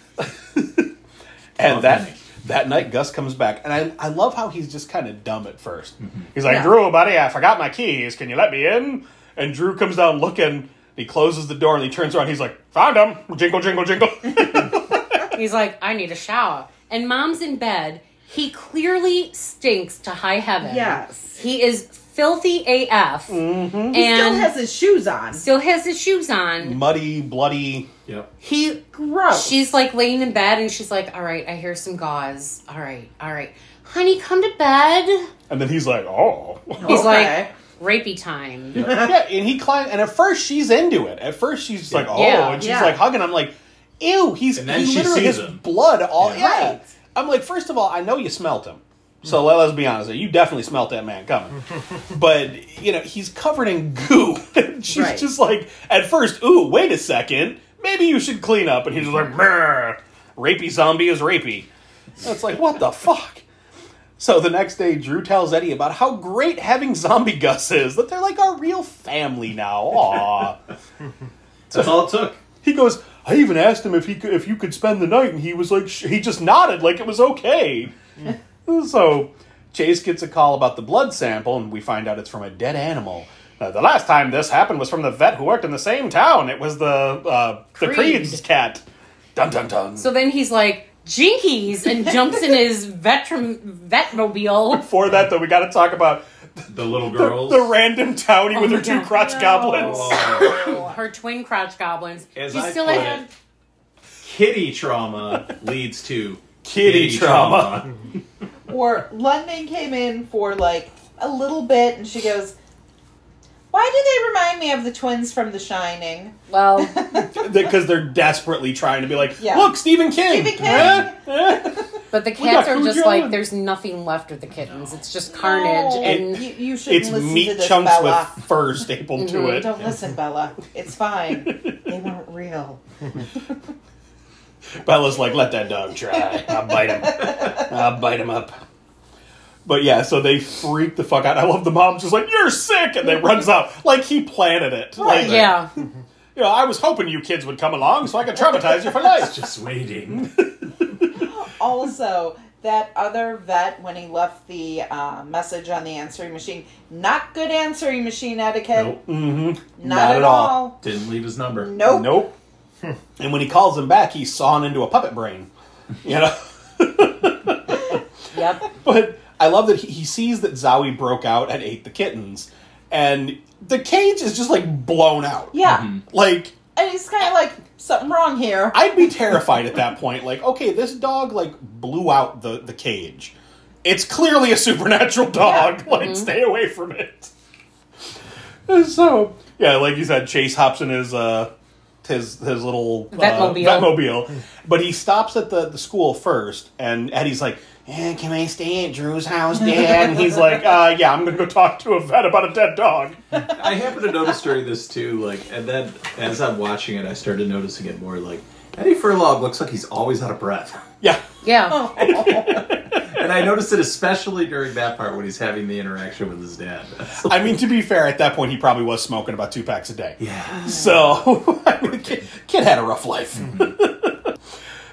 [SPEAKER 1] And that
[SPEAKER 6] Okay.
[SPEAKER 1] that night, Gus comes back, and I I love how he's just kind of dumb at 1st He's like,
[SPEAKER 5] Yeah.
[SPEAKER 1] Drew, buddy, I forgot my keys. Can you let me in? And Drew comes down looking. He closes the door and he turns around. He's like, found him. Jingle, jingle, jingle.
[SPEAKER 4] He's like, I need a shower. And mom's in bed. He clearly stinks to high heaven.
[SPEAKER 5] Yes. Mm-hmm.
[SPEAKER 4] He is filthy AF. And
[SPEAKER 5] Still has his shoes on.
[SPEAKER 4] his shoes on.
[SPEAKER 1] Muddy, bloody.
[SPEAKER 6] Yep.
[SPEAKER 4] He
[SPEAKER 5] Gross.
[SPEAKER 4] she's like laying in bed and she's like, All right, I hear some gauze. All right, all right. Honey, come to bed.
[SPEAKER 1] And then he's like, oh.
[SPEAKER 4] He's
[SPEAKER 5] Okay.
[SPEAKER 4] like, rapey time.
[SPEAKER 1] yeah, and he climbs, and at first she's into it. At first she's just like, oh,
[SPEAKER 4] Yeah,
[SPEAKER 1] and she's
[SPEAKER 5] yeah.
[SPEAKER 1] like hugging. I'm like, ew, he's
[SPEAKER 6] And then
[SPEAKER 1] he
[SPEAKER 6] she
[SPEAKER 1] literally
[SPEAKER 6] sees
[SPEAKER 1] has
[SPEAKER 6] him.
[SPEAKER 1] blood all yeah.
[SPEAKER 5] Right.
[SPEAKER 1] I'm like, first of all, I know you smelt him. So let, us be honest, you definitely smelt that man coming. but you know, he's covered in goo. She's
[SPEAKER 5] Right.
[SPEAKER 1] just like, at first, ooh, wait a second, maybe you should clean up. And he's just like, "Brr, rapey zombie is rapey. And it's like, what the fuck? So the next day, Drew tells Eddie about how great having zombie Gus is. That they're like our real family now. Aw.
[SPEAKER 6] That's all it took.
[SPEAKER 1] he goes. I even asked him if he could, if you could spend the night, and he was like, sh- he just nodded like it was okay. so Chase gets a call about the blood sample, and we find out it's from a dead animal. Uh, the last time this happened was from the vet who worked in the same town. It was the uh, the
[SPEAKER 4] Creed.
[SPEAKER 1] Creed's cat. Dun dun dun.
[SPEAKER 4] So then he's like, jinkies, and jumps in his veteran vetmobile.
[SPEAKER 1] Before that, though, we got to talk about
[SPEAKER 6] The little
[SPEAKER 1] the,
[SPEAKER 6] girls.
[SPEAKER 1] the random townie with
[SPEAKER 4] Oh
[SPEAKER 1] her
[SPEAKER 4] my
[SPEAKER 1] two
[SPEAKER 4] God.
[SPEAKER 1] crotch
[SPEAKER 5] No.
[SPEAKER 1] goblins.
[SPEAKER 6] Oh.
[SPEAKER 4] Her twin crotch goblins.
[SPEAKER 6] As
[SPEAKER 4] she
[SPEAKER 6] I
[SPEAKER 4] still
[SPEAKER 6] put
[SPEAKER 4] had
[SPEAKER 6] it, kitty trauma leads to
[SPEAKER 1] Kitty trauma.
[SPEAKER 5] Or London came in for like a little bit and she goes, Why do they remind me of the twins from The Shining?
[SPEAKER 4] well,
[SPEAKER 1] because they're desperately trying to be like,
[SPEAKER 5] Yeah.
[SPEAKER 1] look, Stephen King.
[SPEAKER 5] Stephen King!
[SPEAKER 1] Eh? Eh?
[SPEAKER 4] but the
[SPEAKER 1] got
[SPEAKER 4] cats are
[SPEAKER 1] food
[SPEAKER 4] just
[SPEAKER 1] going.
[SPEAKER 4] like there's nothing left of the kittens. It's just carnage,
[SPEAKER 5] No.
[SPEAKER 4] and
[SPEAKER 5] you, you shouldn't
[SPEAKER 1] It's
[SPEAKER 5] listen to
[SPEAKER 1] meat
[SPEAKER 5] this,
[SPEAKER 1] chunks
[SPEAKER 5] Bella.
[SPEAKER 1] with fur stapled to it.
[SPEAKER 5] Don't listen, Bella. It's fine. they weren't real.
[SPEAKER 1] Bella's like, let that dog try. I'll bite him. I'll bite him up. But yeah, so they freak the fuck out. I love the mom's just like, you're sick! And they runs out. Like he planted it.
[SPEAKER 5] Right.
[SPEAKER 1] Like,
[SPEAKER 4] yeah,
[SPEAKER 1] you know, I was hoping you kids would come along so I could traumatize you for life.
[SPEAKER 6] Just waiting.
[SPEAKER 5] Also, that other vet, when he left the uh, message on the answering machine, not good answering machine etiquette.
[SPEAKER 6] Nope.
[SPEAKER 1] Mm-hmm.
[SPEAKER 5] Not, at, all.
[SPEAKER 6] Didn't leave his number.
[SPEAKER 5] Nope.
[SPEAKER 1] Nope. and when he calls him back, he's sawn into a puppet brain. You know?
[SPEAKER 4] yep.
[SPEAKER 1] But I love that he, he sees that Zowie broke out and ate the kittens, and the cage is just like blown out.
[SPEAKER 5] Yeah.
[SPEAKER 1] Like
[SPEAKER 5] And he's kind of like, something wrong here.
[SPEAKER 1] I'd be terrified at that point. Like, okay, this dog like blew out the the cage. It's clearly a supernatural dog. Like, stay away from it. And so yeah, like you said, Chase hops in his uh his his little uh,
[SPEAKER 4] Vetmobile.
[SPEAKER 1] vetmobile, but he stops at the the school first, and Eddie's like. "Eh, can I stay at Drew's house, Dad? And he's like, uh, yeah, I'm gonna go talk to a vet about a dead dog.
[SPEAKER 6] I happen to notice during this too, like, and then as I'm watching it, I started noticing it more. Like Eddie Furlong looks like he's always out of breath,
[SPEAKER 1] Yeah,
[SPEAKER 4] Yeah.
[SPEAKER 6] and I noticed it especially during that part when he's having the interaction with his dad. That's like-
[SPEAKER 1] I mean, to be fair, at that point, he probably was smoking about two packs a day.
[SPEAKER 6] yeah,
[SPEAKER 1] So, I mean, kid, kid had a rough life.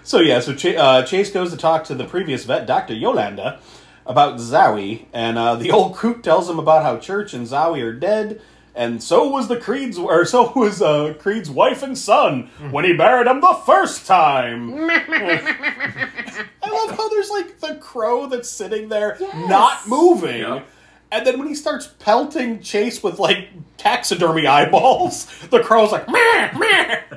[SPEAKER 1] so, yeah, so Ch- uh, Chase goes to talk to the previous vet, Dr. Yolanda, about Zowie, and uh, the old coot tells him about how Church and Zowie are dead, and so was the Creed's, or so was uh, Creed's wife and son when he married him the first time. I love how there's like the crow that's sitting there not moving.
[SPEAKER 6] Yeah.
[SPEAKER 1] And then when he starts pelting Chase with like taxidermy eyeballs, the crow's like, meh, meh.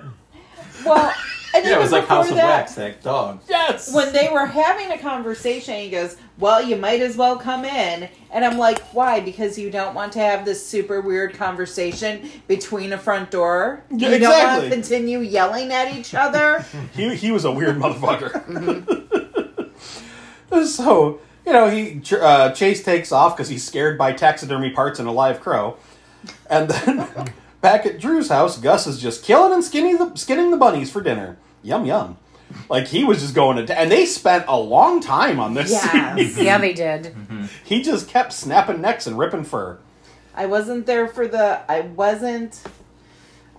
[SPEAKER 5] Well, and
[SPEAKER 6] yeah. It was like House of
[SPEAKER 5] that,
[SPEAKER 6] Wax, that dog.
[SPEAKER 1] Yes.
[SPEAKER 5] When they were having a conversation, he goes, Well, you might as well come in. And I'm like, Why? Because you don't want to have this super weird conversation between a front door.
[SPEAKER 1] Yeah,
[SPEAKER 5] you don't want
[SPEAKER 1] exactly.
[SPEAKER 5] to continue yelling at each other.
[SPEAKER 1] he, he was a weird motherfucker. Mm-hmm. so, you know, he Ch- uh, Chase takes off because he's scared by taxidermy parts and a live crow. And then back at Drew's house, Gus is just killing and skinny the, skinning the bunnies for dinner. Yum, yum. Like he was just going to, and they spent a long time on this. scene.
[SPEAKER 5] yes.
[SPEAKER 4] Yeah, they did.
[SPEAKER 1] He just kept snapping necks and ripping fur.
[SPEAKER 5] I wasn't there for the. I wasn't.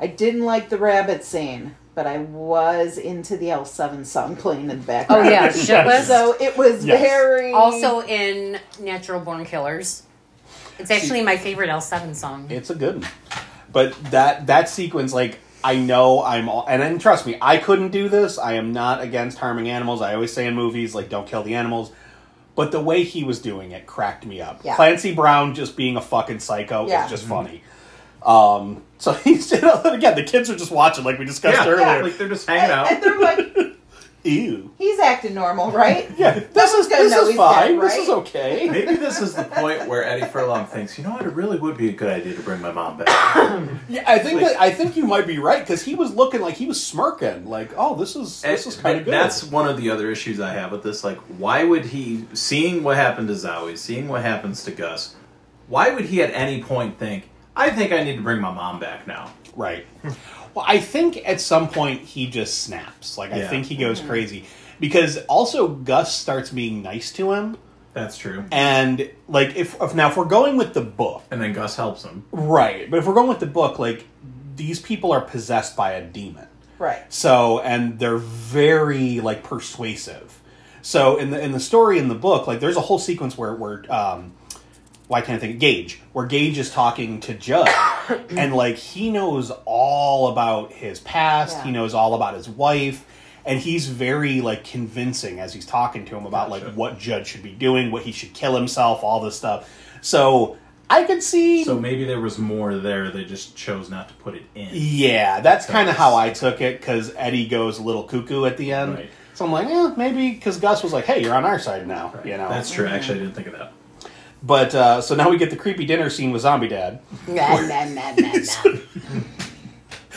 [SPEAKER 5] I didn't like the rabbit scene, but I was into the L7 song playing in the
[SPEAKER 4] Oh
[SPEAKER 5] background.
[SPEAKER 4] yeah, shit list.
[SPEAKER 5] So it was
[SPEAKER 1] Yes.
[SPEAKER 5] very.
[SPEAKER 4] also in Natural Born Killers. It's actually my favorite L7 song.
[SPEAKER 1] It's a good one. But that that sequence, like I know I'm all, and, and trust me, I couldn't do this. I am not against harming animals. I always say in movies, like don't kill the animals. But the way he was doing it cracked me up.
[SPEAKER 5] Yeah.
[SPEAKER 1] Clancy Brown just being a fucking psycho
[SPEAKER 5] Yeah.
[SPEAKER 1] is just funny. Um, so he's again, the kids are just watching, like we discussed
[SPEAKER 6] Yeah,
[SPEAKER 1] earlier.
[SPEAKER 6] yeah, like they're just hanging
[SPEAKER 5] And
[SPEAKER 6] out.
[SPEAKER 5] they're like,
[SPEAKER 1] Ew.
[SPEAKER 5] He's acting normal, right?
[SPEAKER 1] Yeah, this is
[SPEAKER 5] gonna
[SPEAKER 1] this
[SPEAKER 5] know
[SPEAKER 1] is
[SPEAKER 5] he's dead,
[SPEAKER 1] fine. This
[SPEAKER 5] right?
[SPEAKER 1] is okay.
[SPEAKER 6] Maybe this is the point where Eddie Furlong thinks, you know what, it really would be a good idea to bring my mom back.
[SPEAKER 1] Yeah, I think
[SPEAKER 6] Like-
[SPEAKER 1] that, I think you might be right because he was looking like he was smirking, like, "Oh, this is this is kind of
[SPEAKER 6] But
[SPEAKER 1] good."
[SPEAKER 6] Eh, That's one of the other issues I have with this. Like, why would he, seeing what happened to Zowie, seeing what happens to Gus, why would he at any point think, I think I need to bring my mom back now?
[SPEAKER 1] Right. Well, I think at some point he just snaps. Like I
[SPEAKER 6] Yeah.
[SPEAKER 1] think he goes crazy because also Gus starts being nice to him,
[SPEAKER 6] That's true.
[SPEAKER 1] and like if, if now if we're going with the book,
[SPEAKER 6] And then Gus helps him.
[SPEAKER 1] right? But if we're going with the book, like these people are possessed by a demon.
[SPEAKER 5] Right.
[SPEAKER 1] So and they're very like persuasive. So in the in the story in the book, like there's a whole sequence where where um, why can't I think Gage, where Gage is talking to Judd, and like he knows all about his past. He
[SPEAKER 5] Yeah.
[SPEAKER 1] knows all about his wife. And he's very like convincing as he's talking to him about like
[SPEAKER 6] Gotcha.
[SPEAKER 1] what Judd should be doing, what he should kill himself, all this stuff. So I could see
[SPEAKER 6] So maybe there was more there. They just chose not to put it in.
[SPEAKER 1] yeah, that's kind of
[SPEAKER 6] Because-
[SPEAKER 1] how I took it because Eddie goes a little cuckoo at the end.
[SPEAKER 6] Right.
[SPEAKER 1] So I'm like, eh, maybe because Gus was like, "Hey, you're on our side now," you know.
[SPEAKER 6] That's true. Actually, I didn't think of that.
[SPEAKER 1] but uh, so now we get the creepy dinner scene with Zombie Dad.
[SPEAKER 4] Nah, nah, nah, nah, nah.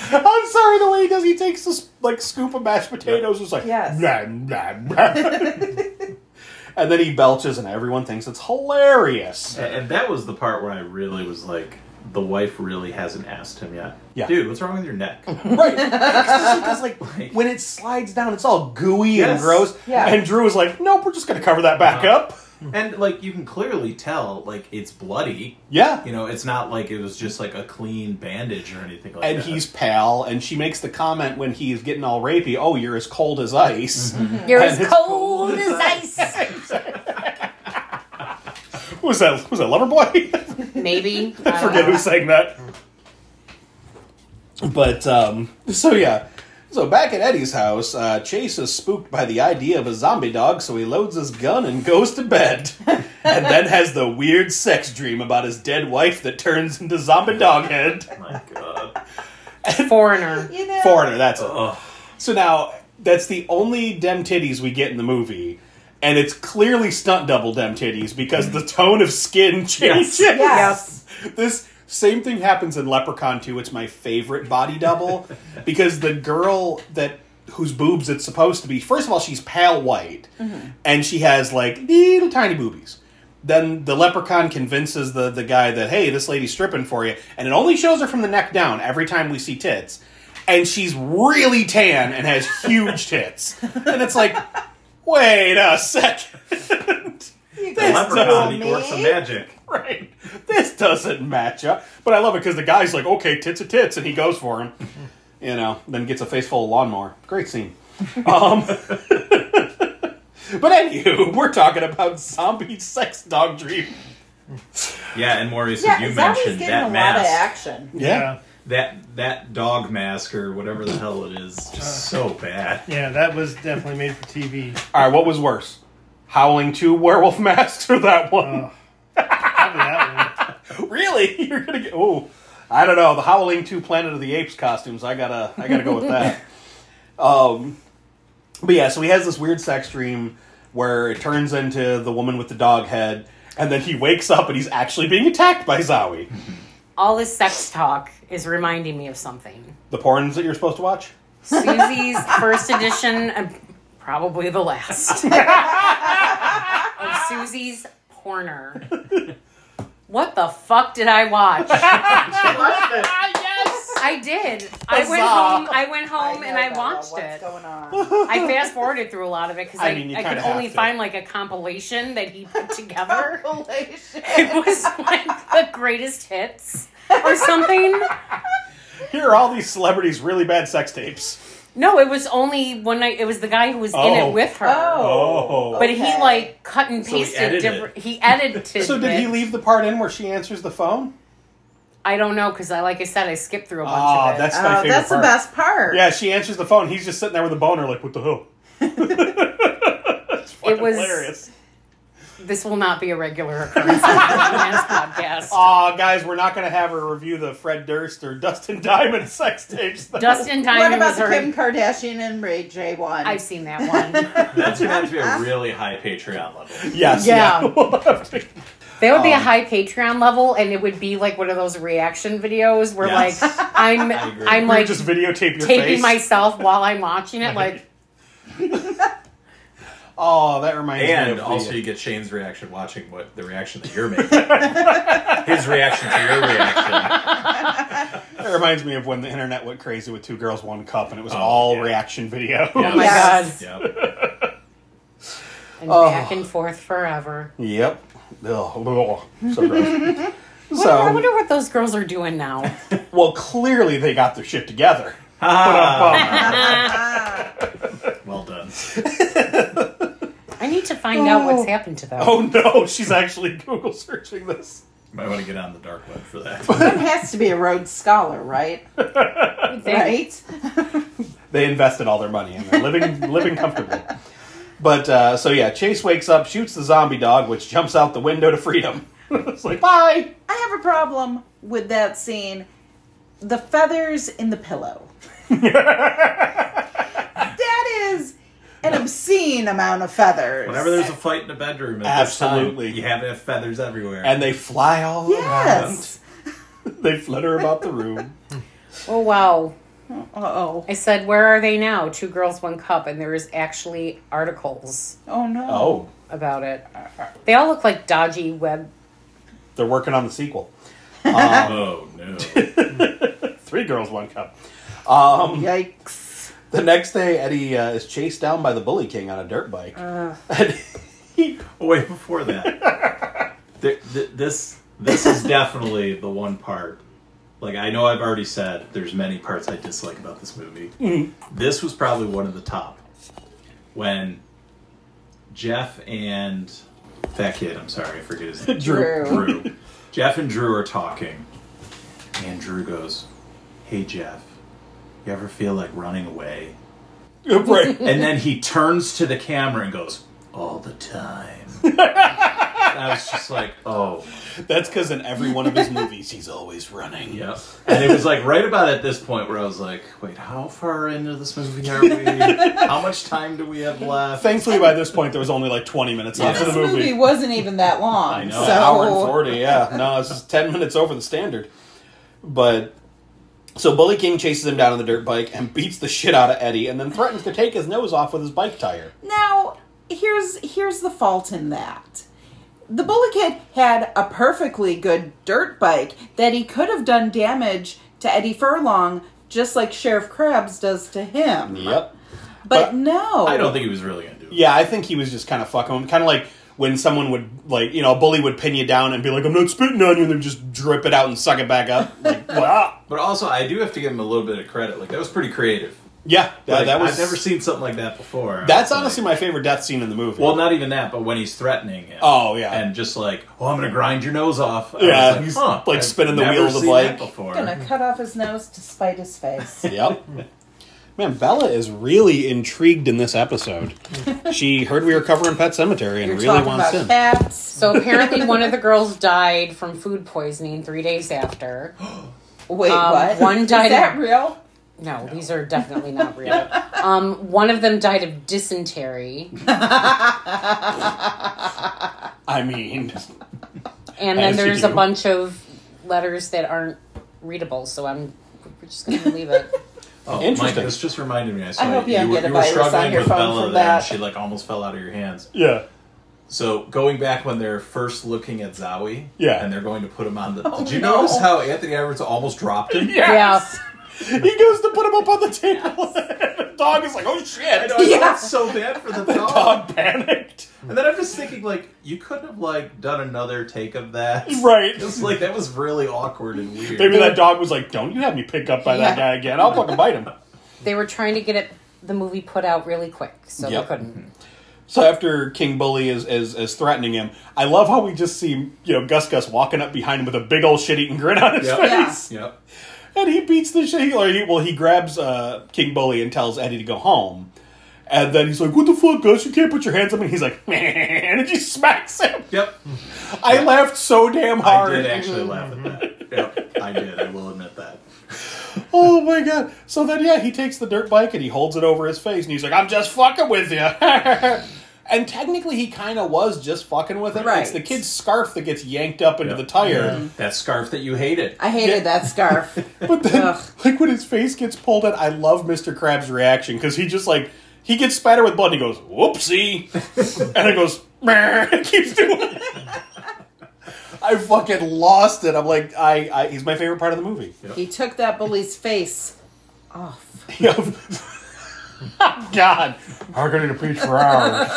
[SPEAKER 1] I'm sorry, the way he does, he takes this like scoop of mashed potatoes, it's like,
[SPEAKER 5] Yes.
[SPEAKER 1] "Nah, nah, nah." and then he belches, and everyone thinks it's hilarious.
[SPEAKER 6] A- And that was the part where I really was like, the wife really hasn't asked him yet.
[SPEAKER 1] Yeah. Mm-hmm.
[SPEAKER 6] Dude, what's wrong with your neck?
[SPEAKER 1] right? Because like when it slides down, it's all gooey and
[SPEAKER 6] Yes.
[SPEAKER 1] gross.
[SPEAKER 5] Yeah.
[SPEAKER 1] And Drew was like, "Nope, we're just gonna cover that back
[SPEAKER 6] Uh-huh.
[SPEAKER 1] up."
[SPEAKER 6] and like you can clearly tell, like it's bloody.
[SPEAKER 1] Yeah.
[SPEAKER 6] You know, it's not like it was just like a clean bandage or anything like
[SPEAKER 1] and
[SPEAKER 6] that.
[SPEAKER 1] he's pale, and she makes the comment when he's getting all rapey, "Oh, you're as cold as ice,"
[SPEAKER 4] You're
[SPEAKER 1] And
[SPEAKER 4] as
[SPEAKER 1] it's
[SPEAKER 4] cold as ice.
[SPEAKER 1] was that was that Loverboy?
[SPEAKER 4] Maybe. Uh,
[SPEAKER 1] I forget who sang that. But um, so yeah, so back at Eddie's house, uh, Chase is spooked by the idea of a zombie dog, so he loads his gun and goes to bed, and then has the weird sex dream about his dead wife that turns into zombie dog head.
[SPEAKER 6] my god.
[SPEAKER 4] Foreigner.
[SPEAKER 5] You know.
[SPEAKER 1] Foreigner, that's it.
[SPEAKER 6] Ugh.
[SPEAKER 1] So now that's the only dem titties we get in the movie, and it's clearly stunt double dem titties because the tone of skin changes.
[SPEAKER 5] Yes.
[SPEAKER 1] This same thing happens in Leprechaun 2. It's my favorite body double because the girl that whose boobs it's supposed to be. First of all, she's pale white, and she has like little tiny boobies. Then the leprechaun convinces the, the guy that, hey, this lady's stripping for you. And it only shows her from the neck down every time we see tits. And she's really tan and has huge tits. And it's like, wait a second.
[SPEAKER 5] You
[SPEAKER 6] The
[SPEAKER 5] guys know
[SPEAKER 6] leprechaun
[SPEAKER 5] me.
[SPEAKER 6] equals some magic.
[SPEAKER 1] right? This doesn't match up. But I love it because the guy's like, okay, tits are tits, and he goes for him. You know, then gets a face full of lawnmower. Great scene. Um, but anywho, we're talking about zombie sex dog dream.
[SPEAKER 6] Yeah, and Maurice,
[SPEAKER 5] Yeah,
[SPEAKER 6] you
[SPEAKER 5] Zombie's
[SPEAKER 6] mentioned
[SPEAKER 5] getting a
[SPEAKER 6] that
[SPEAKER 5] lot of
[SPEAKER 6] mask,
[SPEAKER 5] action.
[SPEAKER 3] Yeah.
[SPEAKER 6] that that dog mask or whatever the hell it is, just so bad.
[SPEAKER 3] Yeah, that was definitely made for TV.
[SPEAKER 1] All right, what was worse? Howling 2 werewolf masks or that one?
[SPEAKER 3] Oh. Probably that one.
[SPEAKER 1] really? You're gonna get oh I don't know, the Howling Two Planet of the Apes costumes, I gotta I gotta go with that. um But yeah, so he has this weird sex dream where it turns into the woman with the dog head, and then he wakes up and he's actually being attacked by Zowie.
[SPEAKER 4] All his sex talk is reminding me of something.
[SPEAKER 1] the porns that you're supposed to watch?
[SPEAKER 4] Susie's first edition and probably the last of Susie's porner. What the fuck did I watch? I did. I went home. I went home Um, and I
[SPEAKER 5] know,
[SPEAKER 4] watched
[SPEAKER 5] what's
[SPEAKER 4] it.
[SPEAKER 5] going on?
[SPEAKER 4] I fast forwarded through a lot of it because
[SPEAKER 1] I
[SPEAKER 4] I,
[SPEAKER 1] mean, you
[SPEAKER 4] I could
[SPEAKER 1] kinda have
[SPEAKER 4] only
[SPEAKER 1] to.
[SPEAKER 4] find like a compilation that he put together. it
[SPEAKER 5] Revelation.
[SPEAKER 4] was like the greatest hits or something.
[SPEAKER 1] Here are all these celebrities' really bad sex tapes.
[SPEAKER 4] No, it was only one night. It was the guy who was in
[SPEAKER 1] Oh.
[SPEAKER 4] it with her.
[SPEAKER 5] Oh.
[SPEAKER 1] Oh.
[SPEAKER 4] But he
[SPEAKER 5] Okay.
[SPEAKER 4] like cut and
[SPEAKER 6] So he
[SPEAKER 4] pasted
[SPEAKER 6] edited
[SPEAKER 4] different. He edited.
[SPEAKER 1] So did he
[SPEAKER 4] it.
[SPEAKER 1] leave the part in where she answers the phone?
[SPEAKER 4] I don't know because I like I said I skipped through a bunch
[SPEAKER 1] Ah,
[SPEAKER 4] of it.
[SPEAKER 1] that's my
[SPEAKER 5] Oh,
[SPEAKER 1] favorite
[SPEAKER 5] that's the
[SPEAKER 1] part.
[SPEAKER 5] best part.
[SPEAKER 1] Yeah, she answers the phone. He's just sitting there with a boner, like, what the hell?
[SPEAKER 4] it was
[SPEAKER 1] hilarious.
[SPEAKER 4] This will not be a regular occurrence on the Last podcast.
[SPEAKER 1] Aw, guys, we're not going to have her review the Fred Durst or Dustin Diamond sex tapes. though.
[SPEAKER 4] Dustin
[SPEAKER 5] What
[SPEAKER 4] Diamond
[SPEAKER 5] about
[SPEAKER 4] was
[SPEAKER 5] the Kim
[SPEAKER 4] her.
[SPEAKER 5] Kardashian and Ray J one?
[SPEAKER 4] I've seen that one.
[SPEAKER 6] That's gonna have to be a really high Patreon level.
[SPEAKER 1] Yes.
[SPEAKER 4] Yeah.
[SPEAKER 1] We'll have to-
[SPEAKER 4] That would be
[SPEAKER 1] Oh.
[SPEAKER 4] a high Patreon level, and it would be like one of those reaction videos where
[SPEAKER 6] Yes.
[SPEAKER 4] like I'm
[SPEAKER 6] agree.
[SPEAKER 4] I'm
[SPEAKER 1] we
[SPEAKER 4] like
[SPEAKER 1] just videotape your
[SPEAKER 4] taping
[SPEAKER 1] face.
[SPEAKER 4] myself while I'm watching it. Like
[SPEAKER 1] oh, that reminds me.
[SPEAKER 6] And
[SPEAKER 1] of
[SPEAKER 6] also,
[SPEAKER 1] the,
[SPEAKER 6] you get Shane's reaction watching what the reaction that you're making. His reaction to your reaction.
[SPEAKER 1] that reminds me of when the internet went crazy with two girls, one cup, and it was all
[SPEAKER 6] yeah.
[SPEAKER 1] reaction video.
[SPEAKER 6] Yeah.
[SPEAKER 4] oh my god,
[SPEAKER 5] Yes.
[SPEAKER 6] Yep.
[SPEAKER 4] and
[SPEAKER 1] Oh.
[SPEAKER 4] back and forth forever.
[SPEAKER 1] Yep. Ugh, ugh, so gross.
[SPEAKER 4] I
[SPEAKER 1] so
[SPEAKER 4] wonder what those girls are doing now.
[SPEAKER 1] well, clearly they got their shit together. uh,
[SPEAKER 6] Well done.
[SPEAKER 4] I need to find out what's happened to them.
[SPEAKER 1] Oh no, she's actually Google searching this.
[SPEAKER 6] Might want to get on the dark web for that.
[SPEAKER 5] It has to be a Rhodes Scholar, right? Right?
[SPEAKER 1] They invested all their money and they're living living comfortably. But uh, so yeah, Chase wakes up, shoots the zombie dog, which jumps out the window to freedom. it's like bye.
[SPEAKER 5] I have a problem with that scene. The feathers in the pillow. that is an obscene amount of feathers.
[SPEAKER 6] Whenever there's a fight in the bedroom, at this time,
[SPEAKER 1] Absolutely.
[SPEAKER 6] you have to have feathers everywhere.
[SPEAKER 1] And they fly all
[SPEAKER 5] yes.
[SPEAKER 1] around. They flutter about the room.
[SPEAKER 4] Oh wow.
[SPEAKER 5] Uh oh.
[SPEAKER 4] I said, where are they now? Two girls, one cup, and there is actually articles
[SPEAKER 5] Oh no.
[SPEAKER 1] Oh,
[SPEAKER 4] about it. They all look like dodgy web.
[SPEAKER 1] they're working on the sequel.
[SPEAKER 6] oh no!
[SPEAKER 1] Three girls, one cup. Um,
[SPEAKER 5] Yikes.
[SPEAKER 1] The next day, Eddie uh, is chased down by the bully king on a dirt bike. And he-
[SPEAKER 6] Oh, wait, before that, Th- th- this this is definitely the one part. Like I know I've already said, there's many parts I dislike about this movie. This was probably one of the top when Jeff and that kid. I'm sorry, I forget his name.
[SPEAKER 5] Drew.
[SPEAKER 6] Drew. Jeff and Drew are talking, and Drew goes, "Hey Jeff, you ever feel like running away?"
[SPEAKER 1] right.
[SPEAKER 6] And then he turns to the camera and goes, "All the time." And I was just like, "Oh,
[SPEAKER 1] That's because in every one of his movies, he's always running.
[SPEAKER 6] yeah." And it was like right about at this point where I was like, "Wait, how far into this movie are we? How much time do we have left?"
[SPEAKER 1] Thankfully, by this point, there was only like 20 minutes left of
[SPEAKER 5] This
[SPEAKER 1] the movie.
[SPEAKER 5] movie wasn't even that long.
[SPEAKER 6] I
[SPEAKER 5] So
[SPEAKER 6] know.
[SPEAKER 1] An hour and 40, yeah. No, it's just 10 minutes over the standard. But. So Bully King chases him down on the dirt bike and beats the shit out of Eddie and then threatens to take his nose off with his bike tire.
[SPEAKER 5] Now, here's here's the fault in that. The bully kid had a perfectly good dirt bike that he could have done damage to Eddie Furlong just like Sheriff Krabs does to him.
[SPEAKER 1] Yep.
[SPEAKER 5] But no.
[SPEAKER 6] I don't think he was really gonna do it.
[SPEAKER 1] Yeah, I think he was just kind of fucking him. Kind of like when someone would, like, you know, a bully would pin you down and be like, I'm not spitting on you, and they would just drip it out and suck it back up. Like, wow.
[SPEAKER 6] But also, I do have to give him a little bit of credit. Like that was pretty creative.
[SPEAKER 1] Yeah, that,
[SPEAKER 6] Like,
[SPEAKER 1] that was.
[SPEAKER 6] I've never seen something like that before.
[SPEAKER 1] That's
[SPEAKER 6] Like-
[SPEAKER 1] honestly my favorite death scene in the movie.
[SPEAKER 6] Well, not even that, but when he's threatening him.
[SPEAKER 1] Oh, yeah.
[SPEAKER 6] and just like, oh, I'm gonna grind your nose off. I
[SPEAKER 1] Yeah,
[SPEAKER 6] was
[SPEAKER 1] he's, like,
[SPEAKER 6] I've
[SPEAKER 1] spinning the
[SPEAKER 6] never
[SPEAKER 1] wheel of the
[SPEAKER 6] seen
[SPEAKER 1] bike.
[SPEAKER 6] that before.
[SPEAKER 5] gonna cut off his nose to spite his face.
[SPEAKER 1] Yep. Man, Bella is really intrigued in this episode. She heard we were covering Pet Cemetery and
[SPEAKER 5] You're
[SPEAKER 1] really
[SPEAKER 5] talking
[SPEAKER 1] wants
[SPEAKER 5] about
[SPEAKER 1] in.
[SPEAKER 5] cats.
[SPEAKER 4] So apparently, one of the girls died from food poisoning three days after.
[SPEAKER 5] Wait,
[SPEAKER 4] Um,
[SPEAKER 5] what?
[SPEAKER 4] one
[SPEAKER 5] Is
[SPEAKER 4] dino-
[SPEAKER 5] that real?
[SPEAKER 4] No, these are definitely not real. um, one of them died of dysentery,
[SPEAKER 1] I mean,
[SPEAKER 4] and
[SPEAKER 1] As
[SPEAKER 4] then
[SPEAKER 1] you
[SPEAKER 4] there's a
[SPEAKER 1] do.
[SPEAKER 4] bunch of letters that aren't readable. So I'm we're just gonna leave it.
[SPEAKER 6] Oh, Mike,
[SPEAKER 1] Interesting.
[SPEAKER 6] this just reminded me. I, saw
[SPEAKER 5] hope you
[SPEAKER 6] you,
[SPEAKER 5] don't
[SPEAKER 6] were-
[SPEAKER 5] get a
[SPEAKER 6] you were
[SPEAKER 5] virus on
[SPEAKER 6] struggling
[SPEAKER 5] your
[SPEAKER 6] with
[SPEAKER 5] phone
[SPEAKER 6] Bella
[SPEAKER 5] from
[SPEAKER 6] there, and
[SPEAKER 5] that.
[SPEAKER 6] she like almost fell out of your hands.
[SPEAKER 1] yeah.
[SPEAKER 6] So going back when they're first looking at Zowie,
[SPEAKER 1] Yeah.
[SPEAKER 6] and they're going to put him on the. did you
[SPEAKER 5] Oh, no.
[SPEAKER 6] notice how Anthony Edwards almost dropped him?
[SPEAKER 4] Yeah.
[SPEAKER 1] He goes to put him up on the table. the dog is like, oh
[SPEAKER 6] I
[SPEAKER 1] shit.
[SPEAKER 6] know, I
[SPEAKER 5] Yeah.
[SPEAKER 6] felt so bad for the dog.
[SPEAKER 1] Dog panicked.
[SPEAKER 6] And then I'm just thinking, like, you couldn't have like done another take of that,
[SPEAKER 1] Right.
[SPEAKER 6] It was like that was really awkward and weird.
[SPEAKER 1] Maybe that dog was like, don't you have me picked up by that
[SPEAKER 5] Yeah.
[SPEAKER 1] guy again. I'll fucking bite him.
[SPEAKER 4] They were trying to get it the movie put out really quick, so
[SPEAKER 1] Yep.
[SPEAKER 4] they couldn't.
[SPEAKER 1] So after King Bully is, is, is threatening him, I love how we just see, you know, Gus Gus walking up behind him with a big old shit-eating grin on his
[SPEAKER 6] Yep.
[SPEAKER 1] face.
[SPEAKER 5] Yeah.
[SPEAKER 6] Yep.
[SPEAKER 1] And he beats the shit. Or he, well, he grabs uh, King Bully and tells Eddie to go home. And then he's like, "What the fuck, Gus? You can't put your hands up." And he's like, "And it just smacks him."
[SPEAKER 6] Yep.
[SPEAKER 1] I laughed so damn
[SPEAKER 6] I
[SPEAKER 1] hard.
[SPEAKER 6] did actually laugh at that. Yep. I did. I will admit that.
[SPEAKER 1] Oh my god! So then, yeah, he takes the dirt bike and he holds it over his face, and he's like, "I'm just fucking with you." and technically, he kind of was just fucking with him. It's
[SPEAKER 5] Right.
[SPEAKER 1] the kid's scarf that gets yanked up into
[SPEAKER 6] Yep.
[SPEAKER 1] the tire.
[SPEAKER 6] That scarf that you hated.
[SPEAKER 5] I hated that scarf.
[SPEAKER 1] But then,
[SPEAKER 5] Ugh.
[SPEAKER 1] like when his face gets pulled out, I love Mr. Krabs' reaction because he just like he gets spattered with blood and he goes, "Whoopsie," and it goes, "Meh," and keeps doing. it. I fucking lost it. I'm like, I, I he's my favorite part of the movie.
[SPEAKER 5] he took that bully's face off.
[SPEAKER 1] God, I'm going to preach for hours.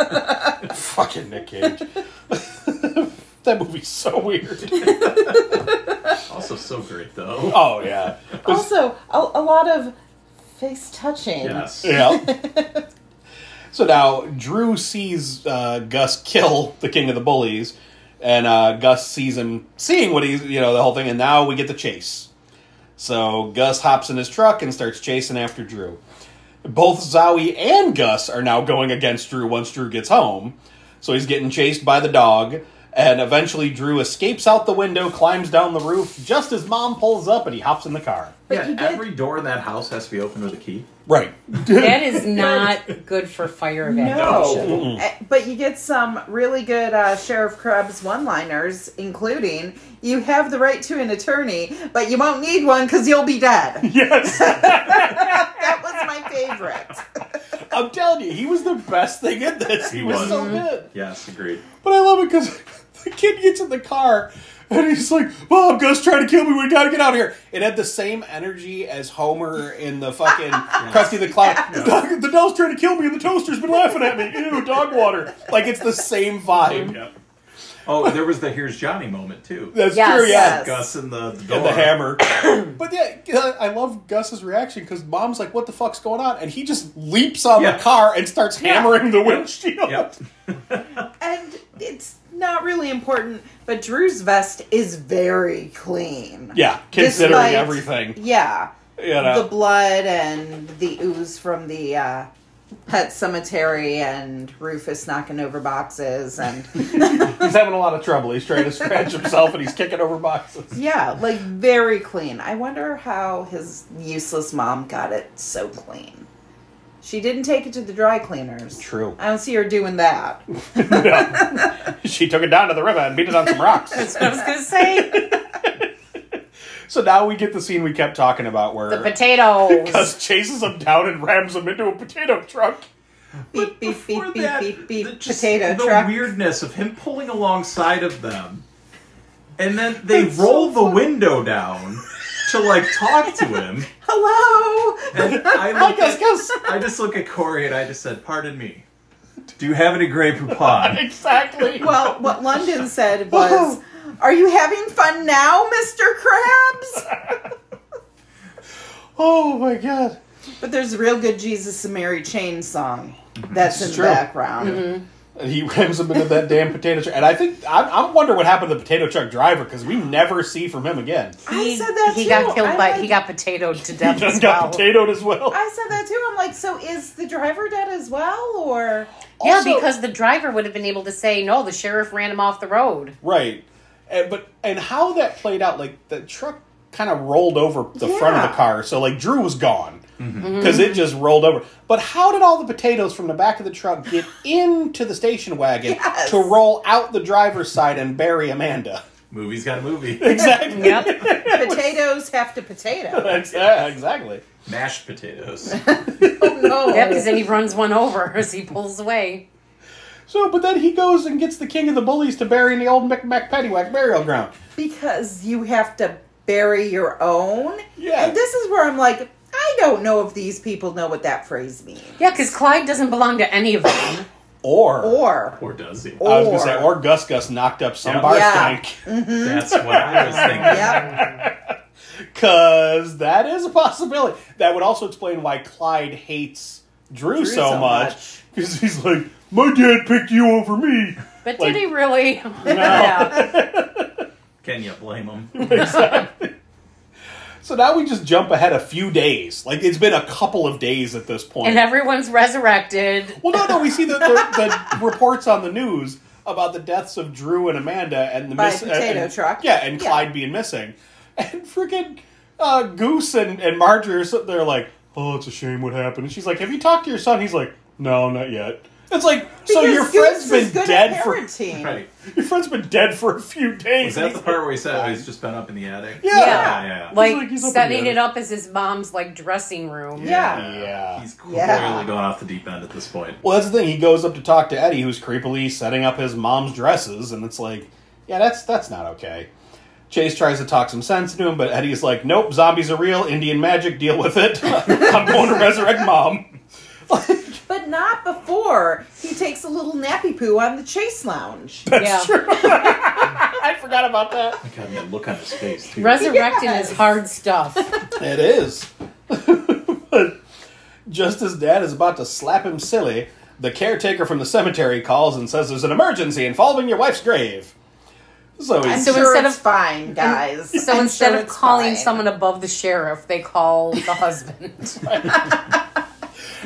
[SPEAKER 1] Fucking Nick Cage. that movie's so weird.
[SPEAKER 6] Also so great though.
[SPEAKER 1] Oh yeah,
[SPEAKER 5] Also, a, a lot of face touching.
[SPEAKER 6] Yes.
[SPEAKER 1] yeah. So now Drew sees uh, Gus kill the king of the bullies, and uh, Gus sees him seeing what he's you know the whole thing, and now we get the chase. So Gus hops in his truck and starts chasing after Drew. Both Zowie and Gus are now going against Drew once Drew gets home. So he's getting chased by the dog, and eventually Drew escapes out the window, climbs down the roof, just as mom pulls up, and he hops in the car.
[SPEAKER 5] But
[SPEAKER 6] yeah,
[SPEAKER 5] you did-
[SPEAKER 6] every door in that house has to be opened with a key.
[SPEAKER 1] Right.
[SPEAKER 4] That is not good for fire evacuation.
[SPEAKER 5] No, Eh, but you get some really good uh, Sheriff Krebs one-liners, including "You have the right to an attorney, but you won't need one because you'll be dead."
[SPEAKER 1] yes.
[SPEAKER 5] that was my favorite.
[SPEAKER 1] I'm telling you, he was the best thing in this. He,
[SPEAKER 6] He
[SPEAKER 1] was,
[SPEAKER 6] was.
[SPEAKER 1] so good.
[SPEAKER 6] Yes, agreed.
[SPEAKER 1] But I love it because the kid gets in the car and he's like, Mom, Gus trying to kill me. We gotta get out of here. It had the same energy as Homer in the fucking Krusty the Clown. The, dog, the doll's trying to kill me and the toaster's been laughing at me. Ew, dog water. Like, it's the same vibe.
[SPEAKER 6] Yep. Oh, there was the here's Johnny moment too.
[SPEAKER 1] That's
[SPEAKER 4] Yes.
[SPEAKER 1] true, yeah.
[SPEAKER 5] Yes.
[SPEAKER 6] Gus and the, the door.
[SPEAKER 1] And the hammer. but yeah, I love Gus's reaction because mom's like, what the fuck's going on? And he just leaps on
[SPEAKER 6] Yeah.
[SPEAKER 1] the car and starts hammering the windshield.
[SPEAKER 6] Yep.
[SPEAKER 5] and it's not really important, but Drew's vest is very clean.
[SPEAKER 1] Yeah, considering
[SPEAKER 5] Despite-
[SPEAKER 1] everything. uh,
[SPEAKER 5] Yeah.
[SPEAKER 1] You know.
[SPEAKER 5] The blood and the ooze from the uh, pet cemetery and Rufus knocking over boxes and
[SPEAKER 1] He's having a lot of trouble. He's trying to scratch himself and he's kicking over boxes.
[SPEAKER 5] yeah, like very clean. I wonder how his useless mom got it so clean. She didn't take it to the dry cleaners.
[SPEAKER 1] True.
[SPEAKER 5] I don't see her doing that.
[SPEAKER 1] She took it down to the river and beat it on some rocks.
[SPEAKER 4] That's what I was gonna say.
[SPEAKER 1] so now we get the scene we kept talking about where
[SPEAKER 4] The potatoes.
[SPEAKER 1] Gus chases him down and rams him into a potato truck.
[SPEAKER 5] Beep beep
[SPEAKER 6] Before
[SPEAKER 5] beep beep
[SPEAKER 6] that,
[SPEAKER 5] beep beep
[SPEAKER 6] the- just
[SPEAKER 5] potato
[SPEAKER 6] the
[SPEAKER 5] truck.
[SPEAKER 6] weirdness of him pulling alongside of them, and then they roll the window down to like talk to him.
[SPEAKER 5] Hello.
[SPEAKER 6] And
[SPEAKER 1] Hi,
[SPEAKER 6] I look
[SPEAKER 1] Gus,
[SPEAKER 6] at,
[SPEAKER 1] Gus.
[SPEAKER 6] I just look at Corey and I just said, "Pardon me. Do you have any Grey Poupon?"
[SPEAKER 1] Exactly.
[SPEAKER 5] Well, what London
[SPEAKER 6] Oh.
[SPEAKER 5] said was, "Are you having fun now, Mr. Krabs?"
[SPEAKER 1] Oh my god.
[SPEAKER 5] But there's a real good Jesus and Mary chain song that's in
[SPEAKER 1] true.
[SPEAKER 5] the background.
[SPEAKER 6] Mm-hmm.
[SPEAKER 1] And he rams him into that damn potato truck. And I think, I'm, I'm wondering what happened to the potato truck driver because we never see from him again.
[SPEAKER 5] I said that
[SPEAKER 4] he
[SPEAKER 5] too.
[SPEAKER 4] got killed
[SPEAKER 5] I'm
[SPEAKER 4] by
[SPEAKER 5] like-
[SPEAKER 4] he got potatoed to death as
[SPEAKER 1] Just
[SPEAKER 4] well.
[SPEAKER 1] got potatoed as well.
[SPEAKER 5] I said that too. I'm like, so is the driver dead as well, or
[SPEAKER 4] Yeah,
[SPEAKER 1] Also-
[SPEAKER 4] because the driver would have been able to say no. The sheriff ran him off the road.
[SPEAKER 1] Right. And, but and how that played out, like the truck kind of rolled over the front of
[SPEAKER 5] Yeah. Mm-hmm.
[SPEAKER 1] the car, so like Drew was gone because it just rolled over. But how did all the potatoes from the back of the truck get into the station wagon
[SPEAKER 5] Yes.
[SPEAKER 1] to roll out the driver's side and bury Amanda?
[SPEAKER 6] Movie's got a movie.
[SPEAKER 1] Exactly.
[SPEAKER 4] Yep.
[SPEAKER 5] potatoes have to potato?
[SPEAKER 1] Ex- yeah, exactly.
[SPEAKER 6] Mashed potatoes.
[SPEAKER 5] No,
[SPEAKER 4] yeah, because then he runs one over as he pulls away.
[SPEAKER 1] So, but then he goes and gets the king of the bullies to bury in the old Micmac Paddywhack burial ground.
[SPEAKER 5] because you have to bury your own.
[SPEAKER 1] Yeah.
[SPEAKER 5] and this is where I'm like, I don't know if these people know what that phrase means,
[SPEAKER 4] Yeah, because Clyde doesn't belong to any of them.
[SPEAKER 1] Or,
[SPEAKER 5] or
[SPEAKER 6] or does he?
[SPEAKER 1] I was gonna say, or Gus Gus knocked up some
[SPEAKER 6] Yeah.
[SPEAKER 1] bar
[SPEAKER 5] Yeah.
[SPEAKER 1] stank
[SPEAKER 6] That's what I was thinking.
[SPEAKER 5] Yep.
[SPEAKER 1] Because that is a possibility. That would also explain why Clyde hates Drew, so,
[SPEAKER 5] so
[SPEAKER 1] much.
[SPEAKER 5] much.
[SPEAKER 1] Because he's like, my dad picked you over me.
[SPEAKER 4] But
[SPEAKER 1] Like-
[SPEAKER 4] did he really? yeah.
[SPEAKER 6] Can you blame him?
[SPEAKER 1] So now we just jump ahead a few days. Like it's been a couple of days at this point.
[SPEAKER 4] And everyone's resurrected.
[SPEAKER 1] well, no, no, we see the, the, the reports on the news about the deaths of Drew and Amanda and the
[SPEAKER 5] By
[SPEAKER 1] miss- uh,
[SPEAKER 5] a potato
[SPEAKER 1] and-
[SPEAKER 5] truck.
[SPEAKER 1] Yeah, and
[SPEAKER 5] Yeah.
[SPEAKER 1] Clyde being missing, and freaking uh, Goose and and Marjorie are sitting there like, oh, it's a shame what happened. And she's like, have you talked to your son? He's like, no, not yet. It's like, so your
[SPEAKER 5] Because Goose
[SPEAKER 1] friend's
[SPEAKER 5] is
[SPEAKER 1] been
[SPEAKER 5] good at
[SPEAKER 1] dead for
[SPEAKER 5] parenting.
[SPEAKER 6] Right.
[SPEAKER 1] your friend's been dead for a few days.
[SPEAKER 6] Was that the part where he said he's just been up in the attic?
[SPEAKER 1] Yeah.
[SPEAKER 6] Yeah. yeah.
[SPEAKER 4] Like,
[SPEAKER 1] like he's up in
[SPEAKER 4] setting
[SPEAKER 1] the-
[SPEAKER 4] it up as his mom's like dressing room.
[SPEAKER 5] Yeah.
[SPEAKER 1] Yeah.
[SPEAKER 6] He's clearly
[SPEAKER 5] Yeah.
[SPEAKER 6] going off the deep end at this point.
[SPEAKER 1] Well, that's the thing. He goes up to talk to Eddie, who's creepily setting up his mom's dresses, and it's like, yeah, that's that's not okay. Chase tries to talk some sense into him, but Eddie's like, "Nope, zombies are real. Indian magic. Deal with it. I'm going to resurrect mom."
[SPEAKER 5] But not before he takes a little nappy poo on the chase lounge.
[SPEAKER 4] yeah.
[SPEAKER 1] I forgot about that.
[SPEAKER 6] Like, I mean, the look on his face, too.
[SPEAKER 4] Resurrected
[SPEAKER 5] Yes.
[SPEAKER 4] is hard stuff.
[SPEAKER 1] It is. but just as Dad is about to slap him silly, the caretaker from the cemetery calls and says there's an emergency involving your wife's grave. So
[SPEAKER 5] I'm
[SPEAKER 1] he's
[SPEAKER 4] So
[SPEAKER 5] sure
[SPEAKER 4] instead
[SPEAKER 5] it's
[SPEAKER 4] of-
[SPEAKER 5] fine, guys.
[SPEAKER 4] So
[SPEAKER 5] I'm
[SPEAKER 4] instead
[SPEAKER 5] sure
[SPEAKER 4] of
[SPEAKER 5] it's
[SPEAKER 4] calling
[SPEAKER 5] fine.
[SPEAKER 4] someone above the sheriff, they call the husband.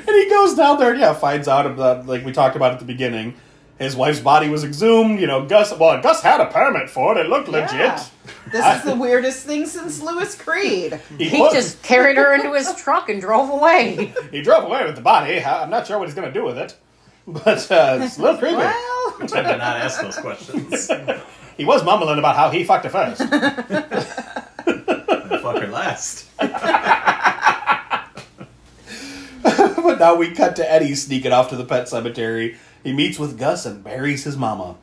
[SPEAKER 1] And he goes down there and yeah, finds out about like we talked about at the beginning. His wife's body was exhumed. You know, Gus. Well, Gus had a permit for it. It looked
[SPEAKER 5] Yeah.
[SPEAKER 1] legit.
[SPEAKER 5] This is the weirdest thing since Lewis Creed.
[SPEAKER 4] He
[SPEAKER 1] put-
[SPEAKER 4] just carried her into his truck and drove away.
[SPEAKER 1] he drove away with the body. I- I'm not sure what he's gonna do with it, but uh, it's a little creepy.
[SPEAKER 5] Well,
[SPEAKER 6] I did not ask those questions. And
[SPEAKER 1] He was mumbling about how he fucked it first.
[SPEAKER 6] Fuck her last.
[SPEAKER 1] but now we cut to Eddie sneaking off to the pet cemetery. He meets with Gus and buries his mama.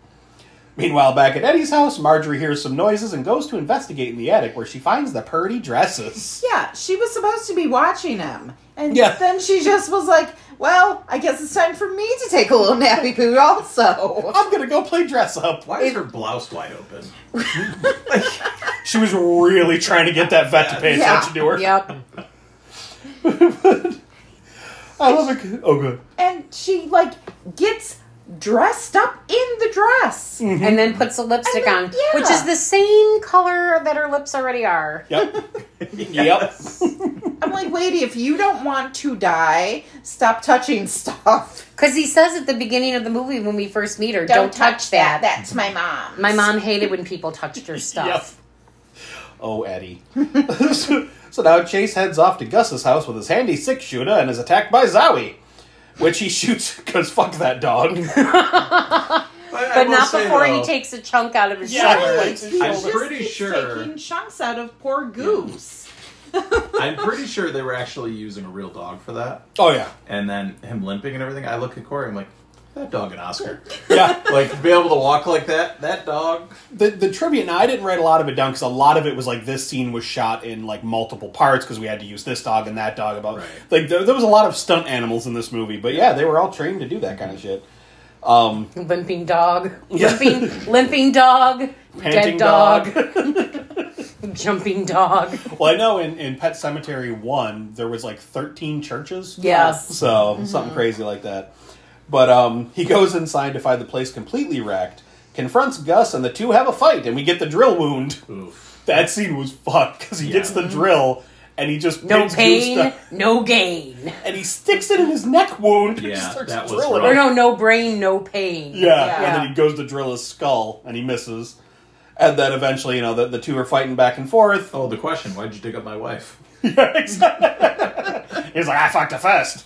[SPEAKER 1] Meanwhile, back at Eddie's house, Marjorie hears some noises and goes to investigate in the attic, where she finds the purdy dresses.
[SPEAKER 5] yeah, she was supposed to be watching him. And
[SPEAKER 1] Yeah.
[SPEAKER 5] then she just was like, well, I guess it's time for me to take a little nappy poo also.
[SPEAKER 1] I'm gonna go play dress up.
[SPEAKER 6] Why is her blouse wide open?
[SPEAKER 1] She was really trying to get that vet to pay
[SPEAKER 5] Yeah.
[SPEAKER 1] attention to her.
[SPEAKER 4] Yep.
[SPEAKER 1] I love it. Oh, good.
[SPEAKER 5] And she, like, gets dressed up in the dress.
[SPEAKER 1] Mm.
[SPEAKER 4] And then puts a lipstick
[SPEAKER 5] And
[SPEAKER 4] on,
[SPEAKER 5] then- yeah.
[SPEAKER 4] which is the same color that her lips already are.
[SPEAKER 1] Yep. Yep.
[SPEAKER 5] I'm like, lady, if you don't want to die, stop touching stuff.
[SPEAKER 4] Because he says at the beginning of the movie when we first meet her, don't, touch, that.
[SPEAKER 5] That's my mom.
[SPEAKER 4] My mom hated when people touched her
[SPEAKER 1] Yep.
[SPEAKER 4] stuff.
[SPEAKER 1] Oh, Eddie. so, so now Chase heads off to Gus's house with his handy six shooter and is attacked by Zowie, which he shoots because fuck that dog.
[SPEAKER 4] But not before he takes a chunk out of his
[SPEAKER 1] Yeah.
[SPEAKER 4] shoulder.
[SPEAKER 1] Right.
[SPEAKER 5] He
[SPEAKER 1] I'm
[SPEAKER 5] just
[SPEAKER 6] pretty
[SPEAKER 5] keeps
[SPEAKER 6] sure-
[SPEAKER 5] taking chunks out of poor Goose.
[SPEAKER 6] I'm pretty sure they were actually using a real dog for that.
[SPEAKER 1] oh yeah.
[SPEAKER 6] And then him limping and everything. I look at Corey. I'm like, that dog and Oscar.
[SPEAKER 1] Yeah.
[SPEAKER 6] like to be able to walk like that. That dog.
[SPEAKER 1] The the trivia. Now I didn't write a lot of it down because a lot of it was like this scene was shot in like multiple parts because we had to use this dog and that dog. About
[SPEAKER 6] Right.
[SPEAKER 1] like there, there was a lot of stunt animals in this movie, but yeah, they were all trained to do that kind of shit.
[SPEAKER 4] Limping dog.
[SPEAKER 1] Yeah.
[SPEAKER 4] Limping, limping dog.
[SPEAKER 1] Panting
[SPEAKER 4] dead dog. jumping dog.
[SPEAKER 1] Well, I know in, in Pet Cemetery 1, there was like 13 churches.
[SPEAKER 4] Yes.
[SPEAKER 1] So, something crazy like that. But um, he goes inside to find the place completely wrecked, confronts Gus, and the two have a fight, and we get the drill wound.
[SPEAKER 6] Oof.
[SPEAKER 1] That scene was fucked because he gets the drill and he just
[SPEAKER 4] No
[SPEAKER 1] pins Goose
[SPEAKER 4] pain,
[SPEAKER 1] down,
[SPEAKER 4] no gain.
[SPEAKER 1] and he sticks it in his neck wound. and
[SPEAKER 6] Yeah,
[SPEAKER 1] just starts
[SPEAKER 6] that was
[SPEAKER 1] drilling.
[SPEAKER 6] rough.
[SPEAKER 4] Or no, no brain, no pain.
[SPEAKER 1] Yeah,
[SPEAKER 5] Yeah.
[SPEAKER 1] and then he goes to drill his skull, and he misses. And then eventually, you know, the, the two are fighting back and forth.
[SPEAKER 6] Oh, the question. Why'd you dig up my wife?
[SPEAKER 1] He's like, I fucked it first.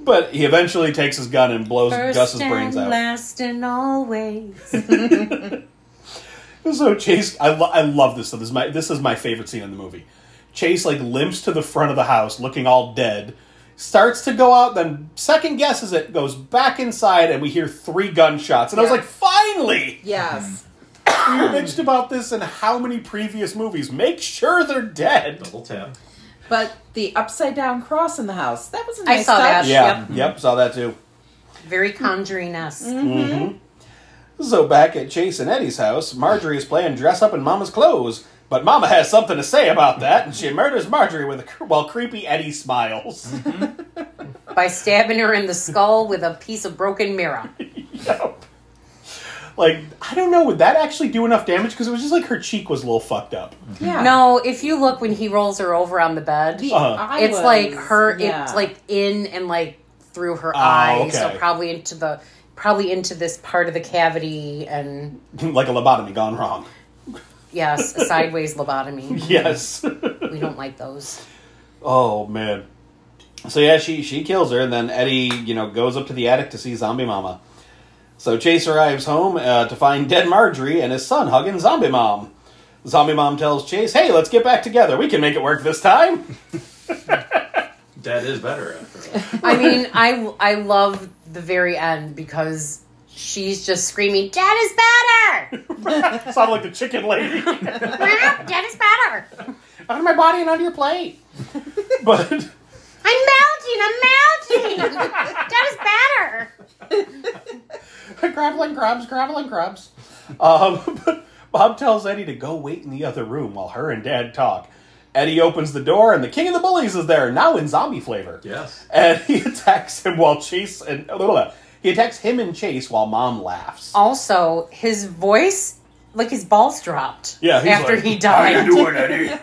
[SPEAKER 1] But he eventually takes his gun and blows
[SPEAKER 4] First
[SPEAKER 1] Gus's
[SPEAKER 4] and
[SPEAKER 1] brains out.
[SPEAKER 4] last and always.
[SPEAKER 1] So Chase, I, lo- I love this. So this is my this is my favorite scene in the movie. Chase like limps to the front of the house, looking all dead. Starts to go out, then second guesses it, goes back inside, and we hear three gunshots. And I was
[SPEAKER 5] Yeah.
[SPEAKER 1] like, finally! Mm-hmm.
[SPEAKER 5] Yes.
[SPEAKER 1] We bitched about this in how many previous movies? Make sure they're dead.
[SPEAKER 6] Double tap.
[SPEAKER 5] But the upside down cross in the house, that was a
[SPEAKER 4] I
[SPEAKER 5] nice
[SPEAKER 4] saw
[SPEAKER 5] touch.
[SPEAKER 4] that.
[SPEAKER 1] Yeah, yep, saw that too.
[SPEAKER 4] Very conjuring esque.
[SPEAKER 1] So back at Chase and Eddie's house, Marjorie is playing dress up in Mama's clothes, but Mama has something to say about that, and she murders Marjorie with a cr- while creepy Eddie smiles.
[SPEAKER 4] By stabbing her in the skull with a piece of broken mirror.
[SPEAKER 1] Yep. Like I don't know, would that actually do enough damage? Because it was just like her cheek was a little fucked up.
[SPEAKER 5] Yeah.
[SPEAKER 4] No, if you look when he rolls her over on the bed,
[SPEAKER 5] The
[SPEAKER 1] Uh-huh.
[SPEAKER 5] eye
[SPEAKER 4] it's
[SPEAKER 5] was-
[SPEAKER 4] like her.
[SPEAKER 5] yeah.
[SPEAKER 4] It's like in and like through her
[SPEAKER 1] Oh,
[SPEAKER 4] eye, so
[SPEAKER 1] okay.
[SPEAKER 4] probably into the probably into this part of the cavity, and
[SPEAKER 1] like a lobotomy gone wrong.
[SPEAKER 4] yes, a sideways lobotomy.
[SPEAKER 1] Yes.
[SPEAKER 4] We don't like those.
[SPEAKER 1] oh man. So yeah, she she kills her, and then Eddie you know goes up to the attic to see Zombie Mama. So Chase arrives home uh, to find dead Marjorie and his son hugging Zombie Mom. Zombie Mom tells Chase, "Hey, let's get back together. We can make it work this time."
[SPEAKER 6] That is better after all.
[SPEAKER 4] I mean, I I love the very end because she's just screaming, "Dad is better!
[SPEAKER 1] Sound like the chicken lady.
[SPEAKER 4] Dad is better!
[SPEAKER 1] out of my body and onto your plate. but
[SPEAKER 4] I'm melting! I'm melting! Dad is better!"
[SPEAKER 1] graveling grubs, graveling grubs. Um, but Bob tells Eddie to go wait in the other room while her and Dad talk. Eddie opens the door and the King of the Bullies is there, now in zombie flavor.
[SPEAKER 6] Yes.
[SPEAKER 1] And he attacks him while Chase and blah, blah, blah. he attacks him and Chase while Mom laughs.
[SPEAKER 4] Also, his voice, like his balls dropped.
[SPEAKER 1] Yeah, he's
[SPEAKER 4] after
[SPEAKER 1] like,
[SPEAKER 4] he died.
[SPEAKER 6] doing, Eddie?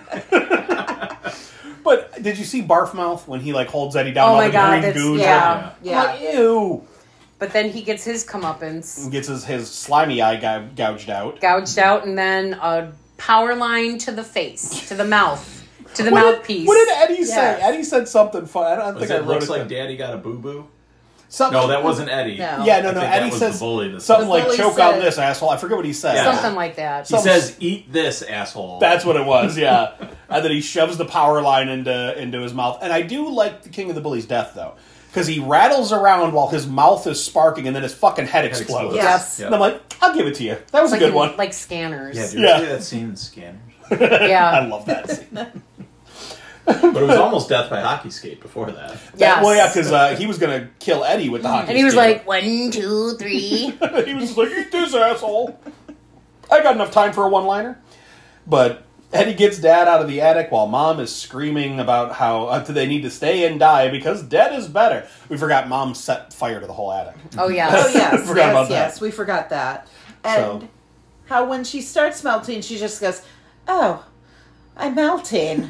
[SPEAKER 1] But did you see Barfmouth when he like holds Eddie down?
[SPEAKER 4] Oh
[SPEAKER 1] all
[SPEAKER 4] my
[SPEAKER 1] the
[SPEAKER 4] God,
[SPEAKER 1] green
[SPEAKER 4] that's-
[SPEAKER 1] goons are-
[SPEAKER 4] yeah,
[SPEAKER 5] yeah.
[SPEAKER 1] I'm like, ew.
[SPEAKER 4] But then he gets his comeuppance
[SPEAKER 1] And gets his, his slimy eye gou- gouged out.
[SPEAKER 4] gouged out, and then a power line to the face, to the mouth, to the
[SPEAKER 1] What did-
[SPEAKER 4] mouthpiece.
[SPEAKER 1] What did Eddie
[SPEAKER 5] Yes.
[SPEAKER 1] say? Eddie said something fun. I don't
[SPEAKER 6] Was
[SPEAKER 1] think I
[SPEAKER 6] it
[SPEAKER 1] wrote
[SPEAKER 6] looks
[SPEAKER 1] it
[SPEAKER 6] like
[SPEAKER 1] down.
[SPEAKER 6] Daddy got a boo boo?
[SPEAKER 1] Something-
[SPEAKER 6] No, that wasn't Eddie.
[SPEAKER 5] No.
[SPEAKER 1] Yeah,
[SPEAKER 6] I
[SPEAKER 1] no, no.
[SPEAKER 6] think that
[SPEAKER 1] Eddie
[SPEAKER 6] was
[SPEAKER 1] says
[SPEAKER 6] the bully that
[SPEAKER 1] something
[SPEAKER 6] said
[SPEAKER 1] like
[SPEAKER 5] bully
[SPEAKER 1] "choke
[SPEAKER 5] said-
[SPEAKER 1] on this asshole." I forget what he says.
[SPEAKER 6] Yeah.
[SPEAKER 4] Something like that.
[SPEAKER 6] He
[SPEAKER 1] Some-
[SPEAKER 6] says, "Eat this, asshole."
[SPEAKER 1] That's what it was. Yeah, and then he shoves the power line into into his mouth. And I do like the King of the Bullies' death though, because he rattles around while his mouth is sparking, and then his fucking head
[SPEAKER 6] Head
[SPEAKER 1] explodes.
[SPEAKER 6] explodes.
[SPEAKER 4] Yes.
[SPEAKER 6] Yeah.
[SPEAKER 1] And I'm like, I'll give it to you. That was a
[SPEAKER 4] like
[SPEAKER 1] good
[SPEAKER 4] in-
[SPEAKER 1] one.
[SPEAKER 4] Like scanners.
[SPEAKER 6] yeah, did
[SPEAKER 1] Yeah.
[SPEAKER 6] you see that scene in Scanners?
[SPEAKER 4] Yeah.
[SPEAKER 1] I love that scene.
[SPEAKER 6] But it was almost death by hockey skate before that.
[SPEAKER 4] Yes.
[SPEAKER 1] Well, yeah, because uh, he was gonna kill Eddie with the hockey.
[SPEAKER 4] and he was
[SPEAKER 1] stick.
[SPEAKER 4] like, one, two, three.
[SPEAKER 1] he was just like, eat this asshole. I got enough time for a one liner. But Eddie gets dad out of the attic while mom is screaming about how uh, they need to stay and die because dead is better. We forgot mom set fire to the whole attic.
[SPEAKER 4] Oh,
[SPEAKER 5] Oh
[SPEAKER 4] yes.
[SPEAKER 5] yes,
[SPEAKER 1] Forgot
[SPEAKER 5] yes,
[SPEAKER 1] about that.
[SPEAKER 5] yes. We forgot that. And
[SPEAKER 1] So-
[SPEAKER 5] how when she starts melting, she just goes, "Oh, I'm melting."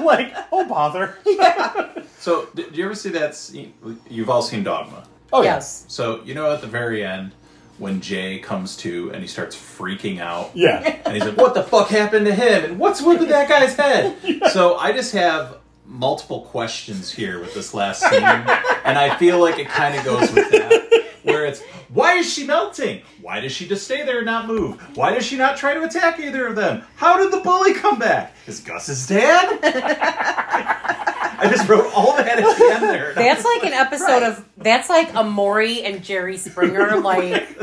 [SPEAKER 1] like, oh, bother.
[SPEAKER 6] So, did you ever see that? Scene? You've all seen Dogma.
[SPEAKER 1] Oh,
[SPEAKER 4] Yes.
[SPEAKER 6] So you know at the very end when Jay comes to and he starts freaking out.
[SPEAKER 1] Yeah. Yeah.
[SPEAKER 6] And he's like, "What the fuck happened to him? And what's with that guy's head?" So I just have multiple questions here with this last scene, and I feel like it kind of goes with that, where it's, "Why is she melting? Why does she just stay there and not move? Why does she not try to attack either of them? How did the bully come back? Is Gus his dad?" I just wrote all that at the end there. and I'm
[SPEAKER 4] That's like an episode of, that's like a Maury and Jerry Springer, like,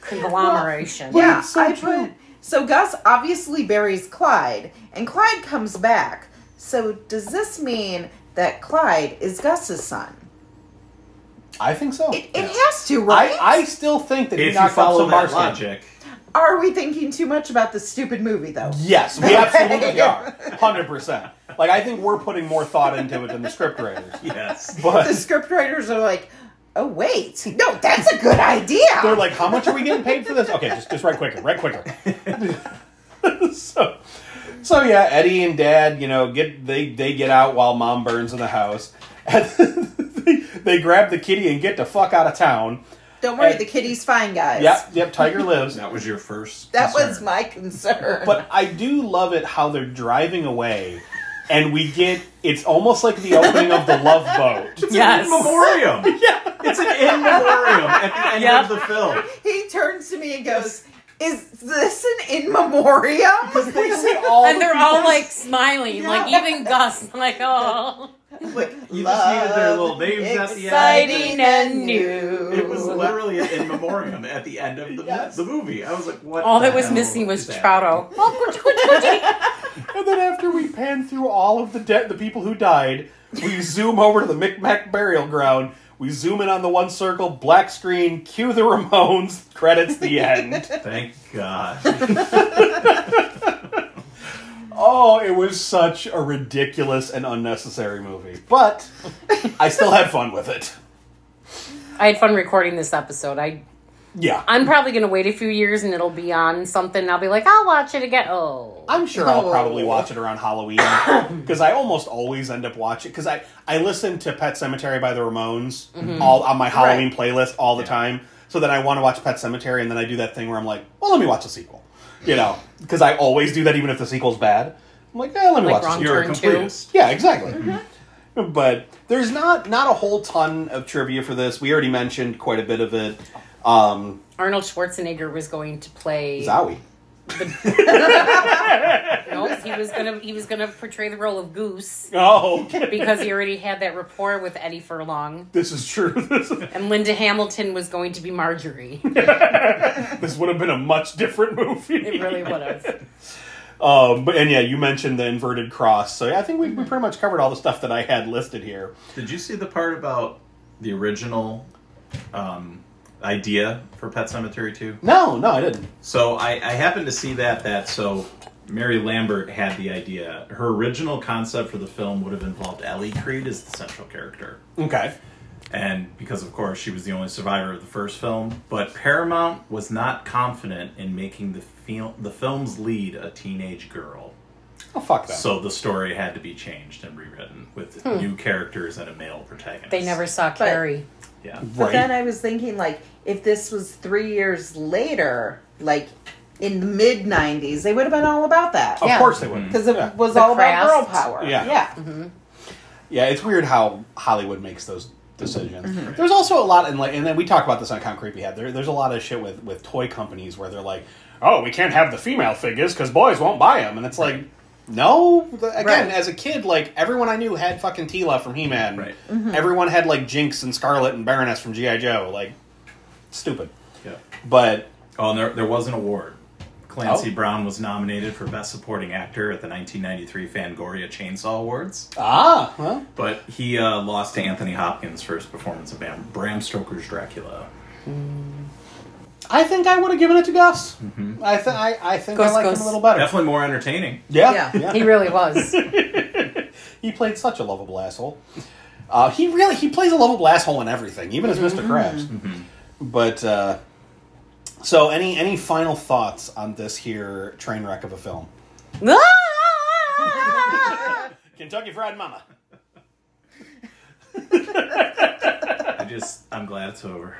[SPEAKER 4] conglomeration.
[SPEAKER 5] yeah,
[SPEAKER 1] so
[SPEAKER 5] I
[SPEAKER 1] true.
[SPEAKER 5] put. So Gus obviously buries Clyde, and Clyde comes back. So does this mean that Clyde is Gus's son?
[SPEAKER 1] I think so.
[SPEAKER 5] It, it has to, right?
[SPEAKER 1] I, I still think that he
[SPEAKER 6] if you
[SPEAKER 1] knocked
[SPEAKER 6] follow
[SPEAKER 1] up some
[SPEAKER 6] that
[SPEAKER 1] Barsky.
[SPEAKER 6] logic,
[SPEAKER 5] Are we thinking too much about this stupid movie, though?
[SPEAKER 1] Yes, we absolutely are. 100%. Like, I think we're putting more thought into it than the scriptwriters.
[SPEAKER 6] yes.
[SPEAKER 5] The
[SPEAKER 1] But
[SPEAKER 5] scriptwriters are like, "Oh wait, no, that's a good idea."
[SPEAKER 1] They're like, how much are we getting paid for this? Okay, just just write quicker, write quicker. so, so yeah, Eddie and Dad, you know, get they they get out while Mom burns in the house. And they, they grab the kitty and get the fuck out of town.
[SPEAKER 5] "Don't worry,
[SPEAKER 1] Hey.
[SPEAKER 5] the kitty's fine, guys."
[SPEAKER 1] Yep, yep, Tiger lives.
[SPEAKER 6] That was your first.
[SPEAKER 5] That
[SPEAKER 6] concern.
[SPEAKER 5] was my concern.
[SPEAKER 1] But I do love it how they're driving away, and we get it's almost like the opening of the Love Boat.
[SPEAKER 6] in memoriam. yeah, it's an in memoriam at the end
[SPEAKER 4] Yeah.
[SPEAKER 6] of the film.
[SPEAKER 5] he turns to me and goes, "Is this an in memoriam?"
[SPEAKER 1] They see all
[SPEAKER 4] And
[SPEAKER 1] the
[SPEAKER 4] they're
[SPEAKER 1] people-
[SPEAKER 4] all like smiling, like even Gus, like oh,
[SPEAKER 5] like,
[SPEAKER 6] You just needed their little names at the end.
[SPEAKER 4] exciting and new.
[SPEAKER 6] It was literally an in memoriam at the end of the,
[SPEAKER 1] Yes.
[SPEAKER 6] the movie. I was like, what?
[SPEAKER 4] all
[SPEAKER 6] the
[SPEAKER 4] that was
[SPEAKER 6] hell
[SPEAKER 4] missing was
[SPEAKER 6] is that?
[SPEAKER 4] Trouto.
[SPEAKER 1] And then after we pan through all of the de- the people who died, we zoom over to the Micmac burial ground. We zoom in on the one circle, black screen, cue the Ramones, credits the end.
[SPEAKER 6] Thank God.
[SPEAKER 1] oh, it was such a ridiculous and unnecessary movie. But I still had fun with it.
[SPEAKER 4] I had fun recording this episode. I
[SPEAKER 1] Yeah.
[SPEAKER 4] I'm probably gonna wait a few years and it'll be on something. And I'll be like, I'll watch it again. Oh,
[SPEAKER 1] I'm sure I'll probably watch it around Halloween because I almost always end up watching because I I listen to Pet Cemetery by the Ramones
[SPEAKER 4] Mm-hmm.
[SPEAKER 1] all on my Halloween playlist all the time. So then I want to watch Pet Cemetery and then I do that thing where I'm like, well, let me watch the sequel, you know, because I always do that even if the sequel's bad. I'm like, eh, let me watch
[SPEAKER 4] like
[SPEAKER 1] the
[SPEAKER 4] wrong
[SPEAKER 1] sequel.
[SPEAKER 6] You're a
[SPEAKER 4] turn Mm-hmm. two.
[SPEAKER 6] completist.
[SPEAKER 1] Yeah, exactly. Mm-hmm. But there's not not a whole ton of trivia for this. We already mentioned quite a bit of it. Um,
[SPEAKER 4] Arnold Schwarzenegger was going to play.
[SPEAKER 1] Zowie.
[SPEAKER 4] No, he was gonna he was gonna portray the role of Goose
[SPEAKER 1] Oh, okay.
[SPEAKER 4] because he already had that rapport with Eddie Furlong,
[SPEAKER 1] this is true. This is-
[SPEAKER 4] and Linda Hamilton was going to be Marjorie.
[SPEAKER 1] this would have been a much different movie.
[SPEAKER 4] It really would have.
[SPEAKER 1] Um, but and yeah, you mentioned the inverted cross, so yeah, I think we, we pretty much covered all the stuff that I had listed here.
[SPEAKER 6] Did you see the part about the original um, idea for Pet Cemetery 2?
[SPEAKER 1] No, no, I didn't.
[SPEAKER 6] So I, I happened to see that that so Mary Lambert had the idea. Her original concept for the film would have involved Ellie Creed as the central character.
[SPEAKER 1] Okay,
[SPEAKER 6] And because of course she was the only survivor of the first film, but Paramount was not confident in making the film the film's lead a teenage girl.
[SPEAKER 1] oh fuck that.
[SPEAKER 6] So the story had to be changed and rewritten with new characters and a male protagonist.
[SPEAKER 4] Hmm. They never saw Carrie.
[SPEAKER 6] Yeah.
[SPEAKER 5] But
[SPEAKER 1] right.
[SPEAKER 5] then I was thinking, like, if this was three years later, like in the mid '90s, they would have been all about that
[SPEAKER 1] of
[SPEAKER 4] Yeah.
[SPEAKER 1] course they wouldn't.
[SPEAKER 5] because it
[SPEAKER 1] Yeah.
[SPEAKER 5] was
[SPEAKER 4] The
[SPEAKER 5] all
[SPEAKER 4] craft.
[SPEAKER 5] about girl power.
[SPEAKER 1] Yeah.
[SPEAKER 5] yeah. Mm-hmm.
[SPEAKER 1] Yeah, it's weird how Hollywood makes those decisions. There's also a lot in like, and then we talked about this on Concrete Behead. There, there's a lot of shit with with toy companies where they're like, oh, we can't have the female figures because boys won't buy them, and it's like. No, The- again,
[SPEAKER 5] Right.
[SPEAKER 1] as a kid, like everyone I knew had fucking Tila from He Man.
[SPEAKER 6] Right.
[SPEAKER 1] Everyone had like Jinx and Scarlet and Baroness from GI Joe. Like, stupid.
[SPEAKER 6] Yeah.
[SPEAKER 1] But
[SPEAKER 6] Oh, and there, there was an award. Clancy
[SPEAKER 1] Oh.
[SPEAKER 6] Brown was nominated for Best Supporting Actor at the 1993 Fangoria Chainsaw Awards,
[SPEAKER 1] ah, well,
[SPEAKER 6] but he uh, lost to Anthony Hopkins for his performance of Bram, Bram Stoker's Dracula.
[SPEAKER 1] I think I would have given it to Gus. I, th- I I think
[SPEAKER 4] Gus,
[SPEAKER 1] I liked
[SPEAKER 4] Gus.
[SPEAKER 1] him a little better.
[SPEAKER 6] Definitely more entertaining.
[SPEAKER 1] Yeah, yeah.
[SPEAKER 4] He really was.
[SPEAKER 1] He played such a lovable asshole. Uh, he really he plays a lovable asshole in everything, even as
[SPEAKER 2] Mm-hmm.
[SPEAKER 1] Mr. Krabs. But uh, so, any any final thoughts on this here train wreck of a film?
[SPEAKER 5] Ah!
[SPEAKER 1] Kentucky Fried Mama.
[SPEAKER 6] I just, I'm glad it's over.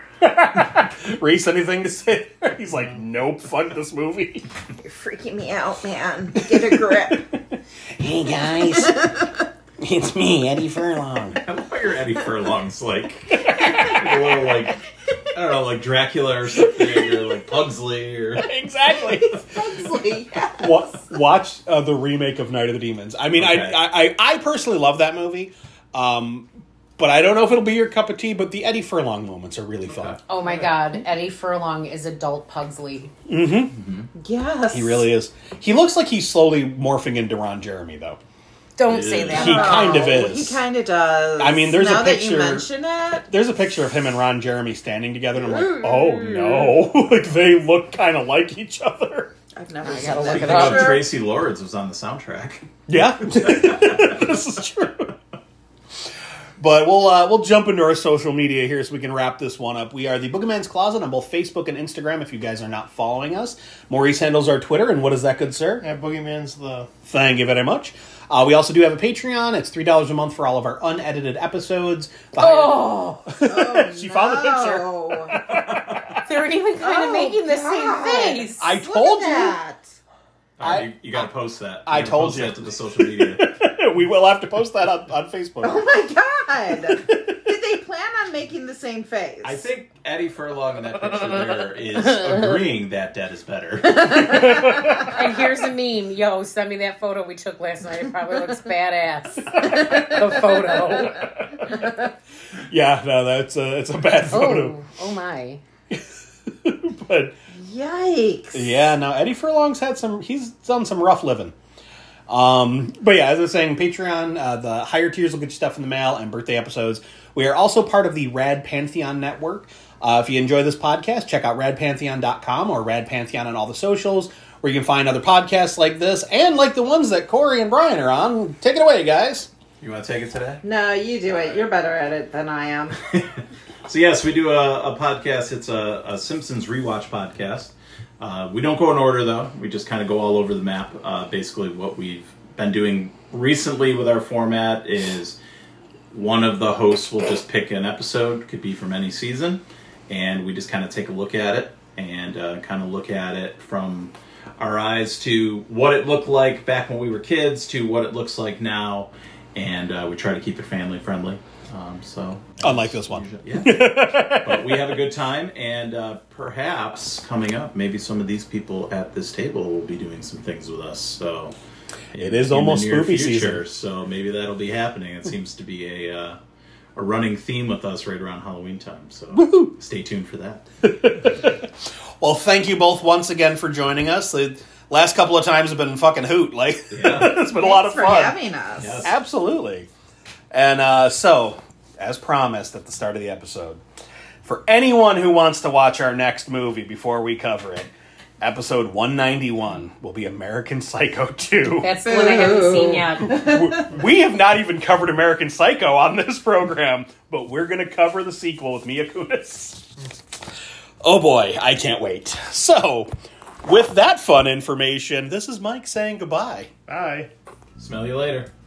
[SPEAKER 1] Reese, anything to say? He's like, nope, fuck this movie.
[SPEAKER 5] You're freaking me out, man. Get a grip.
[SPEAKER 2] Hey guys, it's me, Eddie Furlong.
[SPEAKER 6] I love how your Eddie Furlong's like, a little like, I don't know, like Dracula or something, or like Pugsley, or
[SPEAKER 1] exactly.
[SPEAKER 5] Pugsley.
[SPEAKER 1] Wa- watch uh, the remake of Night of the Demons. I mean,
[SPEAKER 6] Okay.
[SPEAKER 1] I, I, I I personally love that movie, um, but I don't know if it'll be your cup of tea. But the Eddie Furlong moments are really fun.
[SPEAKER 4] Oh my God, Eddie Furlong is adult Pugsley.
[SPEAKER 5] Yes.
[SPEAKER 1] He really is. He looks like he's slowly morphing into Ron Jeremy, though.
[SPEAKER 4] Don't say that.
[SPEAKER 1] He kind of
[SPEAKER 5] Oh,
[SPEAKER 1] is.
[SPEAKER 5] He kind of does.
[SPEAKER 1] I mean, there's a
[SPEAKER 5] now
[SPEAKER 1] picture-
[SPEAKER 5] that you mention it.
[SPEAKER 1] There's a picture of him and Ron Jeremy standing together, and I'm like, oh no, like they look kind of like each other.
[SPEAKER 5] I've never
[SPEAKER 4] I
[SPEAKER 5] seen
[SPEAKER 4] gotta look
[SPEAKER 5] that
[SPEAKER 4] it
[SPEAKER 6] Speaking
[SPEAKER 4] up.
[SPEAKER 6] of
[SPEAKER 5] picture.
[SPEAKER 6] uh, Tracy Lords was on the soundtrack.
[SPEAKER 1] Yeah, this is true. But we'll uh, we'll jump into our social media here so we can wrap this one up. We are the Boogeyman's Closet on both Facebook and Instagram. If you guys are not following us, Maurice handles our Twitter, and what is that, good sir?
[SPEAKER 3] Yeah, Boogeyman's the
[SPEAKER 1] Thank you very much. Uh, we also do have a Patreon. It's three dollars a month for all of our unedited episodes. The higher-
[SPEAKER 4] Oh,
[SPEAKER 1] she found the picture.
[SPEAKER 5] Oh,
[SPEAKER 4] they're even kind of
[SPEAKER 5] Oh,
[SPEAKER 4] making the
[SPEAKER 5] God.
[SPEAKER 4] same face.
[SPEAKER 1] I
[SPEAKER 5] look
[SPEAKER 1] told
[SPEAKER 5] at
[SPEAKER 1] you
[SPEAKER 5] that.
[SPEAKER 1] I-
[SPEAKER 6] you, you gotta post that. You
[SPEAKER 1] I
[SPEAKER 6] gotta
[SPEAKER 1] told
[SPEAKER 6] post
[SPEAKER 1] you.
[SPEAKER 6] that to the social media.
[SPEAKER 1] we will have to post that on, on Facebook.
[SPEAKER 5] Oh my god! Did they plan on making the same face?
[SPEAKER 6] I think Eddie Furlong in that picture there is agreeing that dead is better.
[SPEAKER 4] And here's a meme. Yo, send me that photo we took last night. It probably looks badass. the photo.
[SPEAKER 1] Yeah, no, that's a it's a bad photo.
[SPEAKER 4] Oh, oh my.
[SPEAKER 1] But
[SPEAKER 5] Yikes!
[SPEAKER 1] yeah, no, Eddie Furlong's had some. He's done some rough living. Um, but yeah, as I was saying, Patreon, uh, the higher tiers will get you stuff in the mail and birthday episodes. We are also part of the Rad Pantheon Network. Uh, if you enjoy this podcast, check out radpantheon.com or Rad Pantheon on all the socials, where you can find other podcasts like this and like the ones that Corey and Brian are on. Take it away, guys.
[SPEAKER 6] You wanna take it today?
[SPEAKER 5] No, you do it. You're better at it than I am.
[SPEAKER 6] So yes, we do a, a podcast. It's a, a Simpsons rewatch podcast. Uh, we don't go in order though. We just kind of go all over the map. Uh, basically, what we've been doing recently with our format is one of the hosts will just pick an episode, could be from any season, and we just kind of take a look at it and uh, kind of look at it from our eyes to what it looked like back when we were kids to what it looks like now, and uh, we try to keep it family friendly. Um, so
[SPEAKER 8] Unlike this one.
[SPEAKER 6] yeah. but we have a good time, and uh, perhaps coming up, maybe some of these people at this table will be doing some things with us. So
[SPEAKER 8] It is almost spoopy season.
[SPEAKER 6] so maybe that'll be happening. It seems to be a uh, a running theme with us right around Halloween time. So stay tuned for that.
[SPEAKER 1] Well, thank you both once again for joining us. The last couple of times have been fucking hoot. Like
[SPEAKER 6] Yeah.
[SPEAKER 1] it's been a lot of
[SPEAKER 5] for
[SPEAKER 1] fun.
[SPEAKER 5] having us.
[SPEAKER 6] Yes.
[SPEAKER 1] Absolutely. And uh, so, as promised at the start of the episode, for anyone who wants to watch our next movie before we cover it, episode 191 will be American Psycho 2.
[SPEAKER 4] That's the one I haven't seen yet.
[SPEAKER 1] we have not even covered American Psycho on this program, but we're going to cover the sequel with Mia Kunis. Oh boy, I can't wait. So, with that fun information, this is Mike saying goodbye.
[SPEAKER 9] Bye.
[SPEAKER 6] Smell you later.